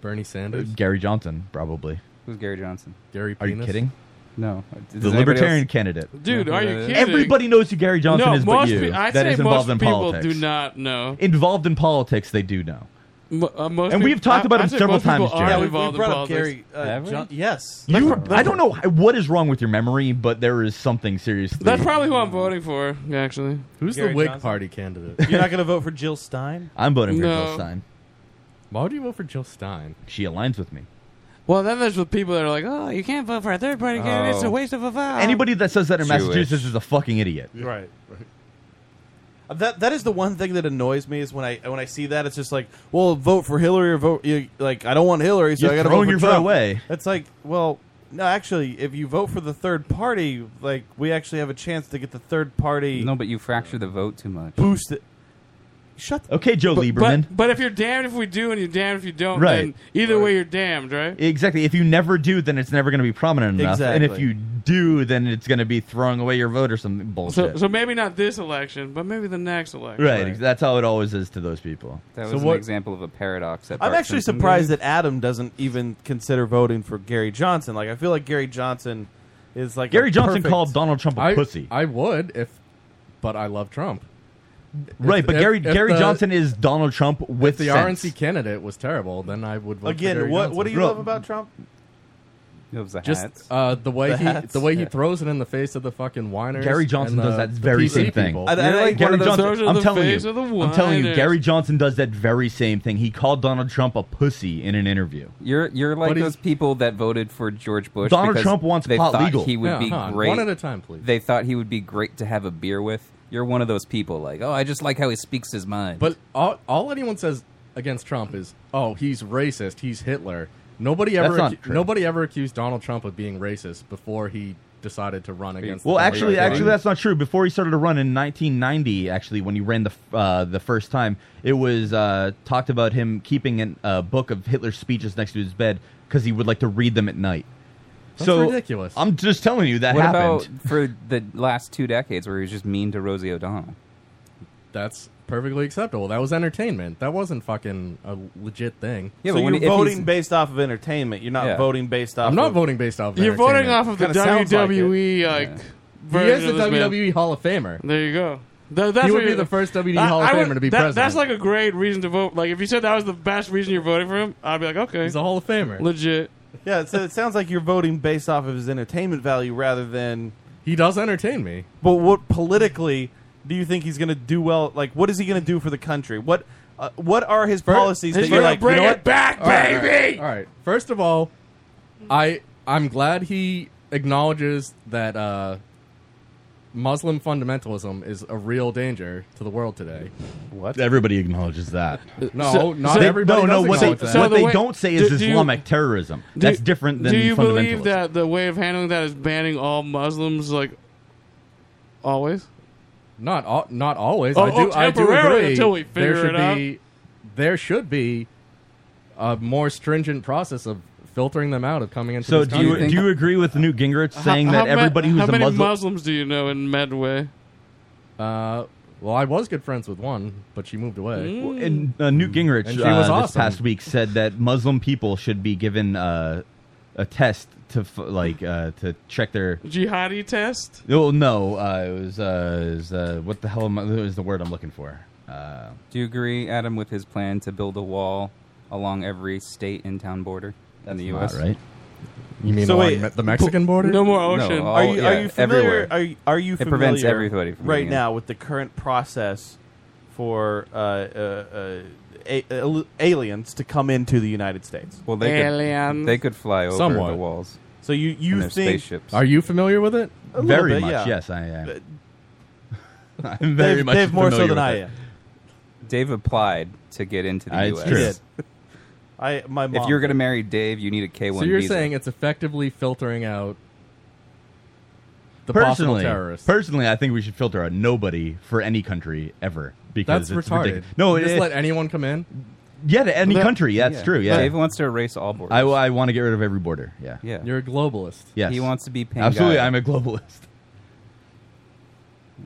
Bernie Sanders.
Gary Johnson, probably.
Who's Gary Johnson?
Gary
Are you kidding?
No. Does
the
anybody
Libertarian
else-
candidate.
Dude, are you kidding?
Everybody knows who Gary Johnson
no,
is,
most
but you.
pe- I'd
that
say
is involved
most
in
people
politics.
do not know.
Involved in politics, they do know.
M- uh, most
And
peop-
we've
I-
talked about
I'd
him
say
several
most people
times,
aren't
Jared. Yeah, we- we
involved in
brought up
politics.
Gary, uh, Have we? John- yes.
You- I don't know h- what is wrong with your memory, but there is something seriously.
That's probably who I'm voting for, actually.
Who's
the Gary Whig Johnson?
Party candidate.
You're not going to vote for Jill Stein?
I'm voting for
No.
Jill Stein.
Why would you vote for Jill Stein?
She aligns with me.
Well, then there's the people that are like, oh, you can't vote for a third party candidate. It's a
Oh.
waste of a vote.
Anybody that says that in
Jewish.
Massachusetts is a fucking idiot.
Right. Uh, That that is the one thing that annoys me is when I when I see that it's just like well vote for Hillary or vote you, like I don't want Hillary so
You're
I got to vote
throwing
for
your vote
Trump.
away.
It's like well no actually if you vote for the third party like we actually have a chance to get the third party
No, but you fracture the vote too much.
boost it. Shut.
Okay, Joe
but,
Lieberman.
But, but if you're damned if we do and you're damned if you don't,
Right.
then either way you're damned, right?
Exactly. If you never do, then it's never going to be prominent enough. And if
Exactly.
you do, then it's going to be throwing away your vote or something bullshit.
So, so maybe not this election, but maybe the next election.
right. ex- That's how it always is to those people.
That
So
was
what-
an example of a paradox. That
I'm
Bart
actually
Simpson
surprised
made.
that Adam doesn't even consider voting for Gary Johnson. Like I feel like Gary Johnson is like a perfect-
a
I-
pussy.
I would if, but I love Trump.
Right, but Gary Gary Johnson is Donald Trump with
If the
sense.
RNC candidate was terrible, then I would vote
Again,
For Gary
what
Johnson.
what do you love about Trump?
Just uh, the way
The
he
hats.
the way he
Yeah.
throws it in the face of the fucking whiners.
Gary Johnson
and the-
does that
the
very
PC
same thing.
people.
Gary Johnson. I'm telling
face of the
you, I'm telling you,
whiners.
Gary Johnson does that very same thing. He called Donald Trump a pussy in an interview.
You're you're like
But he's-
those people that voted for George Bush.
Donald
because
Trump wants
they
pot
thought
legal.
He would
Yeah,
be
huh.
great.
One at a time, please.
They thought he would be great to have a beer with. You're one of those people, like, oh, I just like how he speaks his mind.
But all, all anyone says against Trump is, "Oh, he's racist. He's Hitler." Nobody ever
That's not
accu-
true.
nobody ever accused Donald Trump of being racist before he decided to run against.
Well,
the
actually,
Democratic
actually,
Party.
that's not true. Before he started to run in 1990, actually, when he ran the f- uh, the first time, it was uh, talked about him keeping a uh, book of Hitler's speeches next to his bed because he would like to read them at night.
That's
so
ridiculous.
I'm just telling you that
what
happened.
about for the last two decades where he was just mean to Rosie O'Donnell?
that's perfectly acceptable. That was entertainment. That wasn't fucking a legit thing.
so you're voting based off of entertainment. You're not
Yeah.
voting based off.
I'm not
of-
voting based off of
You're voting
entertainment.
off of the
Kinda sounds like it.
WWE like,
Yeah.
version
He is the E
of this man.
WWE Hall of Famer.
There you go. Th- that's
He would
what
be
you-
the first WWE Hall of
would-
Famer to be
that-
president.
That's like a great reason to vote. Like if you said that was the best reason you're voting for him, I'd be like, okay, he's
a Hall of Famer.
Legit.
Yeah, so it sounds like you're voting based off of his entertainment value rather than
he does entertain me.
But what politically do you think he's going to do well? Like, what is he going to do for the country? What uh, what are his policies? that you're like, you know what?
All right, all right. All right. First of all, I I'm glad he acknowledges that uh, Muslim fundamentalism is a real danger to the world today. What?
Everybody acknowledges that.
No, not everybody
No, no.
does
What they,
acknowledge that.
what
So the
they
way-
don't say is
do- do you-
Islamic terrorism.
do-
That's different than
Do you
fundamentalism.
believe that the way of handling that is banning all Muslims, like always?
Not all, not always.
Oh,
I do.
oh,
I do
temporarily
agree.
until we
there
figure
should
it
be, there should be a more stringent process of filtering them out of coming into.
So
this
do you
country.
do you agree with Newt Gingrich saying
how
that
ma-
everybody
how
who's a
many
Muslim?
Muslims do you know in Medway?
Uh, well, I was good friends with one, but she moved away.
Mm.
Mm.
and uh, Newt Gingrich
Mm. And she was
uh, this
awesome.
past week said that Muslim people should be given uh, a test to f- like uh, to check their.
Jihadi test?
Oh no! Uh, it was, uh, it was uh, what the hell am I, it was the word I'm looking for? Uh,
Do you agree, Adam, with his plan to build a wall along every state and town border in the
not
U.S.?
right.
You mean along Me- the Mexican border? No more ocean.
No, all-
are you, are
yeah,
you familiar?
everywhere.
Are you, are you
It prevents
familiar
everybody from
right
getting in.
now with the current process for uh, uh, uh, a- al- aliens to come into the United States?
Well, they could, they could fly over
Somewhat.
the walls.
So you you
in their
think
spaceships?
Are you familiar with it?
A little bit, yeah.
am.
I'm very Dave- much Dave more so familiar than with I it.
Dave applied to get into the
Uh, it's
U.S.
true. He did.
I my
If
mom
you're going to marry Dave, you need a K one.
So you're
visa.
saying it's effectively filtering out the possible
personally,
terrorists.
personally, I think we should filter out nobody for any country ever because
That's
it's
retarded.
ridiculous. No,
You
it,
just
it-
let anyone come in.
yeah, to any
That-
country. That's
yeah.
true. Yeah,
Dave wants to erase all borders.
I, I want to get rid of every border. Yeah.
yeah,
You're a globalist.
Yes.
He wants to be Pangaea.
Absolutely, I'm a globalist.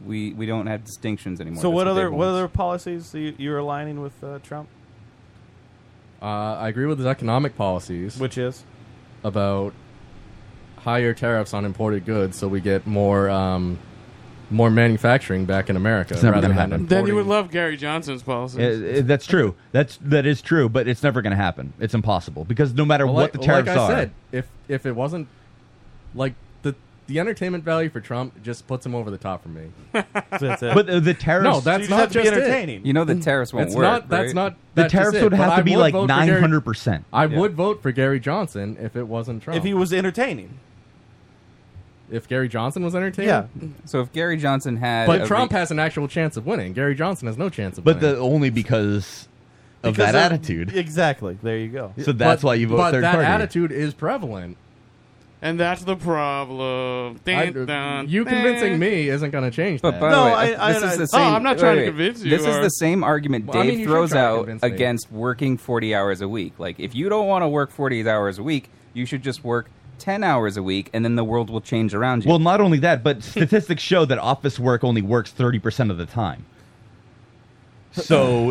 We we don't have distinctions anymore.
So
That's
what other
Dave
what
wants.
other policies are you, you're aligning with uh, Trump?
Uh, I agree with his economic policies,
which is
about higher tariffs on imported goods, so we get more um, more manufacturing back in America.
It's never
rather
gonna
than
happen.
Then
importing-
you would love Gary Johnson's policies.
Yeah, uh, that's true. That's that is true, but it's never going to happen. It's impossible because no matter
Well,
what
like,
the tariffs
like I
are,
said, if if it wasn't like the the entertainment value for Trump just puts him over the top for me.
That's it. But, uh, the tariffs-
No, that's
So you just
not
have to be
just it.
entertaining. You know the tariffs won't
It's
work,
Not, That's
right?
not.
The
that's just
tariffs
it,
would
but
have to
I
be
would
like
vote for Gary-
900%.
I
Yeah.
would vote for Gary Johnson if it wasn't Trump.
If he was entertaining.
If Gary Johnson was entertaining.
So if Gary Johnson had,
But
a
Trump
re-
has an actual chance of winning. Gary Johnson has no chance of
but
winning.
the, only because of
Because
that
of-
attitude.
Exactly. There you go.
So that's
But-
why you vote
but
third
that
party.
attitude is prevalent.
And that's the problem.
I-
Dun, dun, Eh,
you convincing
dun.
me isn't going to change
But
that.
by the way, this is the same.
Oh, I'm not
wait,
trying to
wait.
convince you,
This is
or-
the same argument
Well, I
Dave
mean, you should
throws
try to
out
convince me.
against working 40 hours a week. Like, if you don't want to work 40 hours a week, you should just work 10 hours a week, and then the world will change around you.
Well, not only that, but statistics show that office work only works 30% of the time. So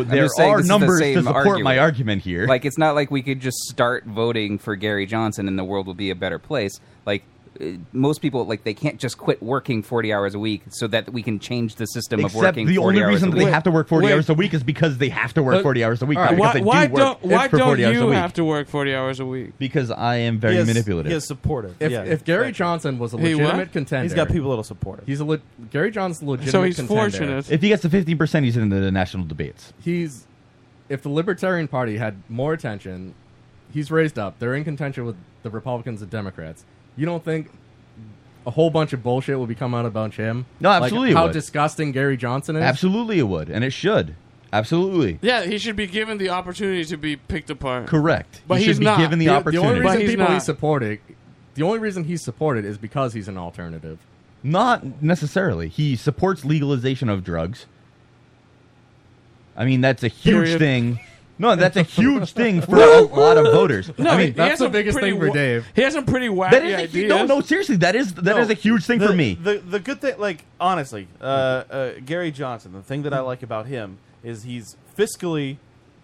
I'm
there
just saying
are
this is the
numbers
same
to support my argument here.
Like, it's not like we could just start voting for Gary Johnson and the world will be a better place. Like, uh, most people like they can't just quit working 40 hours a week so that we can change the system of
Except
working
the
40
only
hours
reason
a
they
week.
have to work 40
Wait.
hours a week is because they have to work
But-
40 hours a week. not
Alright,
because
why-
they do
why
work
don't-
it
why
for 40
don't
hours a
You
week.
have to work 40 hours a week.
Because I am very
He is-
manipulative.
He is supportive.
If,
yeah,
if Gary
exactly.
Johnson was a
He what?
legitimate contender,
he's got people that'll support him.
He's a le- Gary Johnson's a legitimate. contender.
If he gets to 15%, he's in the national debates.
he's if the Libertarian Party had more attention, he's raised up. They're in contention with the Republicans and Democrats. You don't think a whole bunch of bullshit will be coming out about him?
No,
Like
absolutely it
how
would.
disgusting Gary Johnson is.
Absolutely, it would, and it should. Absolutely.
Yeah, he should be given the opportunity to be picked apart.
Correct.
But
He should
he's
be
not.
given the
The only
opportunity.
reason
But he's
people
not.
he's supported, the only reason he's supported is because he's an alternative.
Not necessarily. He supports legalization of drugs. I mean, that's a huge
Period.
thing. No, that's a huge thing for a lot of voters.
No,
I
he-
mean,
he has some pretty wa- He has some pretty wacky
That is a,
ideas.
hu- no, no. Seriously, that is that is
No,
a huge thing
the-
for me.
The the good thing, like honestly, uh, uh, Gary Johnson. The thing that I like about him is he's fiscally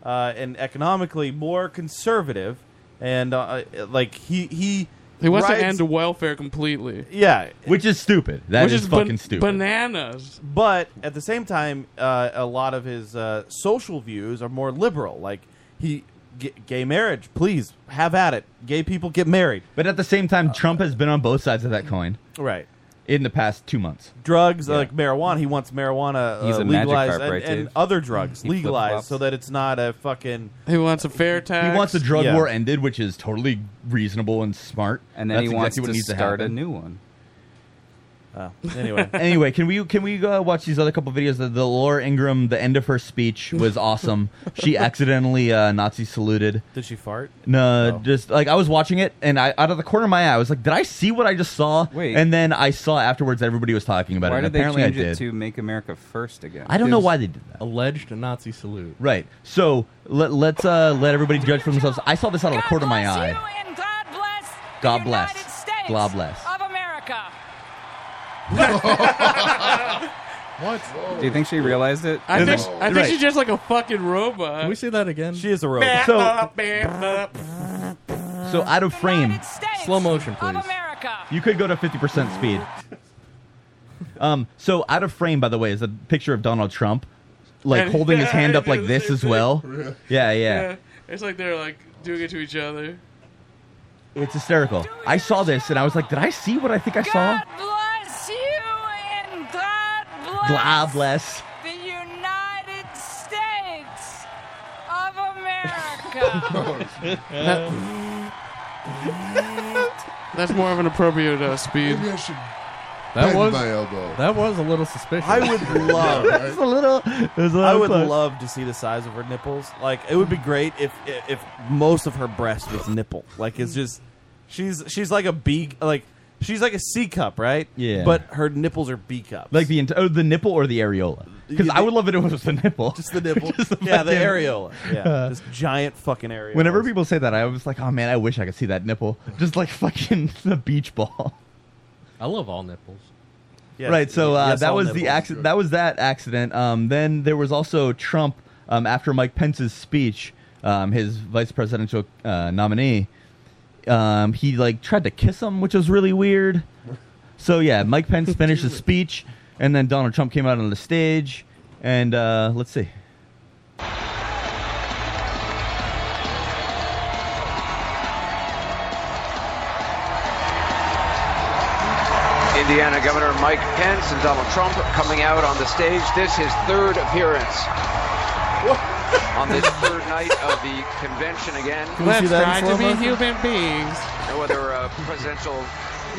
uh, and economically more conservative, and uh, uh, like he he
He wants to
rides-
end welfare completely.
Yeah,
which is stupid. That
Which
is
is ban-
fucking stupid.
Bananas.
But at the same time, uh, a lot of his uh, social views are more liberal. Like he, g- gay marriage, please have at it. Gay people get married. Uh,
But at the same time, Trump has been on both sides of that coin.
Right.
in the past two months.
drugs like marijuana. He wants marijuana uh,
He's a magic
legalized
carp,
and,
right,
and
Dave?
other drugs
He
legalized
flip-flops.
so that it's not a fucking.
He wants a fair tax.
He wants the drug
Yeah.
war ended, which is totally reasonable and smart.
And then
That's
he wants
exactly what
to
needs
start
to
a
happen.
new one.
Oh, anyway.
anyway, can we can we uh, watch these other couple videos? The, the Laura Ingram, the end of her speech was awesome. she accidentally uh, Nazi saluted.
Did she fart?
No,
Oh.
just like I was watching it, and I out of the corner of my eye, I was like, "Did I see what I just saw?"
Wait.
and then I saw afterwards everybody was talking about it.
why
and
did they
apparently
change
I did.
it to "Make America First again"?
I don't know why they did that.
Alleged Nazi salute.
Right. So let, let's uh, let everybody judge for themselves. I saw this out of the corner of my eye.
And God bless
God bless.
States
God bless.
of America.
What?
Do you think she realized it?
I think, I think
Right.
she's just like a fucking robot.
Can we say that again? She
is a
robot. So out of frame,
slow motion, please.
You could go to fifty percent speed. Um. So out of frame, by the way, is a picture of Donald Trump, like
And-
holding his hand up like
the
this
same
as
thing.
well. Yeah, yeah.
It's like they're like doing it to each other.
It's hysterical. I saw this and I was like, "Did I see what I think I saw?"
Bless you and God bless
Blah ah, bless.
the United States of America.
That's more of an appropriate uh, speed.
Maybe I
should
That
Bend
was
my elbow.
That was a little suspicious.
I would love.
That's a little.
I would love to see the size of her nipples. Like it would be great if if if most of her breast was nipple. Like it's just she's she's like a B like she's like a C cup, right?
Yeah.
But her nipples are B cup.
Like the ent- oh, the nipple or the areola? Because I would love it if it was the nipple.
Just the nipple. yeah, the
fucking-
areola. Yeah.
Uh,
this giant fucking areola.
Whenever people say that, I was like, "Oh man, I wish I could see that nipple." Just like fucking the beach ball.
I love all nipples.
right. So uh, that was the accident.
accident.
That was that accident. Um, then there was also Trump um, after Mike Pence's speech, um, his vice presidential uh, nominee. Um, he like tried to kiss him, which was really weird. So yeah, Mike Pence finished his speech, and then Donald Trump came out on the stage, and uh, let's see.
Indiana Governor Mike Pence and Donald Trump coming out on the stage. This his third appearance on this third night of the convention again.
Can we see Let's that in try to slow be motion? human beings.
No other uh, presidential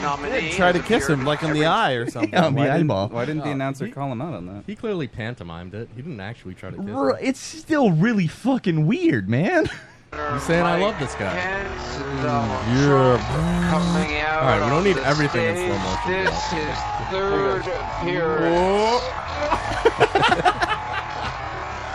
nominee.
try to
has
kiss him
appeared
like on the
every-
eye or something.
Yeah, on
Why
the
didn't-
eyeball.
Why didn't the
Oh,
announcer
he-
call him out on that?
He clearly pantomimed it. He didn't actually try to kiss.
R- It's still really fucking weird, man.
You saying I love this guy?
Coming out
All right, we
on
don't need
the
everything in
stage.
slow motion.
This his third appearance.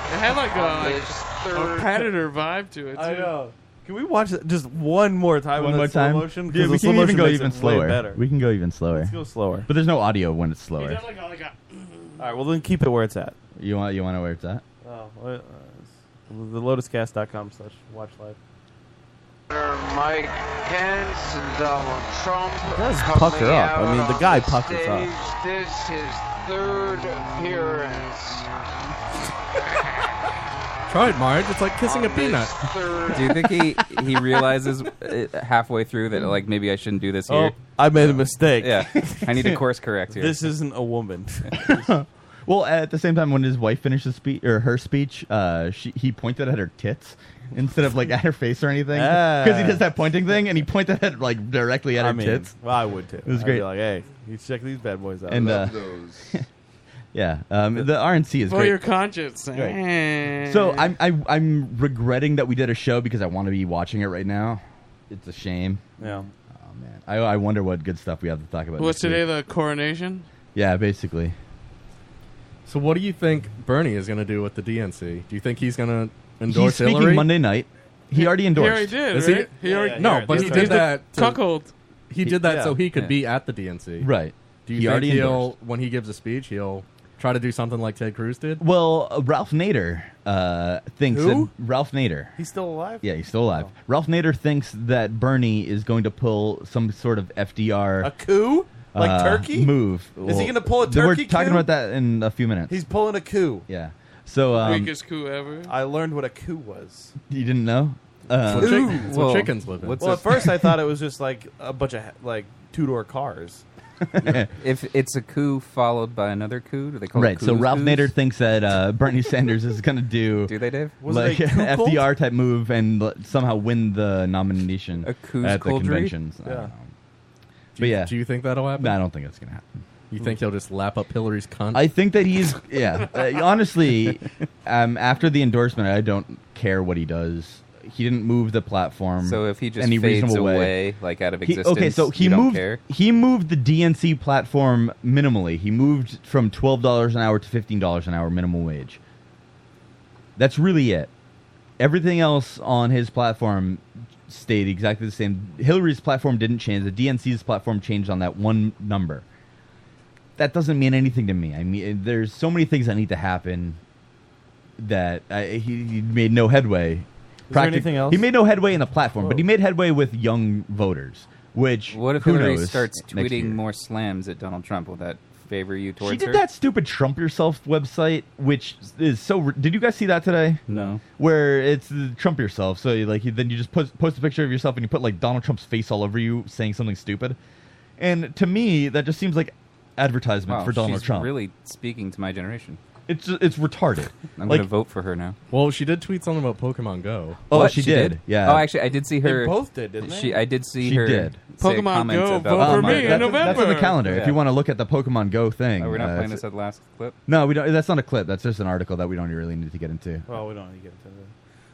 It had like
On
a,
this
a
third-
predator vibe to it. Too.
I know. Can we watch that just one more time?
One
in
more
the slow
time.
motion? 'Cause
Yeah,
the
we
slow
can even
motion
go
makes
even
it way
slower.
better.
We can go even slower. Let's
go slower.
But there's no audio when it's slower.
All right, well then keep it where it's at.
You want you want to where it's at?
Oh, well, uh, the lotuscast.com slash watch live.
Mike Pence and Donald Trump.
does
coming
pucker up. I
out
mean, the
on
guy puckers
stage.
up.
This his third appearance.
Try it, Marge. It's like kissing a peanut.
Do you think he he realizes uh, halfway through that like maybe I shouldn't do this here?
Oh,
I made a mistake.
Yeah, I need to course correct here.
This isn't a woman.
Well, at the same time, when his wife finished his speech or her speech, uh, she he pointed at her tits instead of like at her face or anything because he
Ah.
does that pointing thing, and he pointed at like directly at her
I mean,
tits.
Well, I would too.
It was
I'd
great.
Be like, hey, you check these bad boys out.
And, uh, yeah, um, the RNC is
Oh,
great.
your conscience. Eh.
Right. So I'm I, I'm regretting that we did a show because I want to be watching it right now. It's a shame.
Yeah.
Oh man, I, I wonder what good stuff we have to talk about.
What's
next
today?
week.
The coronation.
Yeah, basically.
So what do you think Bernie is going to do with the DNC? Do you think he's going to
He's
endorse
speaking
Hillary?
Monday night. He already endorsed.
already did,
Is
right?
He,
He already-
no,
yeah,
but he
that's
did
right.
that.
He's a cuckold.
He did that so
Yeah.
he could
Yeah.
be at the DNC.
Right.
Do you
He
think
already
he'll when he gives a speech he'll try to do something like Ted Cruz did?
Well, uh, Ralph Nader uh, thinks
Who? Oh.
that Ralph Nader.
He's still alive?
Yeah, he's still alive. Ralph Nader thinks that Bernie is going to pull some sort of FDR
a coup? Like
uh,
turkey?
move.
Is he
Well,
going to pull a
th- We're
turkey
talking
coup?
about that in a few minutes.
He's pulling a coup.
yeah. So um,
Weakest coup ever.
I learned what a coup was.
you didn't
Uh,
know? Uh,
Coup.
Well,
Well, at first I thought it was just like a bunch of like two door cars.
if it's a coup followed by another coup, do they call
Right,
it
so
coups?
Ralph Nader thinks that uh, Bernie Sanders is going to do
Do they, Dave? Was it
like
a coup
an
cult?
FDR type move and l- somehow win the nomination
A coup
at the
cultry?
conventions. I
Yeah.
don't know.
Do you,
But yeah.
do you think that'll happen?
No, I don't think it's going to happen.
You think he'll just lap up Hillary's cunt?
I think that he's yeah. Uh, honestly, um, after the endorsement, I don't care what he does. He didn't move the platform.
So if he just
any
fades
reasonable way.
away, like, out of
He- okay,
existence,
so he
you don't
moved.
care?
He moved the DNC platform minimally. He moved from twelve dollars an hour to fifteen dollars an hour minimum wage. That's really it. Everything else on his platform stayed exactly the same. Hillary's platform didn't change. The DNC's platform changed on that one number. That doesn't mean anything to me. I mean, there's so many things that need to happen that I, he, he made no headway.
there
Practic-
anything else? Oh.
He made no headway in the platform,
Whoa.
but he made headway with young voters. Which
What if
who
Hillary
knows
starts
next year.
tweeting more slams at Donald Trump? Will that favor you towards
She did
her?
that stupid Trump yourself website, which is so. ri- Did you guys see that today?
No.
Where it's uh, Trump yourself, so you, like you, then you just post post a picture of yourself and you put like Donald Trump's face all over you, saying something stupid. And to me, that just seems like advertisement
Wow,
for Donald
she's
Trump.
Really speaking to my generation.
it's it's retarded.
I'm
Like-
gonna vote for her now.
Well, she did tweet something about Pokemon Go.
Oh, she, did. Yeah.
Oh, actually, I did see
They
her.
both did, didn't they?
She, I did see
She
her.
did.
say
Pokemon
comments
Go,
about
vote for
Pokemon.
me in
that's, that's on the
November.
calendar. If
Yeah.
you want to look at the Pokemon Go thing,
Oh, we're not
uh,
playing
it's-
this at last clip.
No, we don't. That's not a clip. That's just an article that we don't really need to get into.
Well, we don't need to get into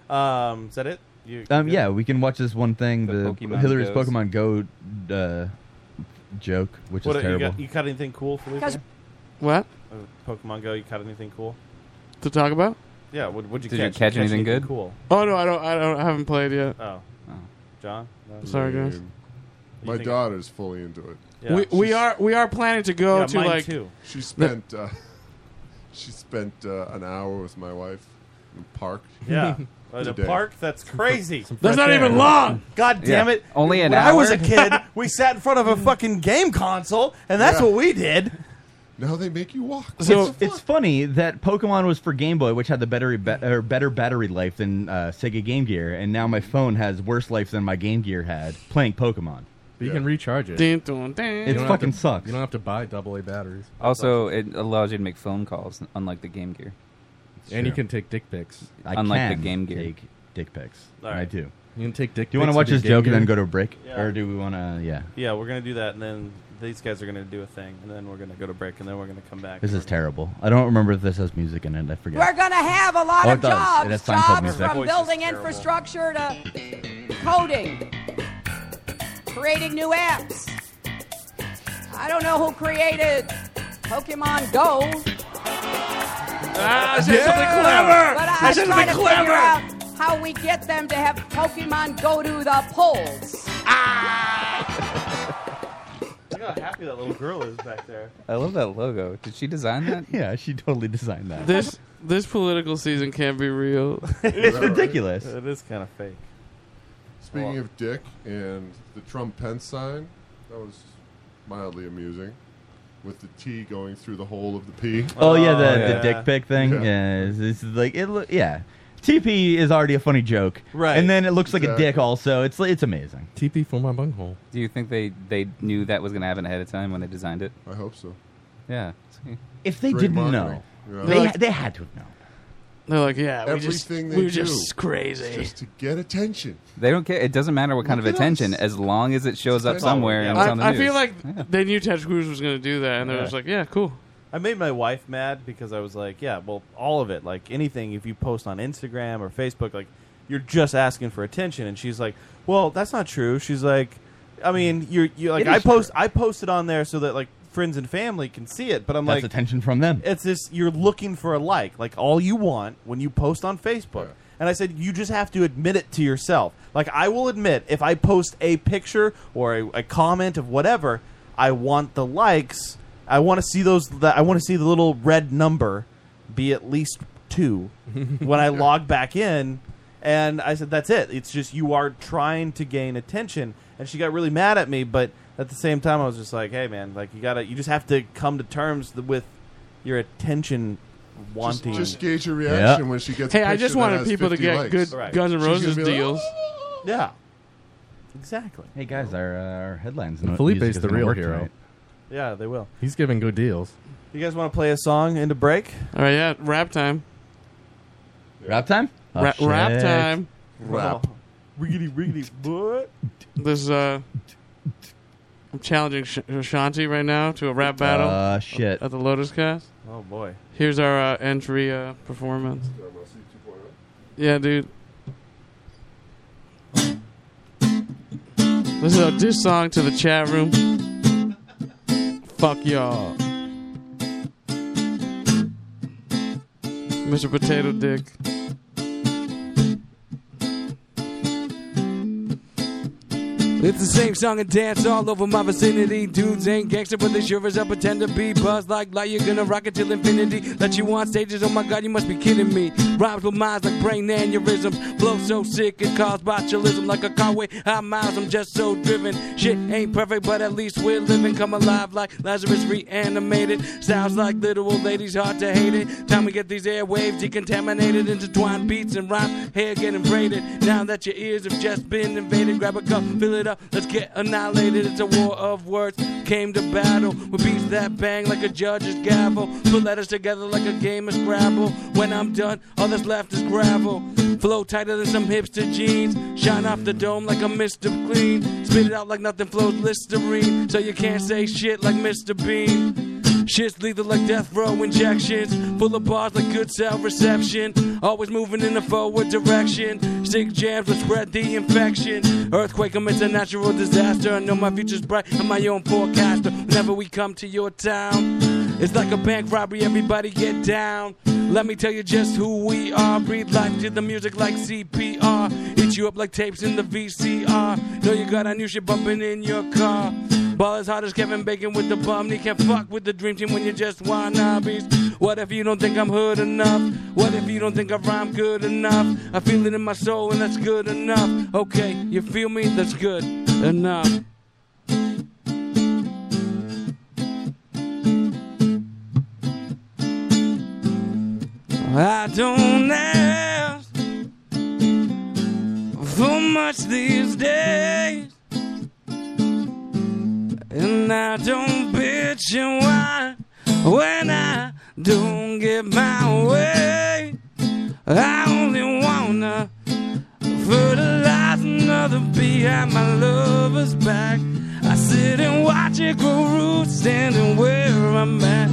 that. Um, is that it? You, you
Um,
good?
yeah, we can watch this one thing, the,
Pokemon
Hillary's
Goes.
Pokemon Go uh, joke, which is
What, you,
terrible.
got, you caught anything cool for
Guys-
Lisa?
What?
Uh, Pokemon Go, you caught anything cool?
to talk about?
Yeah, what, what'd you
Did you
catch?
catch anything good?
Cool.
Oh no, I don't. I don't. I haven't played yet.
Oh, John? No?
Sorry, guys.
My daughter's fully into it.
We, we
She's-
are we are planning to go
Yeah,
to
mine
like
too. She
the-
spent uh, she spent uh, an hour with my wife in the park.
Yeah. At a
Today.
Uh, park? That's crazy.
That's fresh not even air. long.
God damn
Yeah.
it.
Only an
when I was
hour?
a kid, we sat in front of a fucking game console, and that's
Yeah.
what we did.
Now they make you walk.
it's, it's funny that Pokemon was for Game Boy, which had the better ba- or better battery life than uh, Sega Game Gear, and now my phone has worse life than my Game Gear had playing Pokemon.
But you can recharge it.
Ding, dong, ding.
You
It
don't have
fucking
to-
sucks.
You don't have to buy double A batteries.
Also, it allows you to make phone calls, unlike the Game Gear.
And you can take dick pics.
I
unlike
can
the Game Gear.
take dick pics.
All right.
I do.
You can take dick
Do you want to
pics
watch
with
this
your
joke
Game
and then
Gear?
go to a break,
Yeah.
or do we want to? Yeah,
Yeah, we're going to do that, and then these guys are going to do a thing, and then we're going to go to break, and then we're going to come back.
this is terrible. I don't remember if this has music in it. I forget.
We're going to have a lot
Oh, it
of
does.
jobs.
It has Seinfeld
jobs
music.
from
Voice is
building
terrible.
infrastructure to coding, creating new apps. I don't know who created Pokemon Go.
Ah, I said something clever.
But
I
I'm
said
trying to
something
figure
clever.
out how we get them to have Pokemon go to the polls.
Ah!
Look how happy that little girl is back there.
I love that logo. Did she design that?
yeah, she totally designed that.
This this political season can't be real.
It's ridiculous.
It is kind of fake.
Speaking of dick and the Trump Pence sign, that was mildly amusing, with the T going through the hole of the P.
Oh, yeah, the, the dick pic thing. Yeah, it's, it's like it. Lo- yeah, TP is already a funny joke,
Right.
And then it looks like
Exactly.
a dick. Also, it's it's amazing.
TP for my bunghole.
Do you think they they knew that was going to happen ahead of time when they designed it?
I hope so.
Yeah.
If they
Great
didn't
marketing.
know,
Yeah.
they,
They're
ha- they had to have known.
They're like, yeah, we just
Everything they
we were
do
just crazy.
is just to get attention.
They don't care. It doesn't matter what kind
Look
of
at
attention, as long as it shows up somewhere and it's on the
I, I
news.
feel like they knew Ted Cruz was going to do that, and they're
Yeah.
just like, yeah, cool.
I made my wife mad because I was like, yeah, well, all of it, like anything, if you post on Instagram or Facebook, like you're just asking for attention, and she's like, well, that's not true. She's like, I mean, you're you like
It
I
is
post I posted on there so that like friends and family can see it, but I'm
That's
like
attention from them.
It's this you're looking for a like, like all you want when you post on Facebook. And I said, you just have to admit it to yourself. Like I will admit, if I post a picture or a, a comment of whatever, I want the likes. I want to see those. That I want to see the little red number be at least two when I log back in. And I said, that's it. It's just you are trying to gain attention. And she got really mad at me, but at the same time, I was just like, hey man, like you gotta, you just have to come to terms th- with your attention wanting.
just gauge your reaction when she gets a
Hey, I just
picture that
wanted
has
people to
50
get
likes.
good
Right.
Guns N'
She's
Roses
gonna be like,
deals.
Yeah. Exactly.
Hey guys, our uh, our headlines. and
Felipe's
music
the
isn't
real
working
hero.
right.
Yeah, they will.
He's giving good deals.
You guys want to play a song into break?
All right, Oh, yeah, rap time.
Rap time?
Oh,
Ra- rap
shit.
time.
Rap. Riggedy, riggedy, Oh. what?
This uh, I'm challenging Sh- Shanti right now to a rap battle.
Uh, shit.
At the Lotus Cast.
Oh, boy.
Here's our uh, entry uh, performance. Yeah, dude. This is our diss song to the chat room. Fuck y'all. Mr. Potato Dick.
It's the same song and dance all over my vicinity. Dudes ain't gangster, but they sure as I pretend to be. Buzz like lie, you're gonna rock it till infinity. Let you on stages, oh my god, you must be kidding me. Rhymes with minds like brain aneurysms. Blow so sick it caused botulism. Like a car with high miles, I'm just so driven. Shit ain't perfect, but at least we're living. Come alive like Lazarus reanimated. Sounds like literal ladies, hard to hate it. Time we get these airwaves decontaminated, intertwined beats and rhymes. Hair getting braided. Now that your ears have just been invaded, grab a cup, fill it up, let's get annihilated. It's a war of words. Came to battle with beats that bang like a judge's gavel. Put letters together like a game of Scrabble. When I'm done, all that's left is gravel. Flow tighter than some hipster jeans. Shine off the dome like a Mr. Clean. Spit it out like nothing flows Listerine. So you can't say shit like Mr. Bean. Shit's lethal like death row injections. Full of bars like good cell reception. Always moving in the forward direction. Sick jams will spread the infection. Earthquake commits a natural disaster. I know my future's bright. I'm my own forecaster. Whenever we come to your town, it's like a bank robbery. Everybody get down. Let me tell you just who we are. Breathe life to the music like CPR. Eat you up like tapes in the VCR. Know you got our new shit bumping in your car. Ball as hard as Kevin Bacon with the bum. You can't fuck with the dream team when you're just wannabes. What if you don't think I'm hood enough? What if you don't think I rhyme good enough? I feel it in my soul and that's good enough. Okay, you feel me? That's good enough. I don't ask for much these days. And I don't bitch and whine when I don't get my way. I only wanna fertilize another bee at my lover's back. I sit and watch it grow roots, standing where I'm at.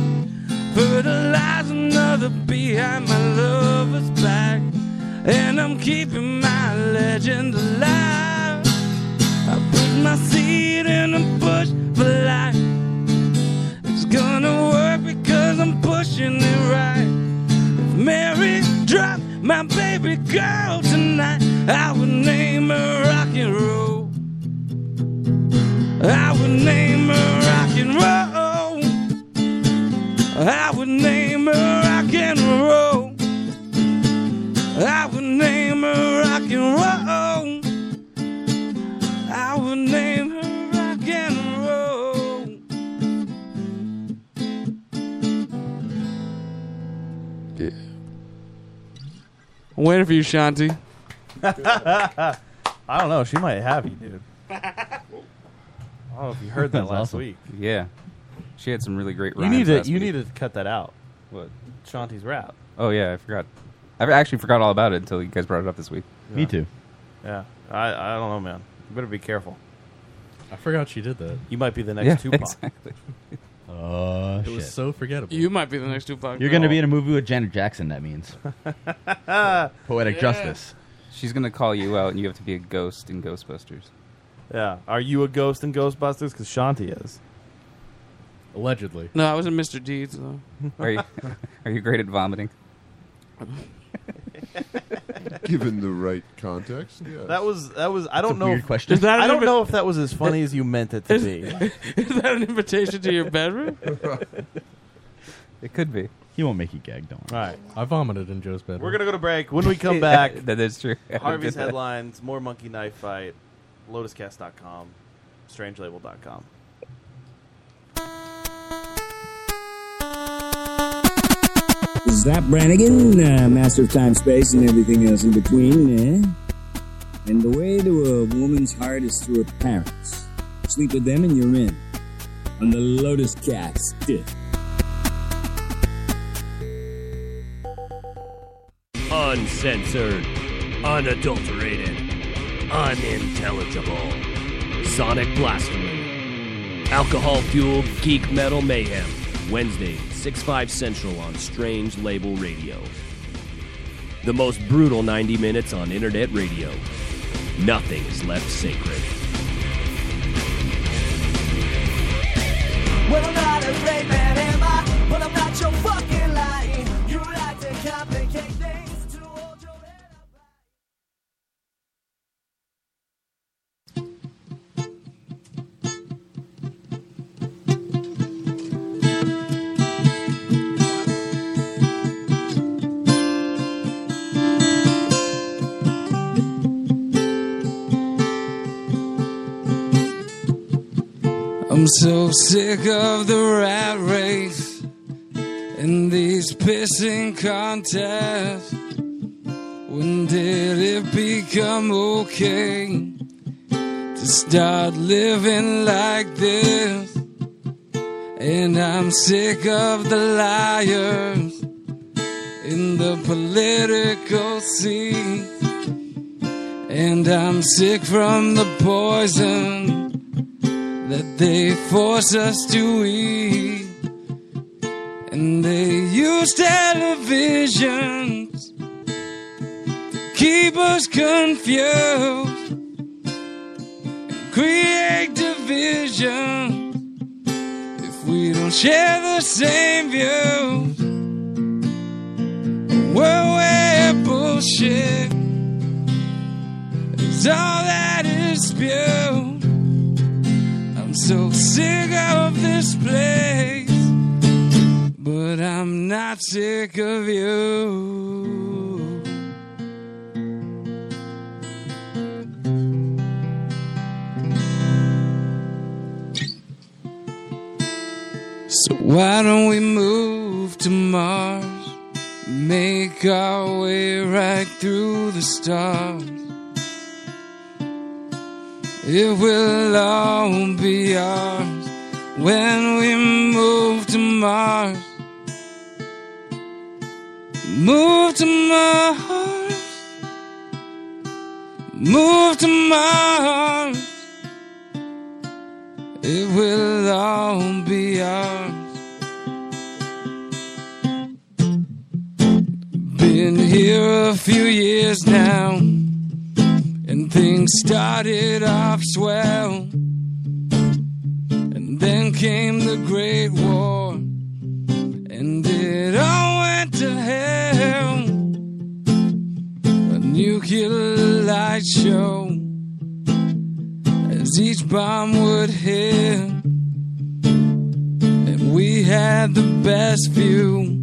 Fertilize another bee at my lover's back. And I'm keeping my legend alive. I put my seed in a bush for life. It's gonna work because I'm pushing it right. If Mary dropped my baby girl tonight, I would name her rock and roll. I would name her rock and roll. I would name her rock and roll. I would name her rock and roll. I would name her rock and roll.
I'm waiting for you, Shanti.
I don't know. She might have you, dude. I don't know Oh, if you heard that
That's
last
awesome.
week.
Yeah. She had some really great
You
rhymes.
need to
last
you
week.
need to cut that out. What? Shanti's rap.
Oh, yeah, I forgot. I actually forgot all about it until you guys brought it up this week.
Me too. Yeah. I, I don't know, man. You better be careful.
I forgot she did that.
You might be the next
Yeah,
Tupac.
exactly.
Oh,
it was
shit.
so forgettable.
You might be the next Tupac.
You're going to be in a movie with Janet Jackson, that means. Poetic
Yeah.
justice.
She's going to call you out, and you have to be a ghost in Ghostbusters.
Yeah. Are you a ghost in Ghostbusters? Because Shanti is.
Allegedly.
No, I was in Mr. Deeds though.
Are you, are you great at vomiting?
Given the right context, yeah.
That was that was. I don't
a
know.
weird
if,
question. Is that
I
an
don't
invi-
know if that was as funny as you meant it to be.
Is that an invitation to your bedroom?
It could be.
He won't make you gag, don't
worry. All right.
I vomited in Joe's bedroom.
We're gonna go to break. When we come back,
That is true.
Harvey's headlines, more monkey knife fight, lotuscast.com, strangelabel.com.
Zap Brannigan, uh, master of time, space, and everything else in between. Eh? And the way to a woman's heart is through her parents. Sleep with them and you're in.
on the Lotus Cast.
Uncensored, unadulterated, unintelligible. Sonic Blasphemy. Alcohol fueled geek metal mayhem. Wednesday, 6 5 Central on Strange Label Radio. The most brutal 90 minutes on internet radio. Nothing is left sacred.
Well, I'm not a great man, am I? But I'm not your fucking lying. You like to complicate things.
I'm so sick of the rat race and these pissing contests. When did it become okay to start living like this? And I'm sick of the liars in the political scene. And I'm sick from the poison that they force us to eat. And they use televisions to keep us confused, and create division if we don't share the same views. We're way bullshit. It's all that is spewed. I'm so sick of this place, but I'm not sick of you. So why don't we move to Mars? Make our way right through the stars. It will all be ours when we move to Mars. Move to Mars. Move to Mars. It will all be ours. Been here a few years now. And things started off swell. And then came the Great War. And it all went to hell. A nuclear light show. As each bomb would hit. And we had the best view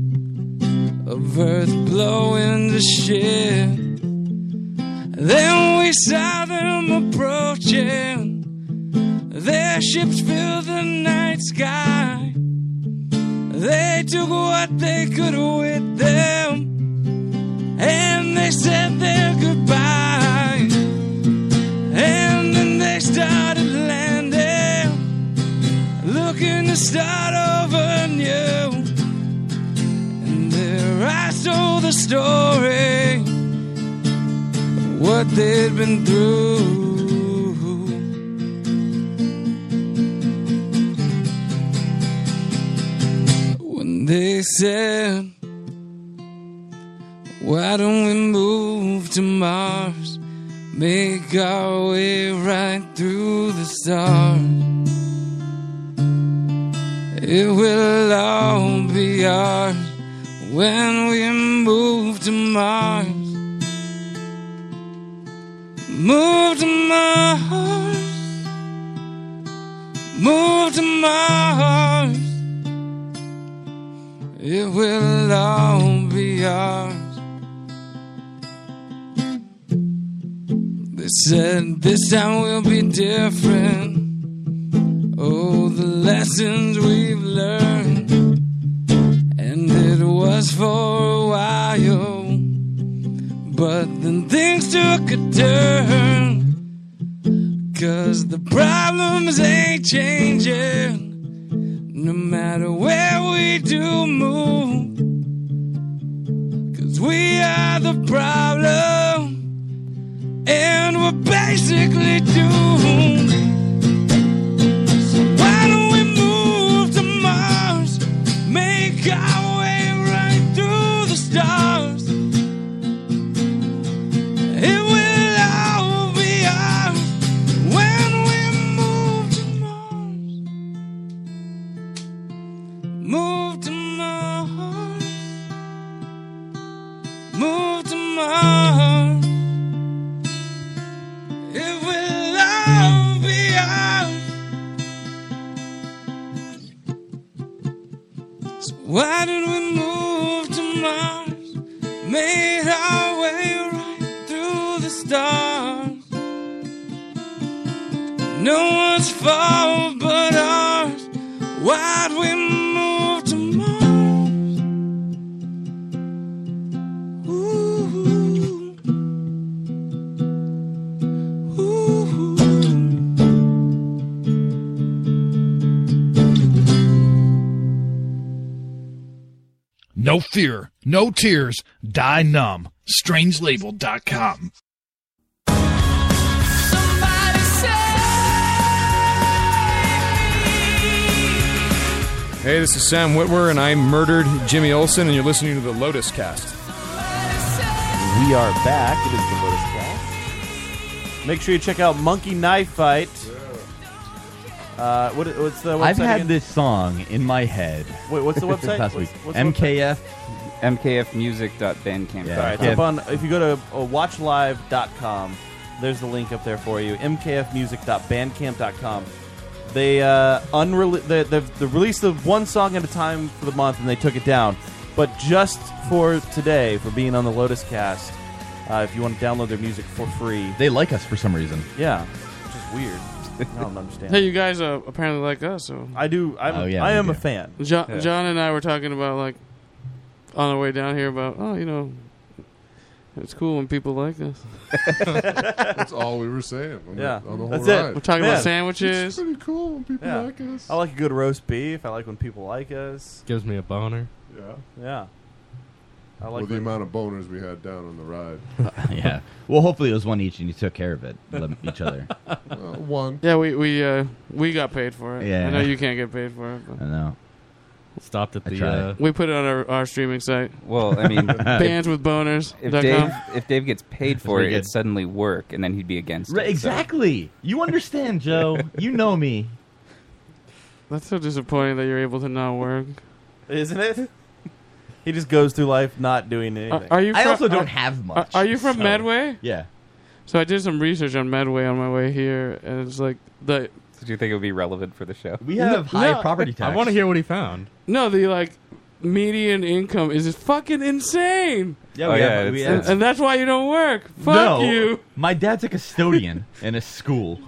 of Earth blowing to shit. Then we saw them approaching. Their ships filled the night sky. They took what they could with them, and they said their goodbye. And then they started landing, looking to start over new. And their eyes told the story what they'd been through. When they said, Why don't we move to Mars? Make our way right through the stars. It will all be ours when we move to Mars. Move to Mars. Move to Mars. It will all be ours. They said this time we'll be different. Oh, the lessons we've learned. And it was for a while. But then things took a turn. Cause the problems ain't changing. a problem, and we're basically doomed. So why don't we move to Mars, make our way right through the stars? It will all be ours when we move to Move to Mars. Move to Mars. It will all be ours. So why did we move to Mars? Made our way right through the stars. No one's fault but ours. Why'd we move to Mars? Ooh. Ooh.
No fear, no tears, die numb. Strangelabel.com.
Hey, this is Sam Whitwer, and I murdered Jimmy Olsen, and you're listening to the Lotus Cast.
We are back. It is the Lotus Cast. Make sure you check out Monkey Knife Fight. Uh, what, what's the website
I've had
again?
this song in my head.
Wait, what's the website?
Last week.
What's- what's the
MKF.
MKFmusic.bandcamp.
All right, it's up on, if you go to uh, watchlive.com, there's the link up there for you. mkfmusic.bandcamp.com. They uh, unrele- they, they've, they've released the one song at a time for the month, and they took it down. But just for today, for being on the Lotus Cast, uh, if you want to download their music for free,
they like us for some reason.
Yeah, which is weird. I don't understand.
Hey, you guys uh, apparently like us. So
I do. I'm,
Oh, yeah,
I
we
am
do.
a fan.
John,
Yeah.
John and I were talking about like on our way down here about oh you know it's cool when people like us.
That's all we were saying. On
Yeah.
the, on the whole
That's it.
ride.
We're talking about Man.
It's
sandwiches.
pretty cool when people
Yeah.
like us.
I like a good roast beef. I like when people like us.
Gives me a boner.
Yeah.
Yeah. I
well,
like
the amount of boners we had down on the ride.
yeah. Well, hopefully it was one each, and you took care of it, lem- each other.
Well, one.
Yeah, we we uh, we got paid for it.
Yeah.
I know you can't get paid for it. But.
I know.
Stopped at
I
the.
tried.
Uh,
We put it on our, our streaming site.
Well, I mean,
bands with boners.
If
dot com.
Dave, if Dave gets paid for
pretty
it,
good.
it'd suddenly work, and then he'd be against
Right,
it. so-
exactly. You understand, Joe. you know me.
That's so disappointing that you're able to not work.
Isn't it? He just goes through life not doing anything.
Uh, Are, are you? from- are- are- Are you from
so-
Medway?
Yeah.
So I did some research on Medway on my way here, and it's like the
Did you think it would be relevant for the show?
We
I want to hear what he found.
No, the like median income is fucking insane.
Yeah, we Oh, have- yeah, we it's- have-
and, and that's why you don't work. Fuck
no,
you.
My dad's a custodian in a school.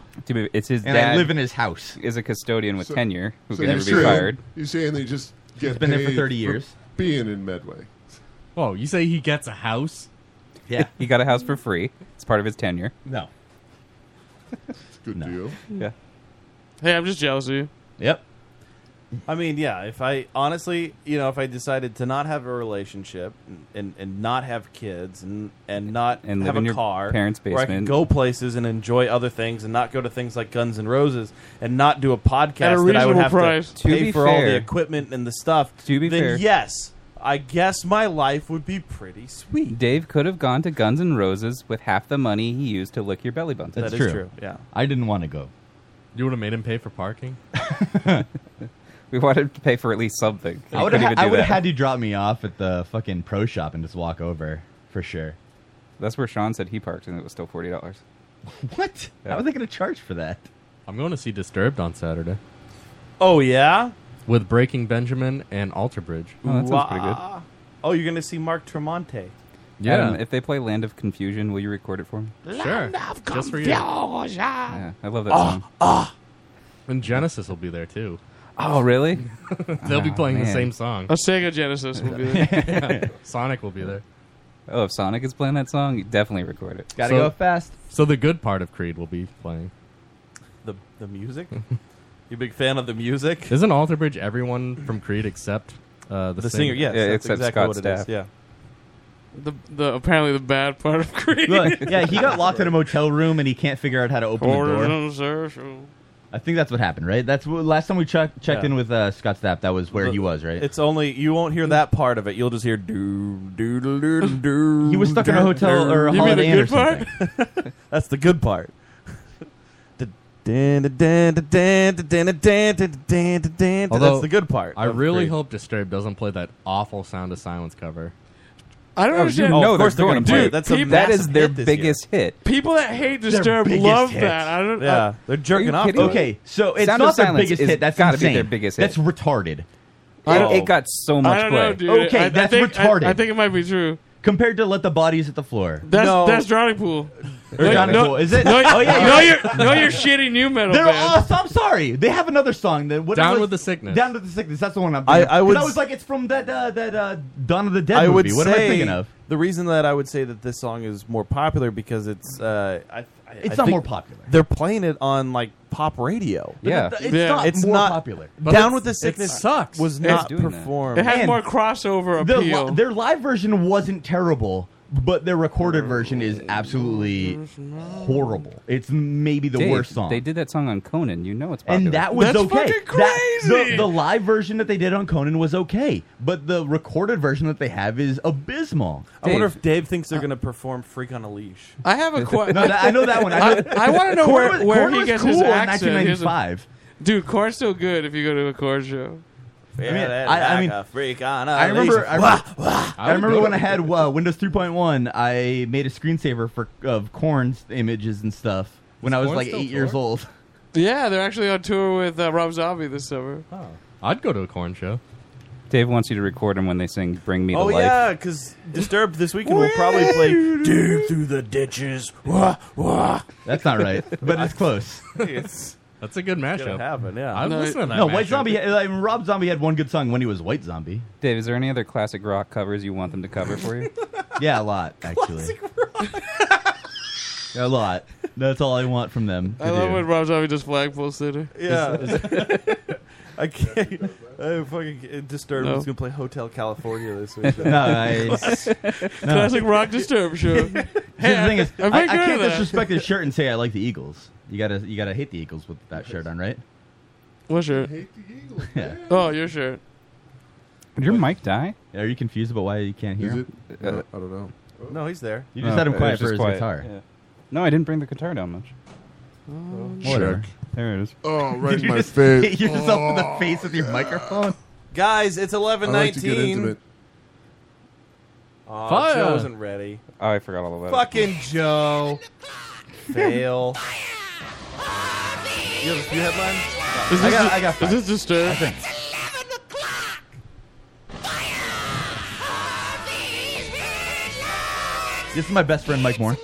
It's his
and
dad
I live in his house.
Is a custodian with
So-
tenure who
so
can
you're
never be
saying-
fired.
You're saying they just
He's
get
been there for
paid
30 years.
being in Medway.
Whoa, Oh, you say he gets a house?
Yeah, he got a house for free. It's part of his tenure.
No.
Good deal.
Yeah.
Hey, I'm just jealous of you.
Yep.
I mean, yeah. If I honestly, you know, if I decided to not have a relationship and, and, and not have kids and and not
And live
have
in
a
your
car,
parents'
where I could
basement.
go places and enjoy other things, and not go to things like Guns and Roses, and not do a
At a
podcast that I would
reasonable
have
price.
to
To
pay
be
for all the
fair-
equipment and the stuff.
To be
then
fair-
yes, I guess my life would be pretty sweet.
Dave could have gone to Guns N' Roses with half the money he used to lick your belly button.
That's That is true. true, yeah.
I didn't want to go.
You would have made him pay for parking.
We wanted to pay for at least something.
I
He
would have.
couldn't even
I
do
would have
that.
had you drop me off at the fucking pro shop and just walk over for sure.
That's where Sean said he parked, and it was still forty dollars.
What? How are they going to charge for that?
I'm going to see Disturbed on Saturday.
Oh yeah,
with Breaking Benjamin and Alter Bridge.
Oh, Wah. Oh, you're gonna see Mark Tremonte.
Yeah.
Adam, if they play Land of Confusion, will you record it for me?
Sure. Just for you.
Yeah, I love that
Ah,
song.
And Genesis will be there too.
Oh, really?
They'll be
Oh,
playing the
man.
same song.
A Sega Genesis will be there.
Yeah. Sonic will be there.
Oh, if Sonic is playing that song, you definitely record it.
So- So the good part of Creed will be playing.
The the music. you a big fan of the music?
Isn't Alter Bridge everyone from Creed except uh, the,
The singer, yes, Yeah, that's except exactly Scott what it is, Stapp. yeah.
The, the apparently the bad part of Creed.
Look, yeah, he got locked in a motel room and he can't figure out how to open the door.
Corners are so-
I think that's what happened, right? That's what, last time we check, checked
Yeah.
in with uh, Scott Stapp. That was where he was, right?
It's only you won't hear that part of it. You'll just hear doo doo doo doo, doo.
He was stuck in a hotel or a
You mean the
Holiday Inn or
good part? That's the good part. Dun, dun, dun, dun, dun, dun, dun, dun, dun, dun, dun. That's the good part.
I
of
really
Creed.
hope Disturbed doesn't play that awful Sound of Silence cover.
I don't
Oh,
understand.
dude, no, Oh, of they're course they're gonna
Dude,
play it. That's a
people-
massive That is their hit this
biggest hit.
People that hate
Their
Disturbed
biggest
love
hit.
that. I don't.
Yeah,
I-
they're jerking off.
kidding me?
Okay, so it's
Sound of
not their
Silence
biggest
is
hit. That's
gotta be
insane.
their biggest hit.
That's retarded.
It- it got so much
Oh. I don't know,
play.
dude.
Okay,
I- I
that's
think- I-
retarded.
I think it might be true.
Compared to let the bodies at the floor.
That's that's drowning pool.
Or Drowning Pool, is it?
No,
Oh, yeah,
no,
yeah.
you're no, you're shitty new metal.
They're
band.
awesome. I'm sorry. They have another song that what
Down
was-
with the Sickness.
Down with the sickness. That's the one I'm.
I-
thinking of.
I would
'Cause I
s-
was like, it's from that uh, that uh, Dawn of the Dead movie. what am I thinking of?
The reason that I would say that this song is more popular because it's uh, I, I,
It's
I
not
think
more popular.
They're playing it on like pop radio.
But Yeah. it- it's not more popular. But
Down
it's-
with the
it
sickness
sucks.
Was
It's
not
doing that.
performed.
It has
Man.
more crossover
Their, li-
appeal.
their live version wasn't terrible, but their recorded version is absolutely horrible. It's maybe the
Dave,
worst song.
They did that song on Conan. You know it's popular.
and that was okay. That- the- the, live version that they did on Conan was okay, but the recorded version that they have is abysmal.
I wonder if Dave thinks they're going to perform "Freak on a Leash."
I have a question.
No, that- I know that one. I know-
I, want to know
Korn
where,
was-
where
Korn
he
was
gets
cool
his
in
accent. Here's a-
1995.
Dude, Korn's still good if you go to a Korn show.
Yeah, I mean, that's I- I like mean, a freak on a
I remember. I,
Wah,
remember- I
would
remember
go
when
to-
I had uh, Windows 3.1. I made a screensaver for of Corn's images and stuff when
Is
I was
Korn
like
still
eight years
touring?
old.
Yeah, they're actually on tour with uh, Rob Zombie this summer.
I'd go to a corn show.
Dave wants you to record him when they sing "Bring Me
Oh
to Life."
yeah, because Disturbed this weekend will probably play "Dig Through the Ditches." Wah wah.
That's not right, but it's close.
it's
that's a good mashup.
Gonna happen, yeah.
I'm listening to that.
No, White
mashup.
Zombie. had- Like, Rob Zombie had one good song when he was White Zombie.
Dave, is there any other classic rock covers you want them to cover for you?
Yeah, a lot actually. a lot. That's all I want from them. to
I love
do.
when Rob Zombie does flagpole sitter.
Yeah. I can't. I fucking can't- disturbed.
No.
was gonna play Hotel California this week.
No, I- no.
Classic rock disturbed show.
See,
Hey,
the thing is,
I-
I,
I'm
I
good at
can't
that.
disrespect his shirt and say I like the Eagles. You gotta, you gotta hate the Eagles with that shirt on, right?
What shirt? Oh, your shirt.
Did your mic die?
Are you confused about why you can't hear?
Is
him?
it? I don't- I don't know.
No, he's there.
You just had him
Uh, Oh, it
quiet
was
for
just
his
quiet.
guitar.
Yeah. No, I didn't bring the guitar down much.
Oh.
Whatever. There it is.
Oh, right
Did
in
you
my
just
face. Oh,
hit yourself in the face with your microphone?
Guys, it's eleven
I like to get
nineteen.
intimate.
Oh,
Fire.
Joe isn't ready.
Oh, I forgot all about
Fucking Joe. Fail. You have a few headlines.
Is
I
this
got.
di-
I got.
Is
Five.
this disturbed?
This is my best friend Mike Moore.
I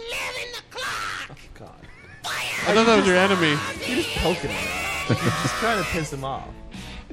thought that was your enemy.
You're just poking him. You're just trying to piss him off.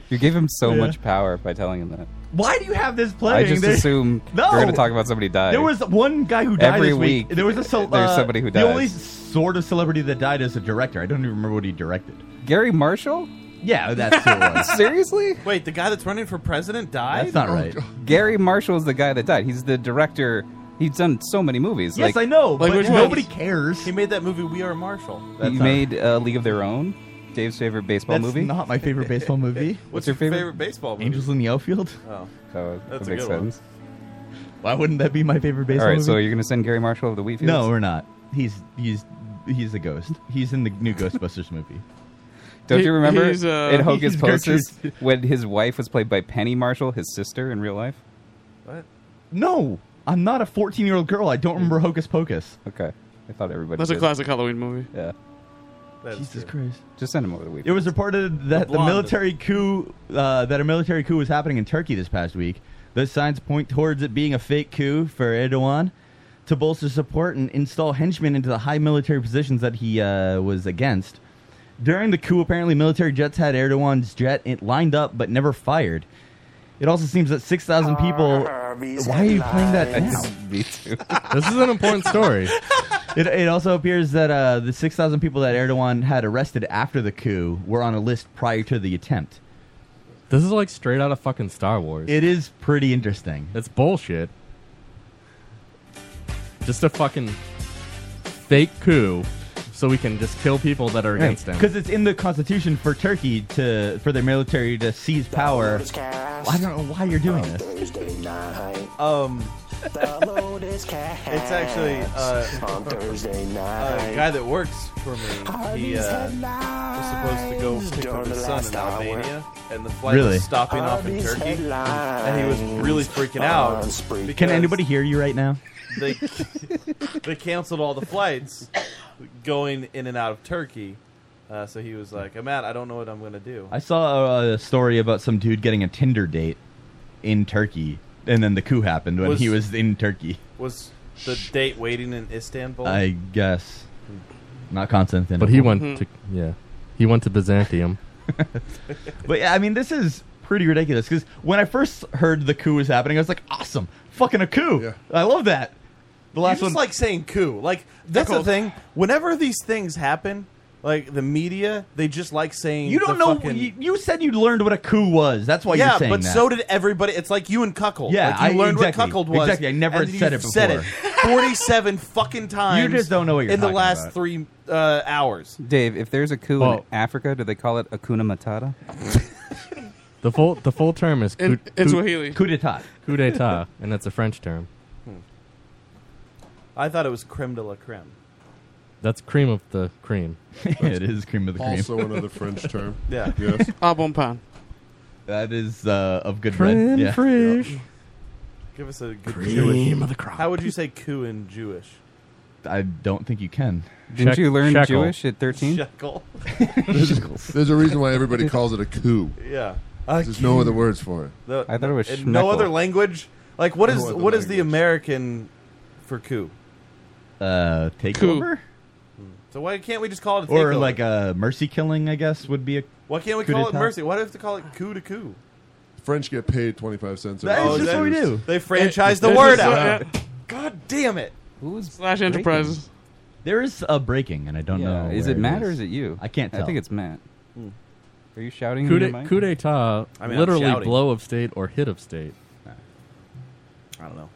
You gave him so
Yeah.
much power by telling him that.
Why do you have this
I
playing?
just
There-
assume
no.
we're going to talk about somebody dying.
There was one guy who died
Every
this
week,
There was a cel-
there's
uh,
somebody who
The only
dies.
sort of celebrity that died is a director. I don't even remember what he directed.
Gary Marshall?
Yeah, that's who it was.
Seriously?
Wait, the guy that's running for president died.
That's not right.
Gary Marshall is the guy that died. He's the director. He's done so many movies.
Yes,
like,
I know,
like
but
which
nobody cares.
He made that movie We Are Marshall.
he
not-
made uh, League of Their Own, Dave's favorite baseball
That's
movie.
not my favorite baseball movie.
What's your favorite?
baseball movie?
Angels in the Outfield.
Oh,
Oh,
That's
that
a
makes
good one.
sense.
Why wouldn't that be my favorite
All
baseball
right,
movie?
so you're going to send Gary Marshall over the wheat fields?
no, we're not. He's he's he's a ghost. He's in the new Ghostbusters movie.
Don't
He-
you remember
he's, uh,
in Hocus
he's
Pocus when his wife was played by Penny Marshall, his sister in real life?
No, I'm not a 14 year old girl. I don't remember Hocus Pocus.
Okay, I thought everybody.
That's a
did.
classic Halloween movie.
Yeah.
Jesus Christ.
Just send him over the week.
It was reported that the
blonde.
military coup uh, that a military coup was happening in Turkey this past week. Those signs point towards it being a fake coup for Erdogan to bolster support and install henchmen into the high military positions that he uh, was against. During the coup, apparently military jets had Erdogan's jet it lined up but never fired. It also seems that six thousand people. Why are you playing that now?
Me too.
this is an important story. It, it also appears that uh, the 6,000 people that Erdogan had arrested after the coup were on a list prior to the attempt.
This is like straight out of fucking Star Wars.
It is pretty interesting.
It's bullshit. just a fucking fake coup, so we can just kill people that are against him.
Because it's in the constitution for Turkey to for their military to seize power. I don't know why you're doing this.
Oh.
Um, it's actually
oh,
uh, a guy that works for me. He uh, was supposed to go pick up his son in Albania, and the flight
Really?
was stopping off in Turkey, and he was really freaking out. because
Can anybody hear you right now?
They they canceled all the flights going in and out of Turkey. Uh, so he was like, "I'm out. I don't know what I'm going to do."
I saw a, a story about some dude getting a Tinder date in Turkey, and then the coup happened when
Was-
he was in Turkey.
Was the date waiting in Istanbul?
I guess not Constantinople,
But he went to yeah, he went to Byzantium.
But yeah, I mean, this is pretty ridiculous because when I first heard the coup was happening, I was like, "Awesome, fucking a coup! I love that." The
You
last
just
one,
like saying coup. Like that's the
Eccles.
thing. Whenever these things happen, like the media, they just like saying
you don't
the
know.
fucking-
You, you said you learned what a coup was. That's why
yeah,
you're saying
but
that.
so did everybody. It's like you and cuckold.
Yeah,
like you
I-
learned
exactly.
what cuckold was.
Exactly, I never
and then
said
you
it
said it forty-seven fucking times.
just don't know what you're
in the
talking
last
about.
three uh, hours.
Dave, if there's a coup in
Well-
Africa, do they call it Akuna Matata?
The full the full term is
In-
coup-
in
coup-
Swahili.
Coup d'état.
coup d'état, and that's a French term.
I thought it was creme de la creme.
That's cream of the cream.
it is cream of the cream.
Also another French term.
Yeah.
Yes.
Ah, bon pan.
That is uh, of good
Creme
bread. Yeah.
fraiche.
Give us a good
Cream
Jewish.
of the crop.
How would you say coup in Jewish?
I don't think you can.
Didn't you learn Jewish at 13?
Shekel.
There's a reason why everybody calls it a coup.
Yeah.
There's no other words for it.
The-
I thought it was
and no
schnuckle.
other language. Like what
No
is
other
what is the American for coup?
Uh, takeover,
Hmm. So why can't we just call it a
or
takeover?
like a mercy killing, I guess, would be a.
why can't we
coup
call it
d'etat?
mercy? Why do we have to call it coup to coup?
French get paid 25 cents.
Oh, That
every
is just
hour
what we
used.
do. They franchise the word out. God damn it!
Who's
slash
breaking?
enterprises?
There is a breaking, and I don't
Yeah,
know.
is
where
it Matt or
is.
is it you?
I can't
I
tell.
think it's Matt. Hmm. Are you shouting?
Coup,
in
de,
your mic?
coup d'état,
I mean, I'm
literally
shouting.
blow of state or hit of state.
I don't know.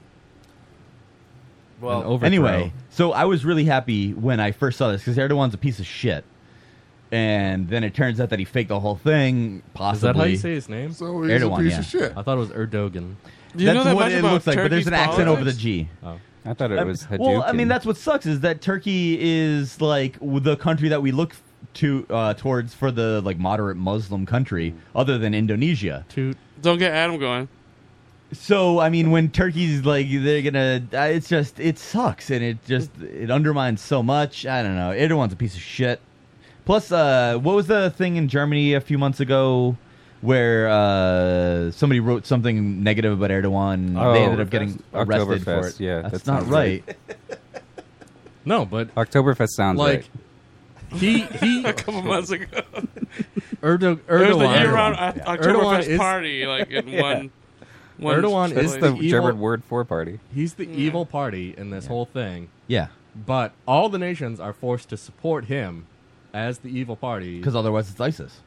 An overthrow.
anyway, so I was really happy when I first saw this because Erdogan's a piece of shit, and then it turns out that he faked the whole thing.
Is that how
Possibly.
you say his name?
So
he's a Erdogan, piece of yeah.
shit.
I thought it was Erdogan.
Do you
that's
know that
what
much
it
about
looks like, but there's
Turkey's
an accent over the
politics?
G.
Oh.
I thought it
Um,
was
well, I mean,
Hadouken.
that's what sucks is that Turkey is like w- the country that we look f- to uh, towards for the like moderate Muslim country, other than Indonesia.
Don't get Adam going.
So I mean, when Turkey's like they're gonna, uh, it's just it sucks and it just it undermines so much. I don't know. Erdogan's a piece of shit. Plus, uh, what was the thing in Germany a few months ago where uh, somebody wrote something negative about Erdogan?
Oh,
they ended up getting
Oktoberfest.
arrested for
Oktoberfest,
it.
yeah,
that's
that
not
sounds
right.
right.
No, but
Oktoberfest sounds
like
right.
he he
a couple months ago.
Erdo-
There was the
Erdogan.
year-round
Yeah.
Oc-
Erdogan
Oktoberfest
is-
party, like in
Yeah.
one. one
Erdogan
place.
is
It's the
evil-
German word for party.
He's the evil party in this whole thing.
Yeah.
But all the nations are forced to support him as the evil party.
Because otherwise, it's ISIS.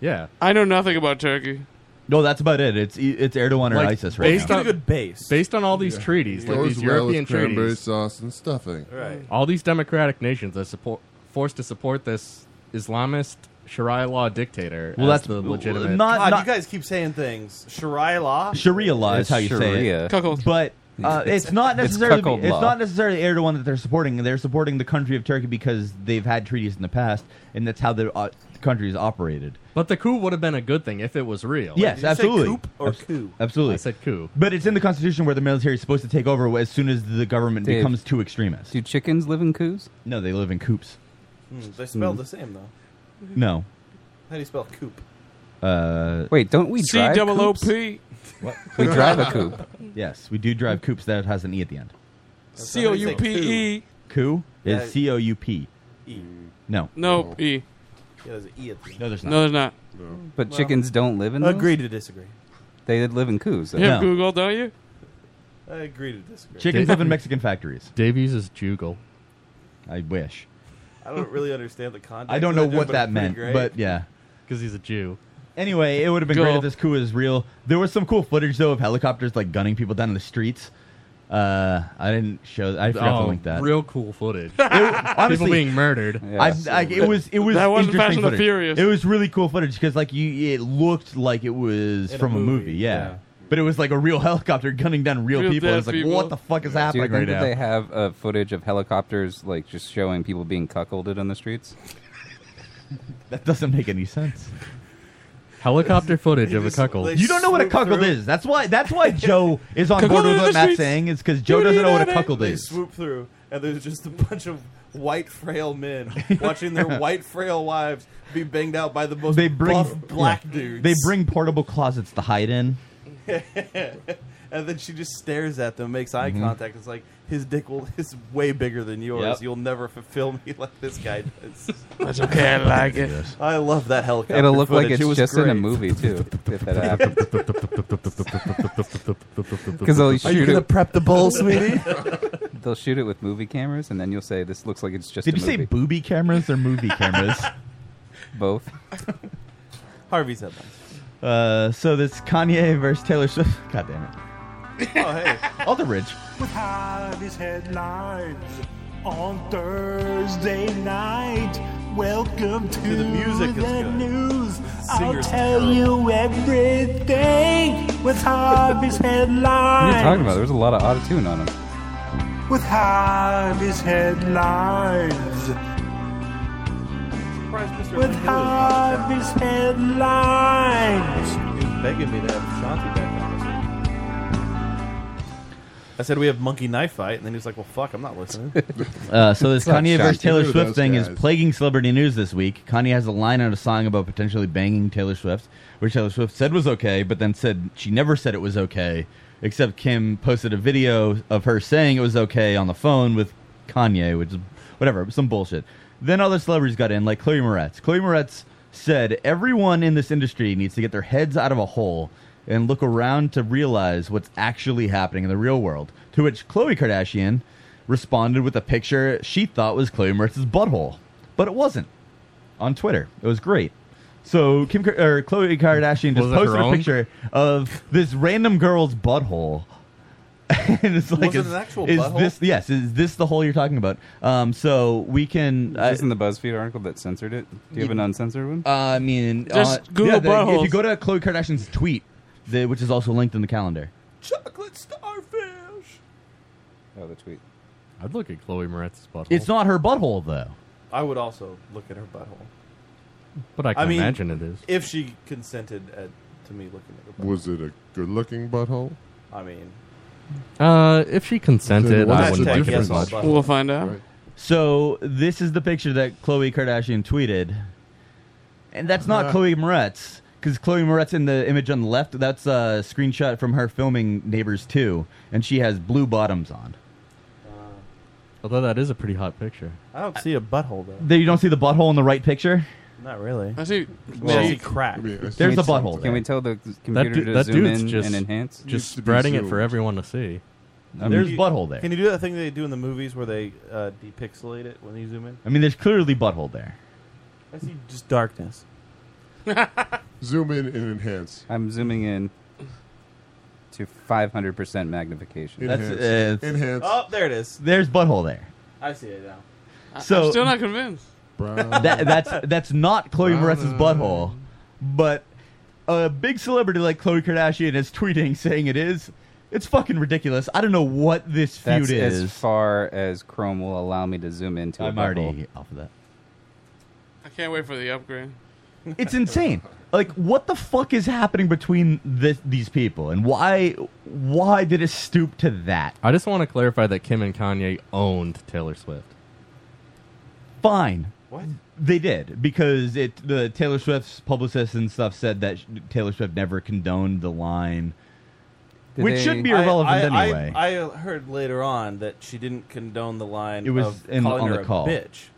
Yeah.
I know nothing about Turkey.
No, that's about it. It's e, it's Erdogan or
Like,
ISIS right
based
now.
on- Based on all these treaties, like
Goes
these
well
European
with cranberry
treaties.
sauce and stuffing.
Right.
All these democratic nations are support, forced to support this Islamist Sharia law dictator
Well,
as
that's-
the
well,
legitimate.
not-
God, you guys keep saying things. Sharia law.
Sharia law is
It's
how you say
Sharia. Cuckold.
it. But uh, it's not
It's
necessarily it's,
cuckold law.
not necessarily Erdogan that they're supporting. They're supporting the country of Turkey because they've had treaties in the past, and that's how the uh, country is operated.
but the coup would have been a good thing if it was real.
yes, absolutely. Abs- Absolutely.
I said coup.
But it's in the constitution where the military is supposed to take over as soon as the government
Dave.
becomes too extremist.
Do chickens live in coups?
No, they live in coops.
Hmm, they spell the same though.
No.
How do you spell coop?
Uh,
Wait, don't we
C double O P.
What?
We drive a coupe.
Yes, we do drive coops. That has an e at the end.
C O U P E.
Coup
Yeah.
is C O U P.
E.
No.
No E.
Yeah, there's an e at the end.
No, there's
No, there's not.
But
Well,
chickens don't live in. Those?
agree to disagree.
They live in coups.
You have Google, don't you?
I agree to disagree.
Chickens live in Mexican factories.
Davies is Jugal.
I wish.
I don't really understand the context.
I
of
don't know
it,
what
but
that
it's pretty
meant,
great.
but yeah.
Because he's a Jew.
Anyway, it would have been
Go.
great if this coup is real. There was some cool footage though of helicopters like gunning people down in the streets. Uh, I didn't show. I forgot
Oh,
to link that.
real cool footage.
It- honestly,
People being murdered.
I, I, it was. It was.
That wasn't
interesting
Fast and the
footage.
Furious.
It was really cool footage because like you, it looked like it was
In a
from a movie.
movie,
yeah. But it was like a real helicopter gunning down real, people. It's like, what the fuck is
Do you
happening
think
right
that
now?
they have uh, footage of helicopters like just showing people being cuckolded on the streets?
that doesn't make any sense.
Helicopter footage of a cuckold.
You don't know what a cuckold is. That's why. That's why Joe is on
Cuckold
board with
in
what
the
Matt's
streets.
saying. Is because Joe doesn't know what a cuckold
they
is.
swoop through, and there's just a bunch of white frail men watching their white frail wives be banged out by the most
They bring
buff black
yeah.
dudes.
They bring portable closets to hide in.
and then she just stares at them, makes eye
Mhm.
contact. It's like his dick will is way bigger than yours.
Yep.
You'll never fulfill me like this guy does.
That's okay, I like it.
I love that helicopter.
It'll look like
footage.
it's
It was
just in a
great.
movie too, if that happens. Because
Are
they'll
you
shoot
gonna
it-
prep the bowl, sweetie?
they'll shoot it with movie cameras, and then you'll say, "This looks like it's just."
Did
a
you say
movie."
booby cameras or movie cameras?
Both.
Harvey's headlines.
Uh, so this Kanye versus Taylor Swift. God damn it.
Oh hey,
Alderidge.
with Harvey's headlines on Thursday night. Welcome to the,
music is good.
news. I'll
Singer's
tell
terrible.
you everything with Harvey's
What are
headlines.
you talking about? There's a lot of auto tune on them.
With Harvey's headlines. With Harvey's headlines.
He was begging me to have Shanti back on. this week. I said we have monkey knife fight, and then he's like, "Well, fuck, I'm not listening."
Uh, so this Kanye versus Taylor
Who are
Swift
those
thing
guys?
is plaguing celebrity news this week. Kanye has a line on a song about potentially banging Taylor Swift, which Taylor Swift said was okay, but then said she never said it was okay. Except Kim posted a video of her saying it was okay on the phone with Kanye, which is whatever, some bullshit. Then other celebrities got in, like Chloe Moretz. Chloe Moretz said, "Everyone in this industry needs to get their heads out of a hole." and look around to realize what's actually happening in the real world. To which Khloe Kardashian responded with a picture she thought was Khloe Moretz's butthole, but it wasn't. On Twitter, it was great. So Kim Kar- or Khloe Kardashian just
Was it her
posted a
own?
picture of this random girl's butthole. and it's like,
Was it
is,
an actual
is
butthole?
this yes? Is this the hole you're talking about? Um, so we can. Uh,
Isn't the BuzzFeed article that censored it? Do you have an uncensored one?
Uh, I mean,
Just
uh,
Google
yeah, the- If you
buttholes.
go to Khloe Kardashian's tweet, the, which is also linked in the calendar,
Chocolate starfish.
Oh, the tweet.
I'd look at Chloe Moretz's butthole.
It's not her butthole though.
I would also look at her butthole.
But I can
mean,
imagine it is.
If she consented at, to me looking at her butthole.
Was it a good-looking butthole?
I mean,
Uh, if she consented,
Then
I
what's
wouldn't
the
like it as
difference?
much.
We'll find out.
So this is the picture that Khloe Kardashian tweeted, and that's not
Uh.
Khloe Moretz because Khloe Moretz in the image on the left that's a screenshot from her filming Neighbors 2, and she has blue bottoms on.
Uh, Although that is a pretty hot picture.
I don't see a butthole though.
There, you don't see the butthole in the right picture.
Not really.
I see.
Well, I see crack.
There's the butthole.
Can we tell the
That,
computer
du-
to
that
zoom
dude's
in
just
and enhance?
just spreading it for everyone to see.
There's butthole there.
Can you do that thing they do in the movies where they uh, depixelate it when you zoom in?
I mean, there's clearly butthole there.
I see just darkness.
Zoom in and enhance.
I'm zooming in to 500% magnification.
That's- Enhance. uh, it's- Enhance.
Oh, there it is.
There's butthole there.
I see it now.
So
I'm still not convinced.
that, that's that's not Chloe
Brown
Moretz's butthole, but a big celebrity like Khloe Kardashian is tweeting saying it is. It's fucking ridiculous. I don't know what this feud
That's
is.
as far as Chrome will allow me to zoom into. a
I'm already
butthole.
off of that.
I can't wait for the upgrade.
It's insane. Like, what the fuck is happening between this, these people, and why why did it stoop to that?
I just want to clarify that Kim and Kanye owned Taylor Swift.
Fine.
What?
They did because it the Taylor Swift's publicists and stuff said that sh- Taylor Swift never condoned the line, which should be irrelevant
I, I-
anyway.
I, heard later on that she didn't condone the line.
It was
of
in-
calling
on
her
the
a
call.
bitch.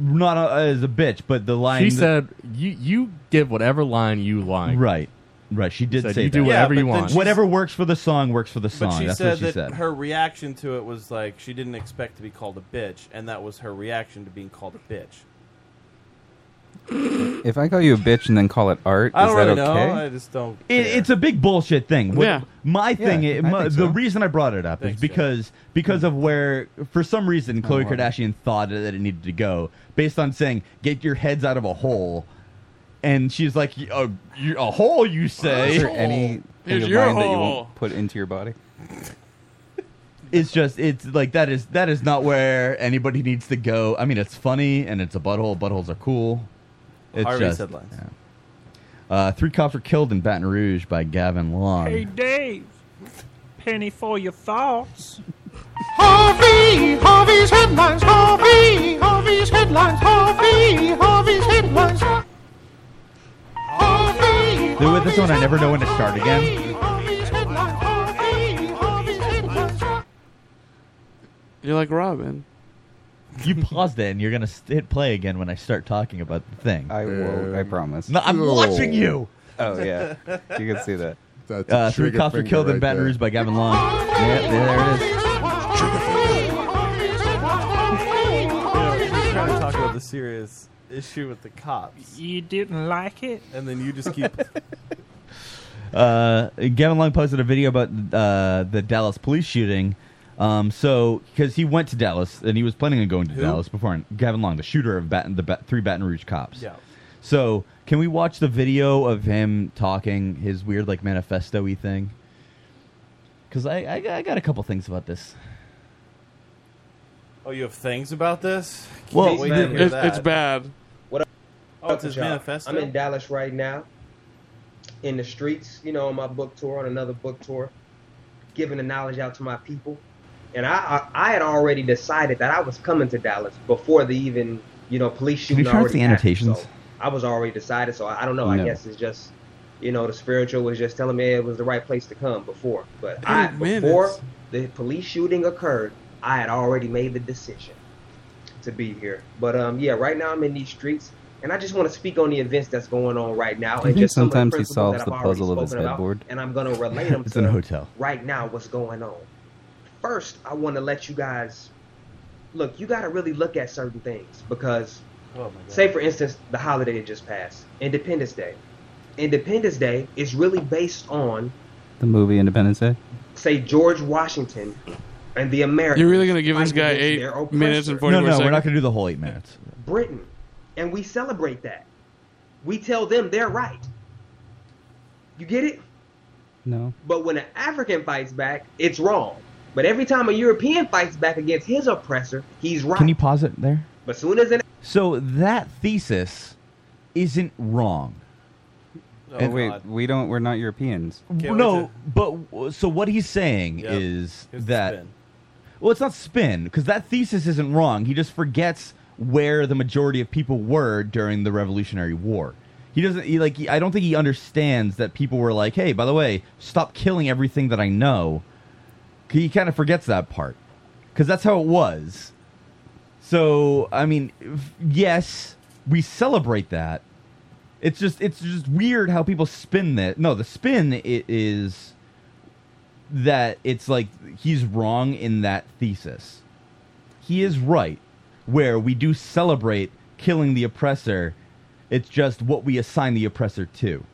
Not uh as a bitch, but the line
she
that-
said, "You you give whatever line you like."
Right, right. She did
said,
say
"You
that.
do whatever you want."
Whatever works for the song works for the
But
song.
she
That's
said
what she
that
said.
her reaction to it was like she didn't expect to be called a bitch, and that was her reaction to being called a bitch.
If I call you a bitch and then call it art,
I
is
don't
that
really know.
okay?
I just don't.
It, it's a big bullshit thing. What-
Yeah.
My
Yeah,
thing, is
I
my,
think
the
so.
reason I brought it up
Thanks,
is because because of where, for some reason, Khloe
love it.
Kardashian thought that it needed to go based on saying "get your heads out of a hole," and she's like, "Y- "A, you- a hole, you say?"
Is there any thing of mine that you won't put into your body?
It's just it's like that is that is not where anybody needs to go. I mean, it's funny and it's a butthole. Buttholes are cool. It's
Harvey's
just-
headlines.
yeah. Uh, three cops were killed in Baton Rouge by Gavin Long.
Hey, Dave. Penny for your thoughts. Harvey, Harvey's headlines. Harvey, Harvey's headlines. Harvey, Harvey's headlines. Harvey,
Dude, with this one, I never know when to start again.
Harvey's headlines. Harvey, Harvey's headlines.
You're like Robin. You paused it, and you're gonna st- hit play again when I start talking about the thing. I
will. I promise.
No, I'm
No.
watching you.
Oh, yeah. You can see that.
That's
Uh, three cops were killed in Baton Rouge by Gavin Long. Yeah, there it is.
trying to talk about the serious issue with the cops,
You didn't like it?
and then you just keep.
Uh, Gavin Long posted a video about uh, the Dallas police shooting. Um, so, because he went to Dallas and he was planning on going to
Who?
Dallas before, and Gavin Long, the shooter of Baton, the Bat- three Baton Rouge cops.
Yeah.
So, can we watch the video of him talking his weird like manifesto y thing? Because I, I I got a couple things about this.
oh, you have things about this? Can't
Well,
wait to hear
it's-
that.
it's
bad.
What up?
Oh, it's his
y'all?
manifesto?
I'm in Dallas right now, in the streets, you know, on my book tour, on another book tour, giving the knowledge out to my people. And I, I, I had already decided that I was coming to Dallas before the even, you know, police
Can
shooting
you turn off
already
the
happened.
annotations?
So I was already decided, so I, I don't know.
No.
I guess it's just, you know, the spiritual was just telling me it was the right place to come before. But I,
Eight minutes.
before the police shooting occurred, I had already made the decision to be here. But um, yeah, right now I'm in these streets, and I just want to speak on the events that's going on right now.
I
and
think
just some of the
Mhm. sometimes he
principles
solves
that
the
I've already
puzzle of his
spoken about,
headboard.
and I'm gonna relate them
It's
to
in a hotel.
right now what's going on. First, I want to let you guys look. You got to really look at certain things because, say for instance, the holiday that just passed, Independence Day. Independence Day is really based on
The movie Independence Day?
say George Washington and the Americans.
You're really gonna give this
fighting
guy
against
eight
their oppressors.
minutes and
No, no, we're not going to do the whole eight minutes.
Britain, and we celebrate that. We tell them they're right. You get it?
No.
But when an African fights back, it's wrong. But every time a European fights back against his oppressor, he's right.
Can you pause it there?
But soon as an
So that thesis isn't wrong.
Oh, wait, we don't. We're not Europeans.
no, but w- so what he's saying is that well, it's not spin because that thesis isn't wrong. He just forgets where the majority of people were during the Revolutionary War. He doesn't he, like. he- I don't think he understands that people were like, "Hey, by the way, stop killing everything that I know." He kind of forgets that part because that's how it was. So I mean, f- yes, we celebrate that. It's just it's just weird how people spin that. No, the spin i- is that it's like he's wrong in that thesis. He is right where we do celebrate killing the oppressor. It's just what we assign the oppressor to.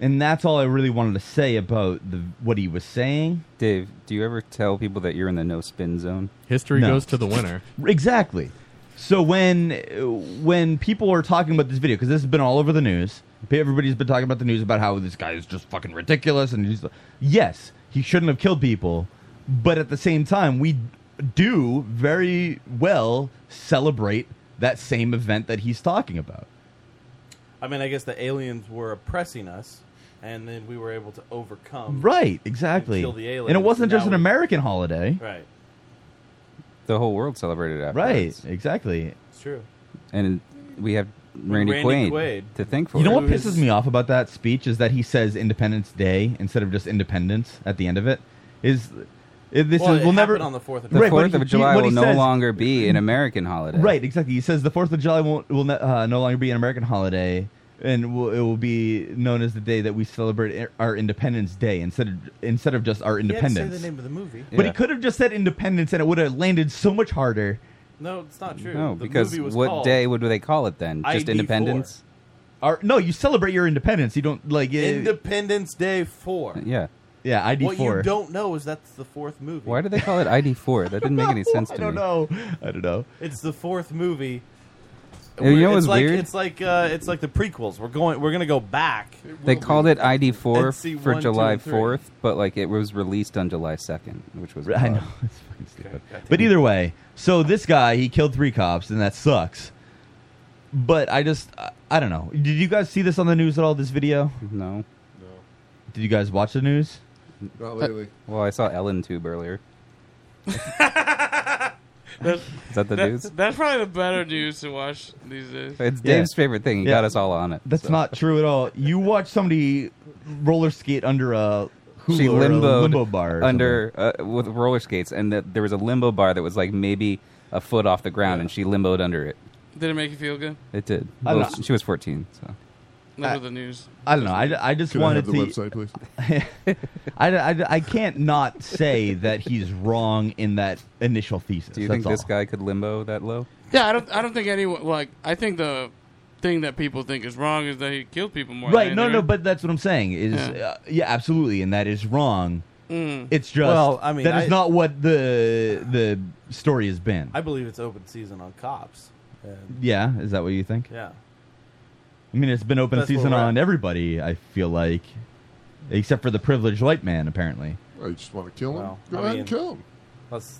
And that's all I really wanted to say about the, what he was saying.
Dave, do you ever tell people that you're in the no spin zone?
History
No.
goes to the winner.
Exactly. So when when people are talking about this video, because this has been all over the news, everybody's been talking about the news about how this guy is just fucking ridiculous, and he's yes, he shouldn't have killed people, but at the same time, we do very well celebrate that same event that he's talking about.
I mean, I guess the aliens were oppressing us, and then we were able to overcome.
Right, exactly.
And kill the aliens,
and it
and
wasn't just an
now
American holiday.
we- Right.
The whole world celebrated after.
Right, exactly.
It's true.
And we have Randy,
Randy
Quaid,
Quaid.
to thank for
You know
it.
what pisses me off about that speech is that he says Independence Day instead of just Independence at the end of it. Is it, this
Well,
is
it
will never
happened on the 4th of
Right,
July. The
but
4th of July
what
will no
says-
longer be an American holiday.
Right, exactly. He says the Fourth of July won't, will no- uh, no longer be an American holiday, and will, it will be known as the day that we celebrate i- our Independence Day instead of instead of just our
You had to say
independence.
the name of the movie.
But
Yeah.
he could have just said Independence, and it would have landed so much harder.
No, it's not true.
No,
The
because
movie was
what
called
day would they call it then? Just
ID4.
Independence?
Or, no, you celebrate your independence. You don't like uh,
Independence Day Four.
Yeah.
Yeah, ID
What
four.
you don't know is that's the fourth movie.
Why do they call it ID4? That didn't make any sense to
I don't
me.
know.
I don't know.
It's the fourth movie.
And you know what's
it's like,
weird?
It's like uh, it's like the prequels. We're going. We're gonna go back.
They called it
And see
ID4 for
one, two,
July
and three.
4th, but like it was released on July 2nd, which was
I know. It's fucking stupid. But either way, so this guy he killed three cops, and that sucks. But I just I, I don't know. Did you guys see this on the news at all? This video?
No. No.
Did you guys watch the news?
Not lately.
Uh, Well, I saw Ellen Tube earlier.
That's,
Is that the
that-
news?
That's probably the better news to watch these days.
It's
Yeah.
Dave's favorite thing. He
Yeah.
got us all on it.
That's
so.
not true at all. You watch somebody roller skate under a hula
she
or a
limboed
limbo bar or
under uh, with roller skates, and that there was a limbo bar that was like maybe a foot off the ground, and she limboed under it.
Did it make you feel good?
It did.
I don't
Well,
know.
she was 14, so
Look
I-
at the news.
I don't know. I, I just
Could I
wanted
have the
to.
website, please?
I, I, I can't not say that he's wrong in that initial thesis.
Do you
That's
think this
all.
guy could limbo that low?
Yeah, I don't. I don't think anyone like. I think the thing that people think is wrong is that he killed people more.
Right?
Than
No, no.
anything.
But that's what I'm saying. Is
Yeah.
yeah, uh, yeah absolutely, and that is wrong.
Mm.
It's just
Well, I mean,
that is
I-
not what the the story has been.
I believe it's open season on cops. And,
Yeah, is that what you think?
yeah.
I mean, it's been open
That's where
season
we're at.
on everybody. I feel like, except for the privileged white man, apparently.
I just want to kill him.
Well,
Go
I
ahead
mean,
and kill him.
Plus,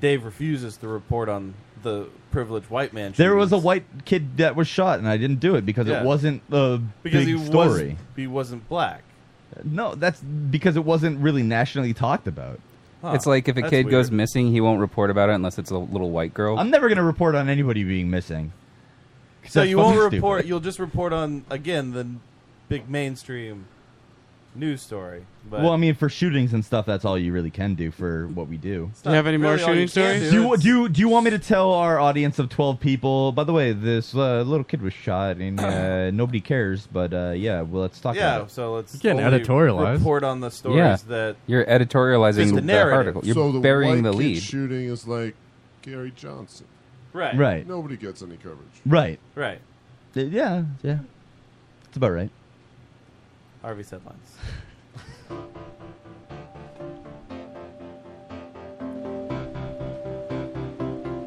Dave refuses to report on the privileged white man.
There
shooting.
was a white kid that was shot, and I didn't do it because
Yeah.
it wasn't a
because
big
he
story.
Was, he wasn't black.
No, that's because it wasn't really nationally talked about.
it's like if a kid goes missing, he won't report about it unless it's a little white girl.
I'm never going to report on anybody being missing.
So
That's
you won't
fucking
report.
stupid.
You'll just report on again the big mainstream news story. But
well, I mean, for shootings and stuff, that's all you really can do for what we do.
Do you have any more really all you shooting can
Do
stories? do.
you, do you do you want me to tell our audience of twelve people? By the way, this uh, little kid was shot, and uh, nobody cares. But uh, yeah, well, let's talk.
yeah.
about it.
So let's
Again,
only
editorialize.
Report on the stories
yeah,
that
you're editorializing the, article. You're
so the white
burying the
kid
lead.
shooting is like Gary Johnson.
Right.
Right.
Nobody gets any coverage.
Right.
Right.
Th- Yeah. Yeah. That's about right.
Harvey said lines.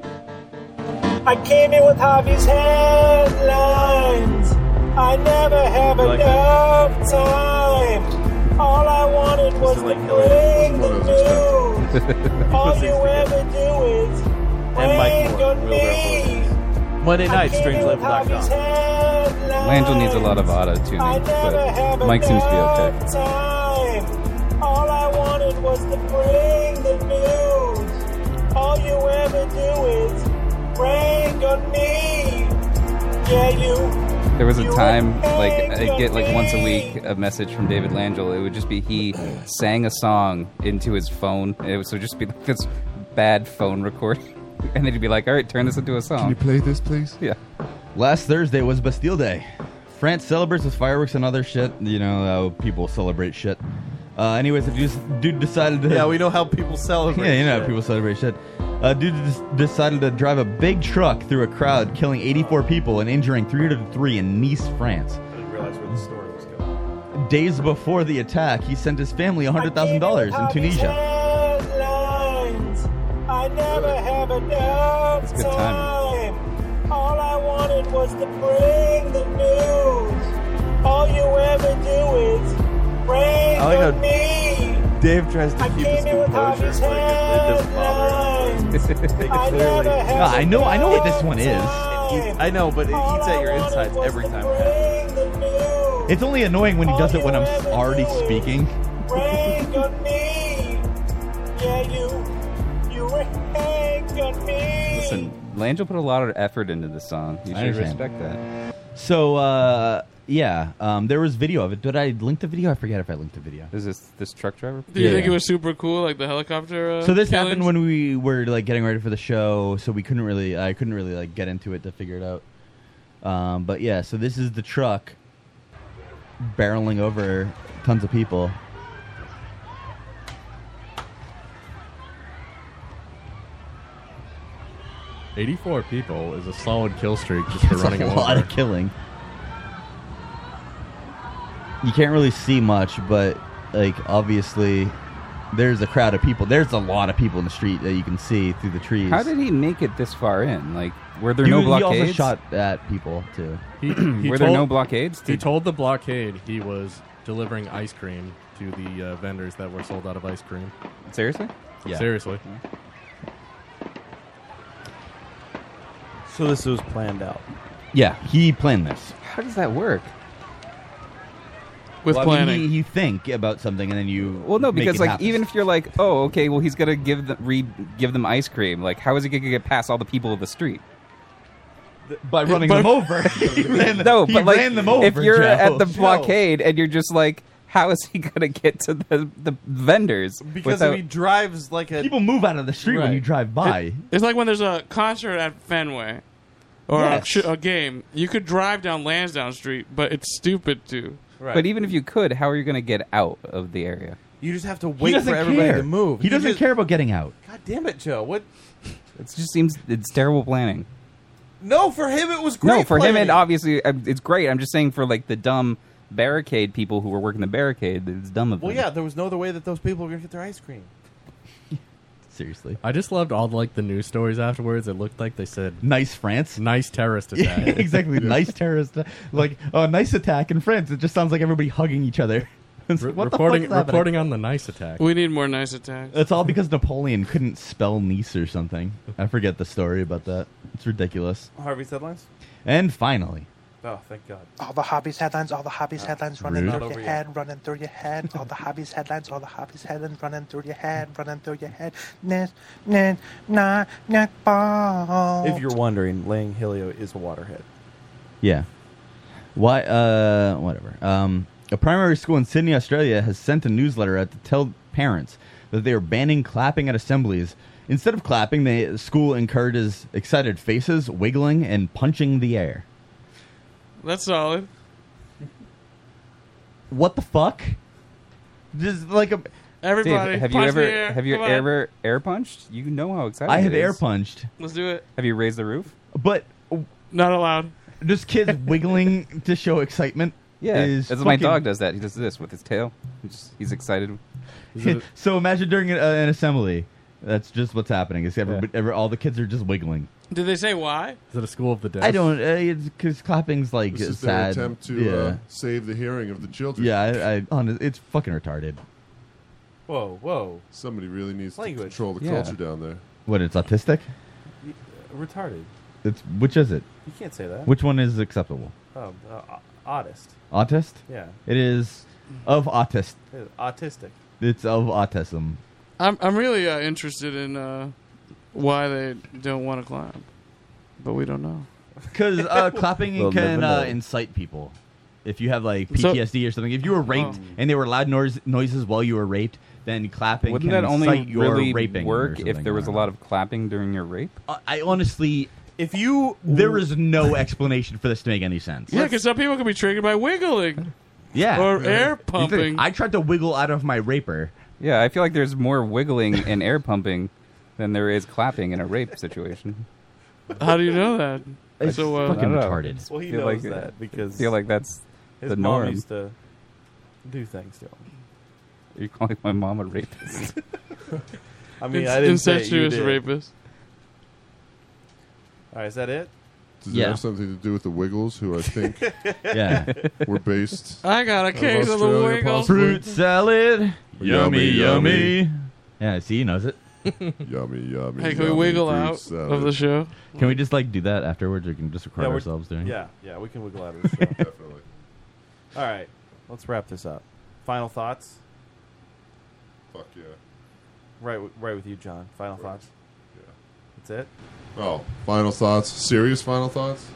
I came in with Harvey's headlines. I never have
Like-
enough time. All I wanted was to bring the news. All you ever do is
And Mike
wait
Moore,
on
Wheelbarrow
me.
Monday night,
Harvey's
strangelabel.com.
headlines.
Langell needs a lot of auto tuning, but Mike seems to be okay.
time. All I wanted was to bring the news. All you ever do is bring on me. Yeah, you.
There was a time, like I get like once a week a message from David Langell. It would just be he sang a song into his phone. It would so just be like this bad phone recording, and then he'd be like, "All right, turn this into a song."
play this, please?
Yeah.
Last Thursday was Bastille Day. France celebrates with fireworks and other shit. You know how people celebrate shit. Uh, anyways, if you s- dude decided to
Yeah, we know how people celebrate.
yeah, you know
shit.
how people celebrate shit. Uh, dude des- decided to drive a big truck through a crowd, killing 84 people and injuring 303 in Nice, France.
I didn't realize where the story was going.
Days before the attack, he sent his family $100,000 in Tunisia.
Headlines. I never have enough
good
time. All I wanted was to bring the news. All you ever do is
I
bring
Oh,
like
on
how-
me.
Dave tries to
I
keep his
came in with
composure,
Harvey's
but it, it doesn't bother him.
I
Clearly.
never have
I know, I know what this one is.
He- I know, but it eats at your insides every time. it happens.
It's only annoying when he does it when I'm s- already speaking.
Bring on me. Yeah, you. You bring on me.
Listen, Langell put a lot of effort into the song. You
I
should
understand.
respect that.
So, uh, yeah, um, there was video of it. Did I link the video? I forget if I linked the video.
Is this this truck driver?
Do you
Yeah.
think it was super cool, like the helicopter? Uh,
So this
killings?
happened when we were like getting ready for the show, so we couldn't really, I couldn't really like get into it to figure it out. Um, but yeah, so this is the truck barreling over tons of people.
84 people is a solid kill streak just for
That's
running
a
him
lot
over.
of killing. You can't really see much, but like obviously, there's a crowd of people. There's a lot of people in the street that you can see through the trees.
How did he make it this far in? Like, were there
You-
no
he also
blockades?
shot at people too.
He- he
were there no
told-
blockades?
He
Did-
told the blockade he was delivering ice cream to the uh, vendors that were sold out of ice cream.
Seriously? Yeah.
Seriously.
So this was planned out.
Yeah, he planned this.
How does that work?
Well, I mean, he- you think about something and then you
Well, no,
make
because
it
like
happen.
even if you're like, oh, okay, well he's gonna give them re give them ice cream. Like, how is he gonna get past all the people of the street?
by running
By-
them over, he ran,
no,
he
but like
ran them over.
if you're
Joe.
at the
Joe.
blockade and you're just like, how is he gonna get to the the vendors?
Because
without-
if he drives like a
people move out of the street
Right.
when you drive by.
It's like when there's a concert at Fenway or a,
Yes.
sh- a game. You could drive down Lansdowne Street, but it's stupid to.
But even if you could, how are you gonna get out of the area?
You just have to
He
wait
doesn't
for everybody
care.
to move.
He doesn't
just-
care about getting out.
God damn it, Joe! What?
It just seems it's terrible planning.
No, for him it was great.
no, for him,
planning.
it obviously um, it's great. I'm just saying for like the dumb barricade people who were working the barricade, it's dumb of
Well,
them.
yeah, there was no other way that those people were gonna get their ice cream.
Seriously.
I just loved all like the news stories afterwards. It looked like they said
nice France,
nice terrorist attack.
exactly. Nice terrorist, like a nice attack in France. It just sounds like everybody hugging each other. It's like, what the
reporting-
fuck's happening?
reporting on the nice attack.
We need more nice attacks.
It's all because Napoleon couldn't spell niece or something. I forget the story about that. It's ridiculous.
Harvey's headlines.
And finally,
Oh, thank God. Uh,
All the hobbies headlines, all the hobbies headlines running
Rude.
through
Not
your
over yet.
head, running through your head. All the hobbies headlines, all the hobbies headlines running through your head, running through your head. Nis, nin, nah, net ball.
If you're wondering, Lang Helio is a waterhead.
yeah. Why? Uh, whatever. Um, a primary school in Sydney, Australia, has sent a newsletter out to tell parents that they are banning clapping at assemblies. Instead of clapping, they, the school encourages excited faces, wiggling, and punching the air.
That's solid.
What the fuck? Just like a
Everybody,
Dave, have you
punch
ever
the air.
have you
Come on.
ever air punched? You know how exciting
I have
it is.
air punched.
Let's do it.
Have you raised the roof?
But
not allowed.
Just kids wiggling to show excitement.
Yeah,
is
that's what my
fucking-
dog does. That he does this with his tail. He's, just- he's excited.
so imagine during an, uh, an assembly, that's just what's happening. Is everybody, every, all the kids are just wiggling.
Did they say why?
Is it a school of the deaf?
I don't. Uh, it's because clapping's like
This is their
sad.
attempt to
yeah,
uh, save the hearing of the children.
yeah. I, I honest, it's fucking retarded.
Whoa, whoa.
Somebody really needs
Language.
to control the
Yeah.
culture down there.
What? It's autistic.
Y- uh, Retarded.
It's which is it?
You can't say that.
Which one is acceptable?
Oh, uh, oddest.
Autist.
Yeah.
It is of autist.
It's Autistic.
It's of autism.
I'm I'm really uh, interested in uh, why they don't want to climb, but we don't know.
Because uh, clapping
We'll never
can
know.
uh, incite people. If you have like
So- Oh.
PTSD or something, if you were raped and there were loud noise- noises while you were raped, then clapping
Wouldn't
can
that
incite
only
your
really
raping or
work if
something.
there was a lot of clapping during your rape?
I- Uh, I honestly,
if you
there is no explanation for this to make any sense.
Yeah, because some people can be triggered by wiggling.
Yeah,
Or air
You think-
pumping.
I tried to wiggle out of my raper.
Yeah, I feel like there's more wiggling and air pumping than there is clapping in a rape situation.
How do you know that?
It's
so uh,
fucking I don't know. retarded.
Well, he
Feel
knows
like-
that because
feel like that's
his
the
mom
norm.
used to do things to him.
Are you calling my mom a rapist?
I mean,
Ins-
I didn't say you
incestuous
did.
rapist.
All right, is that it?
Does it have something to do with the Wiggles, who I think
Yeah.
were based?
I got a
out
case of the
Australia,
Wiggles.
possibly?
Fruit salad,
Yummy, yummy.
Yeah, see, he knows it.
yummy, yummy.
Hey, can we
yummy
wiggle
fruit
out
salad.
of the show?
Can we just like do that afterwards, or can we just record
Yeah, we're-
ourselves doing? it?
Yeah, yeah, we can wiggle out of this. Definitely. All right, let's wrap this up. Final thoughts.
Fuck yeah.
Right, w- right with you, John. Final thoughts.
Yeah.
That's it.
Oh, final thoughts. Serious final thoughts.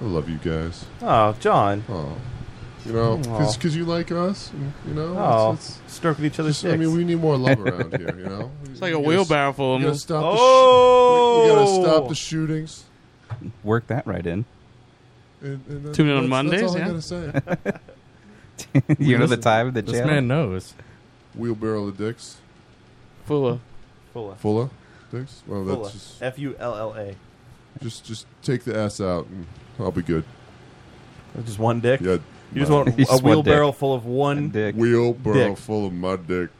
I love you guys.
Oh, John.
Oh, you know,
Aw.
because you like us, and, you know.
Aw.
it's- it's-
Stroking each other's
just- I mean,
dicks.
we need more love around here. You know,
It's like a
We gotta-
wheelbarrow
we
full of
gotta
them.
stop the sh-
Oh!
we- we gotta stop the shootings.
Work that right in.
And, and that-
Tune in on
that's-
Mondays,
That's all I gotta say.
you know the time of the
this
channel?
man knows.
Wheelbarrow of dicks.
Full of.
Fulla.
Full of dicks. Well, that's
Fulla.
just
F U L L A.
Just just take the S out, and I'll be good.
Just one dick.
Yeah,
You just want a wheelbarrow full of one
Wheelbarrow
dick.
full of my dick.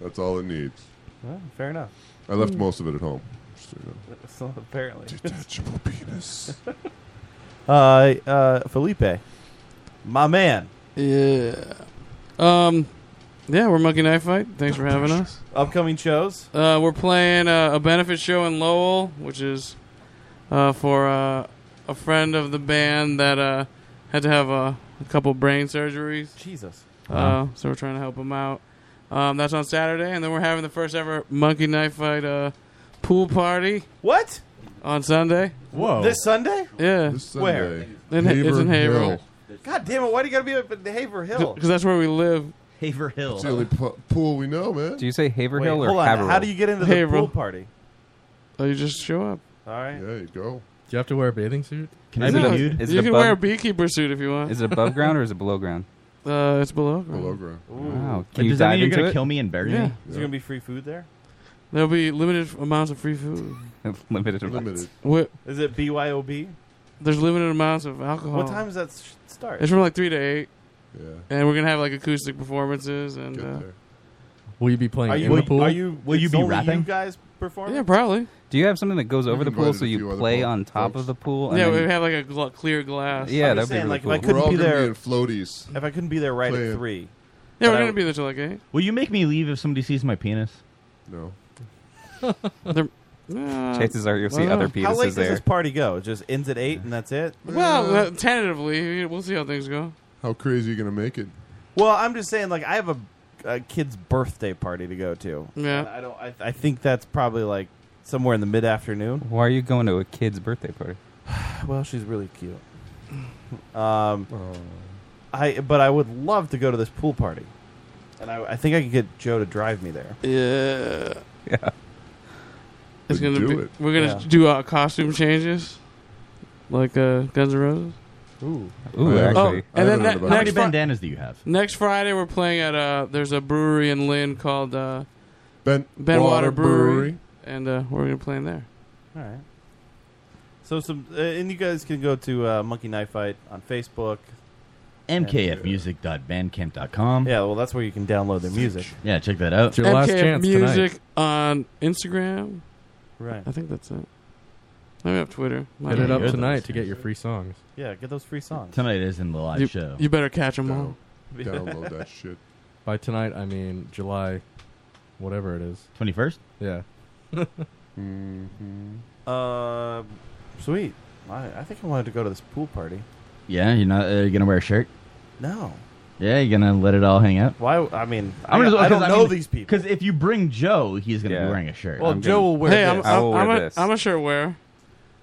That's all it needs.
Well, fair enough.
I left
Hmm.
most of it at home. Just so you know.
So apparently,
detachable penis.
uh, uh, Felipe, my man.
Yeah. Um, yeah, we're Monkey Knife Fight. Thanks for having us.
Upcoming shows?
Uh, we're playing uh, a benefit show in Lowell, which is uh, for uh, a friend of the band that uh, had to have uh, a couple brain surgeries.
Jesus.
Uh, so we're trying to help him out. Um, that's on Saturday, and then we're having the first ever Monkey Knife Fight uh, pool party.
What?
On Sunday.
Whoa. This Sunday?
Yeah.
This Sunday. Where?
In, it's in
Haverhill.
Haverhill.
God damn it! Why do you gotta be up at Haver Hill?
Because that's where we live.
Haverhill.
It's the only pu- pool we know, man.
Do you say Haverhill
Wait, hold on. How do you get into the
Haverhill.
pool party?
Oh, you just show up.
All right.
Yeah, you go.
Do you have to wear a bathing suit?
Can
Is
I
it
be
a-
nude? Is it
you can
above-
wear a beekeeper suit if you want.
Is it above ground or is it below ground?
Uh, it's below ground.
Below ground.
Wow.
But
Oh, Can you
does that mean
dive
you're
into
gonna
it?
kill me and bury
Yeah.
me?
Is there gonna be free food there?
There'll be limited f- amounts of free food.
Limited. amounts.
Wh-
Is it BYOB?
There's limited amounts of alcohol.
What time does that s- start?
It's from like three to eight.
Yeah.
And we're gonna have like acoustic performances and. Uh,
Will you be playing
Are
in
you?
the pool?
Are you?
Will you
it's
be
only
rapping?
You guys performing?
yeah, probably.
Do you have something that goes over the pool
invited
so
a
you
few other
play
folk-
on top
folks.
of the pool? And
yeah,
then
we
you-
have like a gl- clear glass.
Yeah,
I'm
that'd
just
be
saying,
really
like, if
cool.
I couldn't
We're all
be
gonna
there-
be in floaties.
If I couldn't be there right
Playing.
at three.
Yeah,
But
we're
I-
gonna be there till like eight.
Will you make me leave if somebody sees my penis?
No.
They're- uh,
Chances are
I
you'll see
don't
other
know.
people.
How
This
late
is
does this
there.
party go? It just ends at eight, and that's it.
Well, uh, tentatively, we'll see how things go.
How crazy are you gonna make it?
Well, I'm just saying, like, I have a, a kid's birthday party to go to.
Yeah.
And I don't. I, I think that's probably like somewhere in the mid afternoon.
Why are you going to a kid's birthday party?
Well, she's really cute. Um, I but I would love to go to this pool party, and I, I think I could get Joe to drive me there.
Yeah.
Yeah.
It's
Then
gonna
do
be.
it.
We're gonna
Yeah.
do uh, costume changes, like uh, Guns N' Roses.
Ooh.
Ooh,
I haven't- I
actually.
and then
haven't heard about
ne-
How
it.
many
next fri-
bandanas do you have?
Next Friday, we're playing at uh, there's a brewery in Lynn called uh,
Ben,
Benwater
Water
brewery,
Brewery.
and uh, we're gonna play in there.
All right. So some uh, and you guys can go to uh, Monkey Knife Fight on Facebook.
mkfmusic.bandcamp.com.
Yeah, well, that's where you can download their music.
Yeah, check that out.
It's your last
MKF
chance
music
tonight.
on Instagram.
Right.
I think that's it. I have Twitter. Might be
Hit it up
good.
tonight to get your free songs.
Yeah, get those free songs.
Tonight is in the live
You,
show.
you better catch them all.
Down- Download that shit.
By tonight, I mean July, whatever it is.
21st?
Yeah.
Mm-hmm.
Uh, sweet. I, I think I wanted to go to this pool party.
Yeah, you're not uh, going to wear a shirt?
No.
Yeah, you're going to let it all hang out?
Why? I mean, I, I don't know these people.
Because if you bring Joe, he's going to
Yeah.
be wearing a shirt.
Well,
I'm
Joe
gonna-
will wear
hey, I'm,
this.
I will
I'm, I'm,
wear
a,
this.
I'm a sure wear.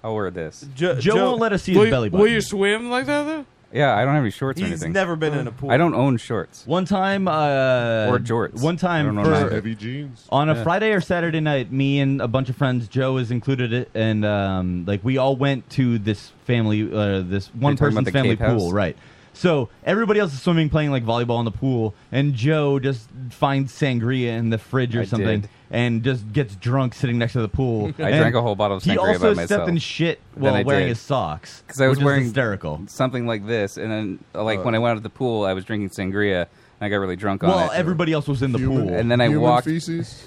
I'll wear this.
Jo-
Joe,
Joe-
won't let us see
Will
his
you,
belly button.
will you swim like that though?
Yeah, I don't have any shorts or
he's
anything.
never been in a pool.
I don't own shorts.
One time, uh,
Or jorts.
One
I
time
don't know
for-
neither.
Heavy jeans.
on a
Yeah.
Friday or Saturday night, me and a bunch of friends, Joe is included, it, and um, like we all went to this family, uh, this one
talking about
person's
the
family
cave house?
pool, right? So everybody else is swimming, playing like volleyball in the pool, and Joe just finds sangria in the fridge or
I
something,
did.
and just gets drunk sitting next to the pool.
I
And
drank a whole bottle of
He
sangria by
also stepped
myself.
in shit
Then
while
I
wearing
did.
his socks
'Cause I was
which is
wearing-
hysterical.
Something like this, and then uh, like when I went out to the pool, I was drinking sangria and I got really drunk on
Well,
it.
everybody else was in the
Human-
pool,
and then I
Human
walked.
feces.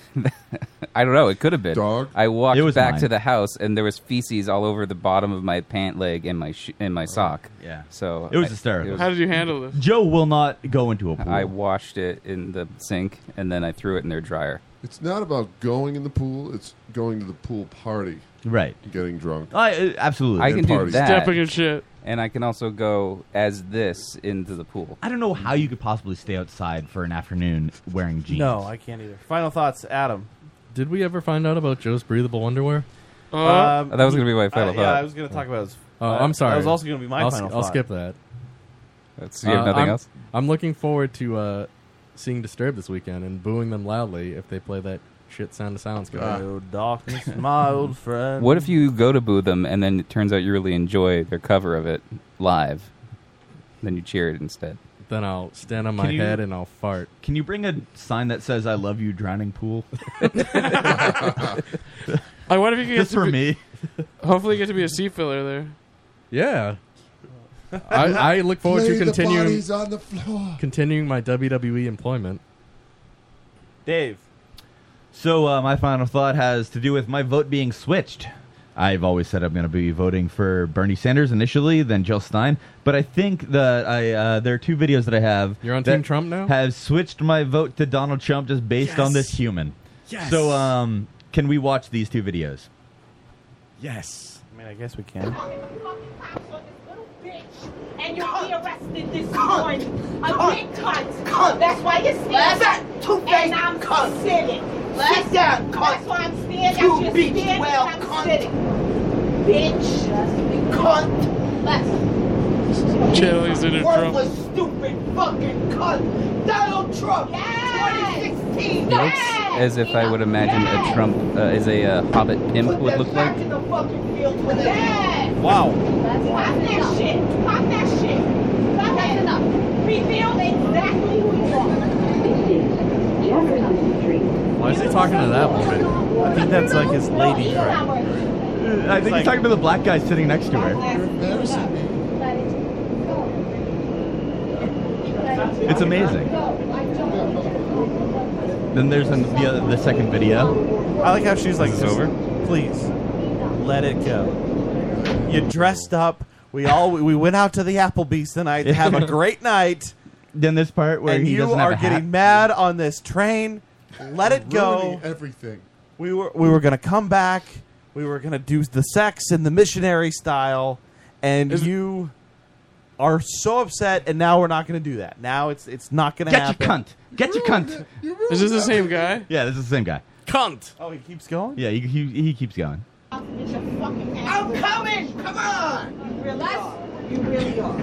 I don't know. It could have been.
Dog?
I walked
It was
back
mine.
to the house, and there was feces all over the bottom of my pant leg and my sh- and my sock.
Oh, yeah.
So
It was
I-
hysterical.
How did you handle this?
Joe will not go into a pool.
I washed it in the sink, and then I threw it in their dryer.
It's not about going in the pool. It's going to the pool party,
right.
and getting drunk.
I, uh, absolutely.
I can do
parties.
that,
Stepping and shit.
and I can also go as this into the pool.
I don't know how you could possibly stay outside for an afternoon wearing jeans.
No, I can't either. Final thoughts, Adam.
Did we ever find out about Joe's breathable underwear?
Uh,
Um,
That was gonna be my final
uh, Yeah,
thought.
I was going to talk about. His,
Oh,
uh,
I'm sorry.
That was also going to be my
I'll,
final.
I'll
thought.
skip that.
That's, you have
Uh,
nothing
I'm,
else.
I'm looking forward to uh, seeing Disturbed this weekend and booing them loudly if they play that shit sound of sounds good.
Oh, darkness, my old friend.
What if you go to boo them, and then it turns out you really enjoy their cover of it live? Then you cheer it instead.
Then I'll stand on my
Can you-
head and I'll fart.
Can you bring a sign that says "I love you, drowning pool"?
I wonder if you could get
Just
to
for
be-
me.
Hopefully, you get to be a sea filler there.
Yeah. I, I look forward
Lay
to
the
continuing
bodies on the floor.
continuing my WWE employment.
Dave.
So uh, my final thought has to do with my vote being switched. I've always said I'm going to be voting for Bernie Sanders initially, then Jill Stein. But I think that I uh, there are two videos that I have.
You're on
that
Team Trump now?
Have switched my vote to Donald Trump just based on this human.
Yes.
So um, can we watch these two videos?
Yes.
I mean, I guess we can.
And you'll be arrested this morning. A big cunt. That's why you're standing. And I'm sitting. Sit down, That's why I'm standing. You you're bitch, standing well, and I'm sitting. Bitch. Cunt.
Channeling his inner Trump.
Worthless, stupid, fucking cunt. Donald Trump. 2016.
Looks as if I would imagine a Trump, uh, as a uh, Hobbit pimp would look like.
Back in the fucking field with that.
Wow.
Pop that shit. Pop that shit. Pop that enough. Reveal exactly who you are. Jefferson Street.
Why is he talking to that woman? I think that's like his lady friend.
I think he's talking to the black guy sitting next to her. It's amazing. Then there's an, the other, the second video.
I like how she's like,
Is
just,
this
Please, let it go. You dressed up. We all we went out to the Applebee's tonight to have a great night.
Then this part where
and
he
you
doesn't have
are
a hat.
getting mad on this train. Let it go.
Ruining everything.
We were we were gonna come back. We were gonna do the sex in the missionary style, and you are so upset. And now we're not gonna do that. Now it's it's not gonna
Get your
happen.
cunt. Get your cunt.
Is this the same guy?
Yeah, this is the same guy.
Cunt. Oh, he keeps going.
Yeah, he, he, he keeps going.
I'm coming! Come on! Realize you really are.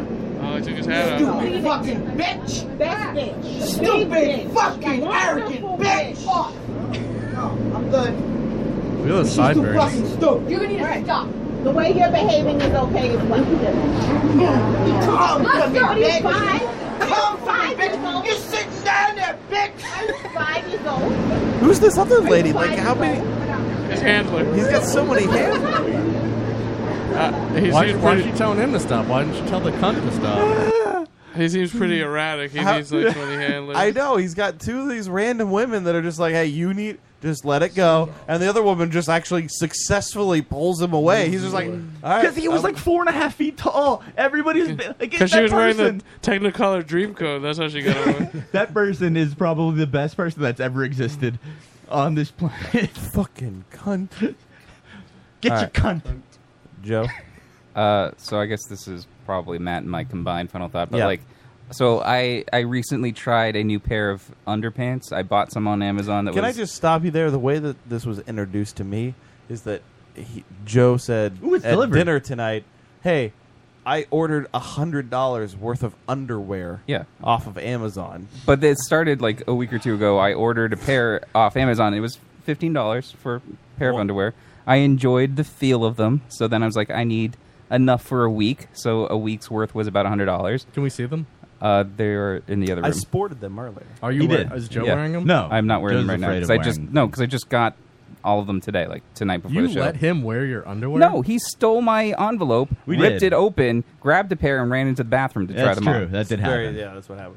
Oh, he took his hat off.
Stupid fucking bitch! That bitch! Stupid fucking arrogant bitch! No, I'm good.
Look at those
Too
sideburns.
fucking stupid. You're gonna need to stop. The way you're behaving is okay as well. Come
Let's
to me,
go, he's
bitch!
fine.
Come to me, bitch! You're sitting down there, bitch! I'm five years old.
Who's this other lady? Like how many?
His handler.
He's got so many hands. Uh,
He
Why,
seems
why
pretty,
did you telling him to stop? Why didn't you tell the cunt to stop?
he seems pretty erratic. He
How-
needs like 20 handlers.
I know he's got two of these random women that are just like, "Hey, you need just let it go," and the other woman just actually successfully pulls him away. He's just like, "All right,"
Because he was like four and a half feet tall. Everybody was like,
Because
that
she was
person.
wearing the Technicolor dream coat. That's how she got away.
that person is probably the best person that's ever existed on this planet.
Fucking cunt.
Get
All
your
right.
cunt.
Joe.
Uh, so I guess this is probably Matt and my combined final thought, but
Yeah.
like, so I I recently tried a new pair of underpants. I bought some on Amazon. That
Can I
was
just stop you there? The way that this was introduced to me is that he, Joe said
Ooh, it's
at
delivered.
dinner tonight, "Hey, I ordered a hundred dollars worth of underwear,
Yeah.
off of Amazon."
But it started like a week or two ago. I ordered a pair off Amazon. It was fifteen dollars for a pair of underwear. I enjoyed the feel of them, so then I was like, I need enough for a week. So a week's worth was about hundred dollars.
Can we see them?
Uh, they're in the other
I
room.
sported them earlier.
Are you
He
wear-
did.
is Joe
Yeah.
wearing them?
I'm not wearing
Joe's
them right now.
afraid of
'cause I just
wearing-
no, because I just got all of them today, like tonight before
You
the show.
let him wear your underwear?
No, he stole my envelope,
We
ripped it
did.
open, grabbed a pair, and ran into the bathroom to try
That's
them
true.
on.
That did
Very-
happen.
yeah, that's what happened.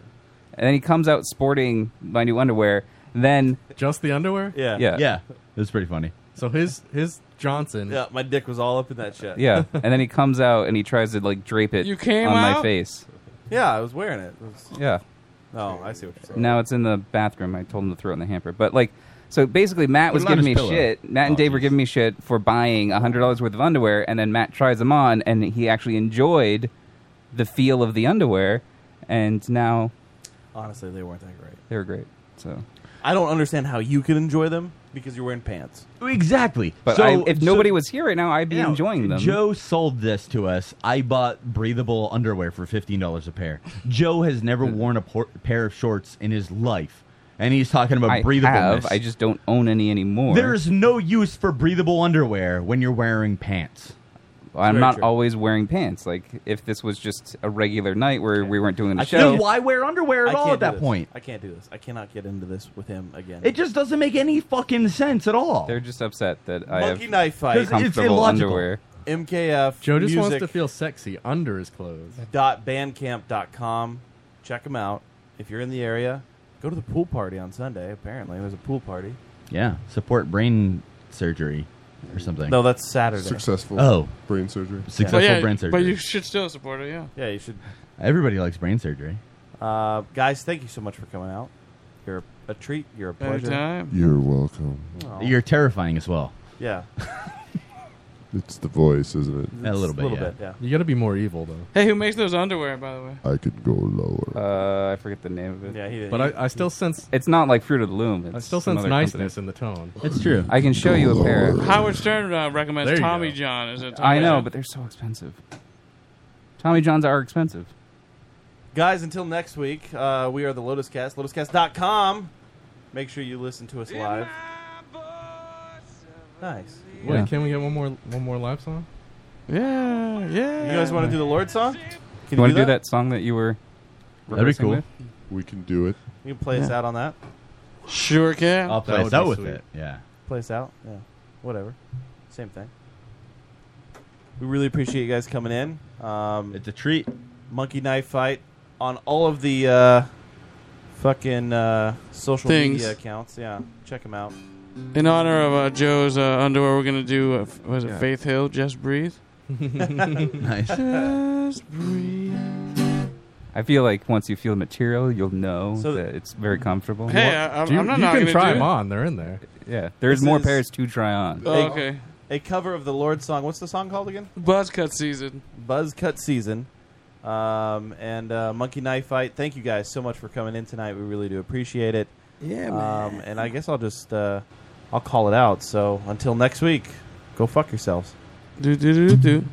And then he comes out sporting my new underwear. Then
Just the underwear?
Yeah.
Yeah.
Yeah. It was pretty funny.
So his his Johnson.
Yeah, my dick was all up in that shit.
yeah, and then he comes out and he tries to like drape it
You came
on my
out?
face.
Yeah, I was wearing it. It was-
Yeah.
Oh, I see what you're saying.
Now it's in the bathroom. I told him to throw it in the hamper. But like, so basically, Matt
Put
was
it on
giving me
his pillow.
shit. Matt and Dave were giving me shit for buying hundred dollars worth of underwear, and then Matt tries them on, and he actually enjoyed the feel of the underwear, and now
Honestly, they weren't that great.
they were great. So.
I don't understand how you could enjoy them because you're wearing pants.
Exactly.
But
So-
I, if
so-
nobody was here right now, I'd be
Yeah,
enjoying them.
Joe sold this to us. I bought breathable underwear for fifteen dollars a pair. Joe has never worn a por- pair of shorts in his life, and he's talking about
I
breathableness.
have. I just don't own any anymore.
There's no use for breathable underwear when you're wearing pants.
I'm
Very
not
true.
always wearing pants. Like if this was just a regular night where we weren't doing the
I
show,
can't- Why wear underwear at
I
all
can't
at
do
that
this.
point?
I can't do this. I cannot get into this with him again.
It just doesn't make any fucking sense at all.
they're just upset that I
Monkey
have
knife fight.
comfortable underwear.
MKF.
Joe just
music
wants to feel sexy under his clothes.
dot bandcamp.com. Check them out. If you're in the area, go to the pool party on Sunday. Apparently, there's a pool party.
Yeah, support brain surgery or something.
No, that's Saturday.
Successful
Oh,
brain surgery.
Successful
But yeah,
brain surgery.
But you should still support it, yeah.
Yeah, you should.
Everybody likes brain surgery.
Uh, guys, thank you so much for coming out. You're a treat. You're a pleasure.
Anytime.
You're welcome.
Aw.
You're terrifying as well.
Yeah.
It's the voice, isn't it?
A little bit,
little bit, yeah.
You got to be more evil though.
Hey, who makes those underwear, by the way?
I could go lower.
Uh, I forget the name of it.
Yeah, he did.
But I, I still sense
It's not like Fruit of the Loom. It's
I still sense
another
niceness
company.
in the tone.
It's true.
I can show you a pair.
Howard Stern uh, recommends
There you
Tommy John as a Tommy
I know,
John.
but they're so expensive. Tommy Johns are expensive.
Guys, until next week, uh, we are the Lotus Cast, lotuscast.com. Make sure you listen to us live. Nice.
Wait,
Yeah.
can we get one more one more live song?
Yeah, yeah.
You guys want to do the Lord song?
You,
Can
want to do that song that you were?
That'd be
rehearsing
cool.
with?
We can do it.
You can play us
Yeah.
out on that.
Sure can.
I'll play
That
us
would
out
be
with
sweet.
it. Yeah.
Play us out. Yeah. Whatever. Same thing. We really appreciate you guys coming in. Um,
it's a treat.
Monkey knife fight on all of the uh, fucking uh, social
Things.
media accounts. Yeah. Check them out.
In honor of uh, Joe's uh, underwear, we're going to do, uh, f- was it
Yeah.
Faith Hill, Just Breathe?
nice.
Just breathe.
I feel like once you feel the material, you'll know
So-
that it's very comfortable.
Hey, I- I'm-
Do you-
I'm not
you
knocking
can
it,
try
dude.
them on. They're in there.
yeah, there's
This
more
is-
pairs to try on.
A-
Oh, okay.
A cover of the Lord song. What's the song called again?
Buzzcut season.
Buzzcut season. Um, and uh, Monkey Knife Fight. Thank you guys so much for coming in tonight. We really do appreciate it.
Yeah,
Um, and I guess I'll just uh, I'll call it out. So until next week, go fuck yourselves.
Do do do do.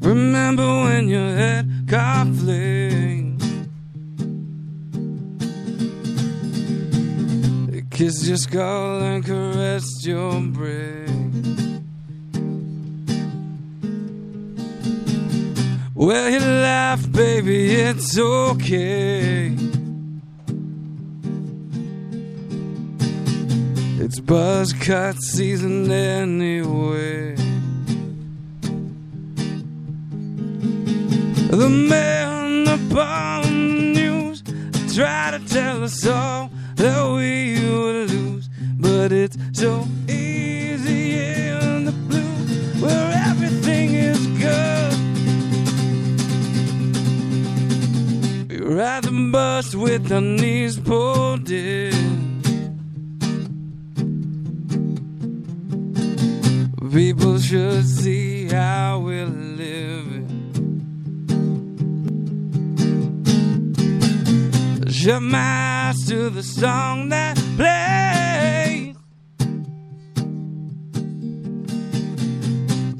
Remember when you had conflict? Kissed your skull and caressed your brain. Well, you laugh, baby, it's okay. It's buzz cut season anyway. The man upon the news tried to tell us all that we would lose, but it's so easy in the blue where everything is good. We ride the bus with our knees pulled in. People should see how we're living. Shut my eyes to the song that plays.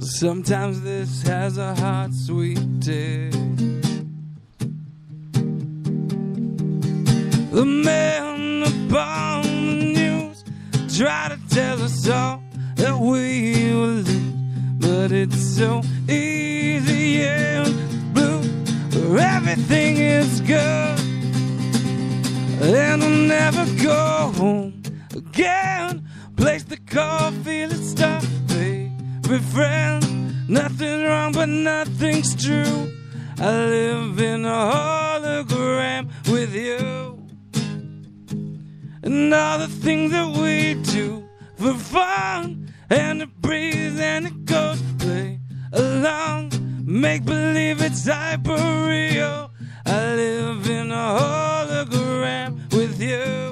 Sometimes this has a hot, sweet taste. The man upon the news tried to tell us all that we will lose, but it's so easy and blue where everything is good. And I'll never go home again. Place the call, feel it stop, baby friend. Nothing wrong, but nothing's true. I live in a hologram with you. And all the things that we do for fun. And it breathes and it goes, play along. Make believe it's hyper real. I live in a hologram with you.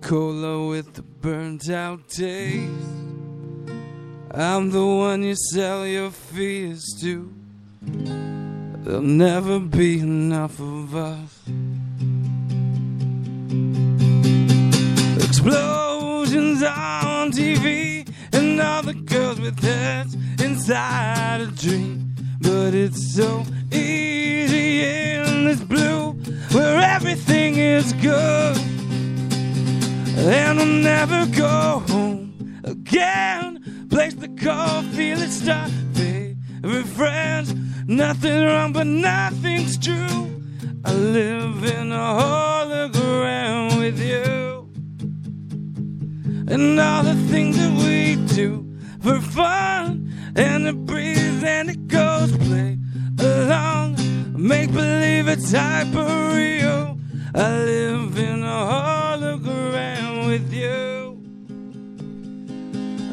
Cola with the burnt out taste. I'm the one you sell your fears to. There'll never be enough of us. Explosions on TV and all the girls with heads inside a dream. But it's so easy good. And I'll never go home again. Place the call, feel it start, baby friends. Nothing wrong, but nothing's true. I live in a hologram with you. And all the things that we do for fun. And it breathes and it goes, play along. Make believe it's hyper real. I live in a hologram with you.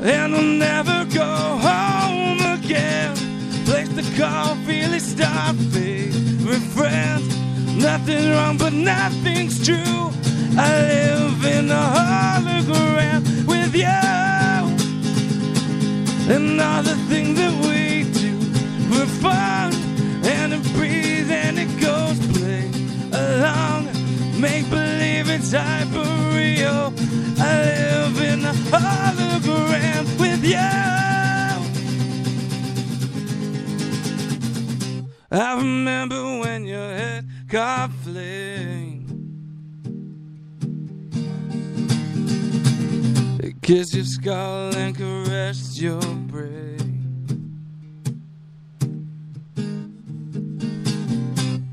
And we'll never go home again. Place the call, feel it stop, favorite friends. Nothing wrong, but nothing's true. I live in a hologram with you. And all the things that we do, we're fun. And it breathes and it goes, play along. Make believe it's hyper real. I live in a hologram with you. I remember when your head got fling. Kiss your skull and caress your brain.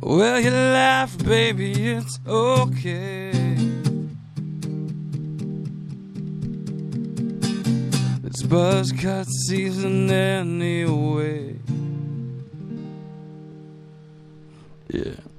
Well, you laugh, baby, it's okay. It's buzz cut season anyway. Yeah.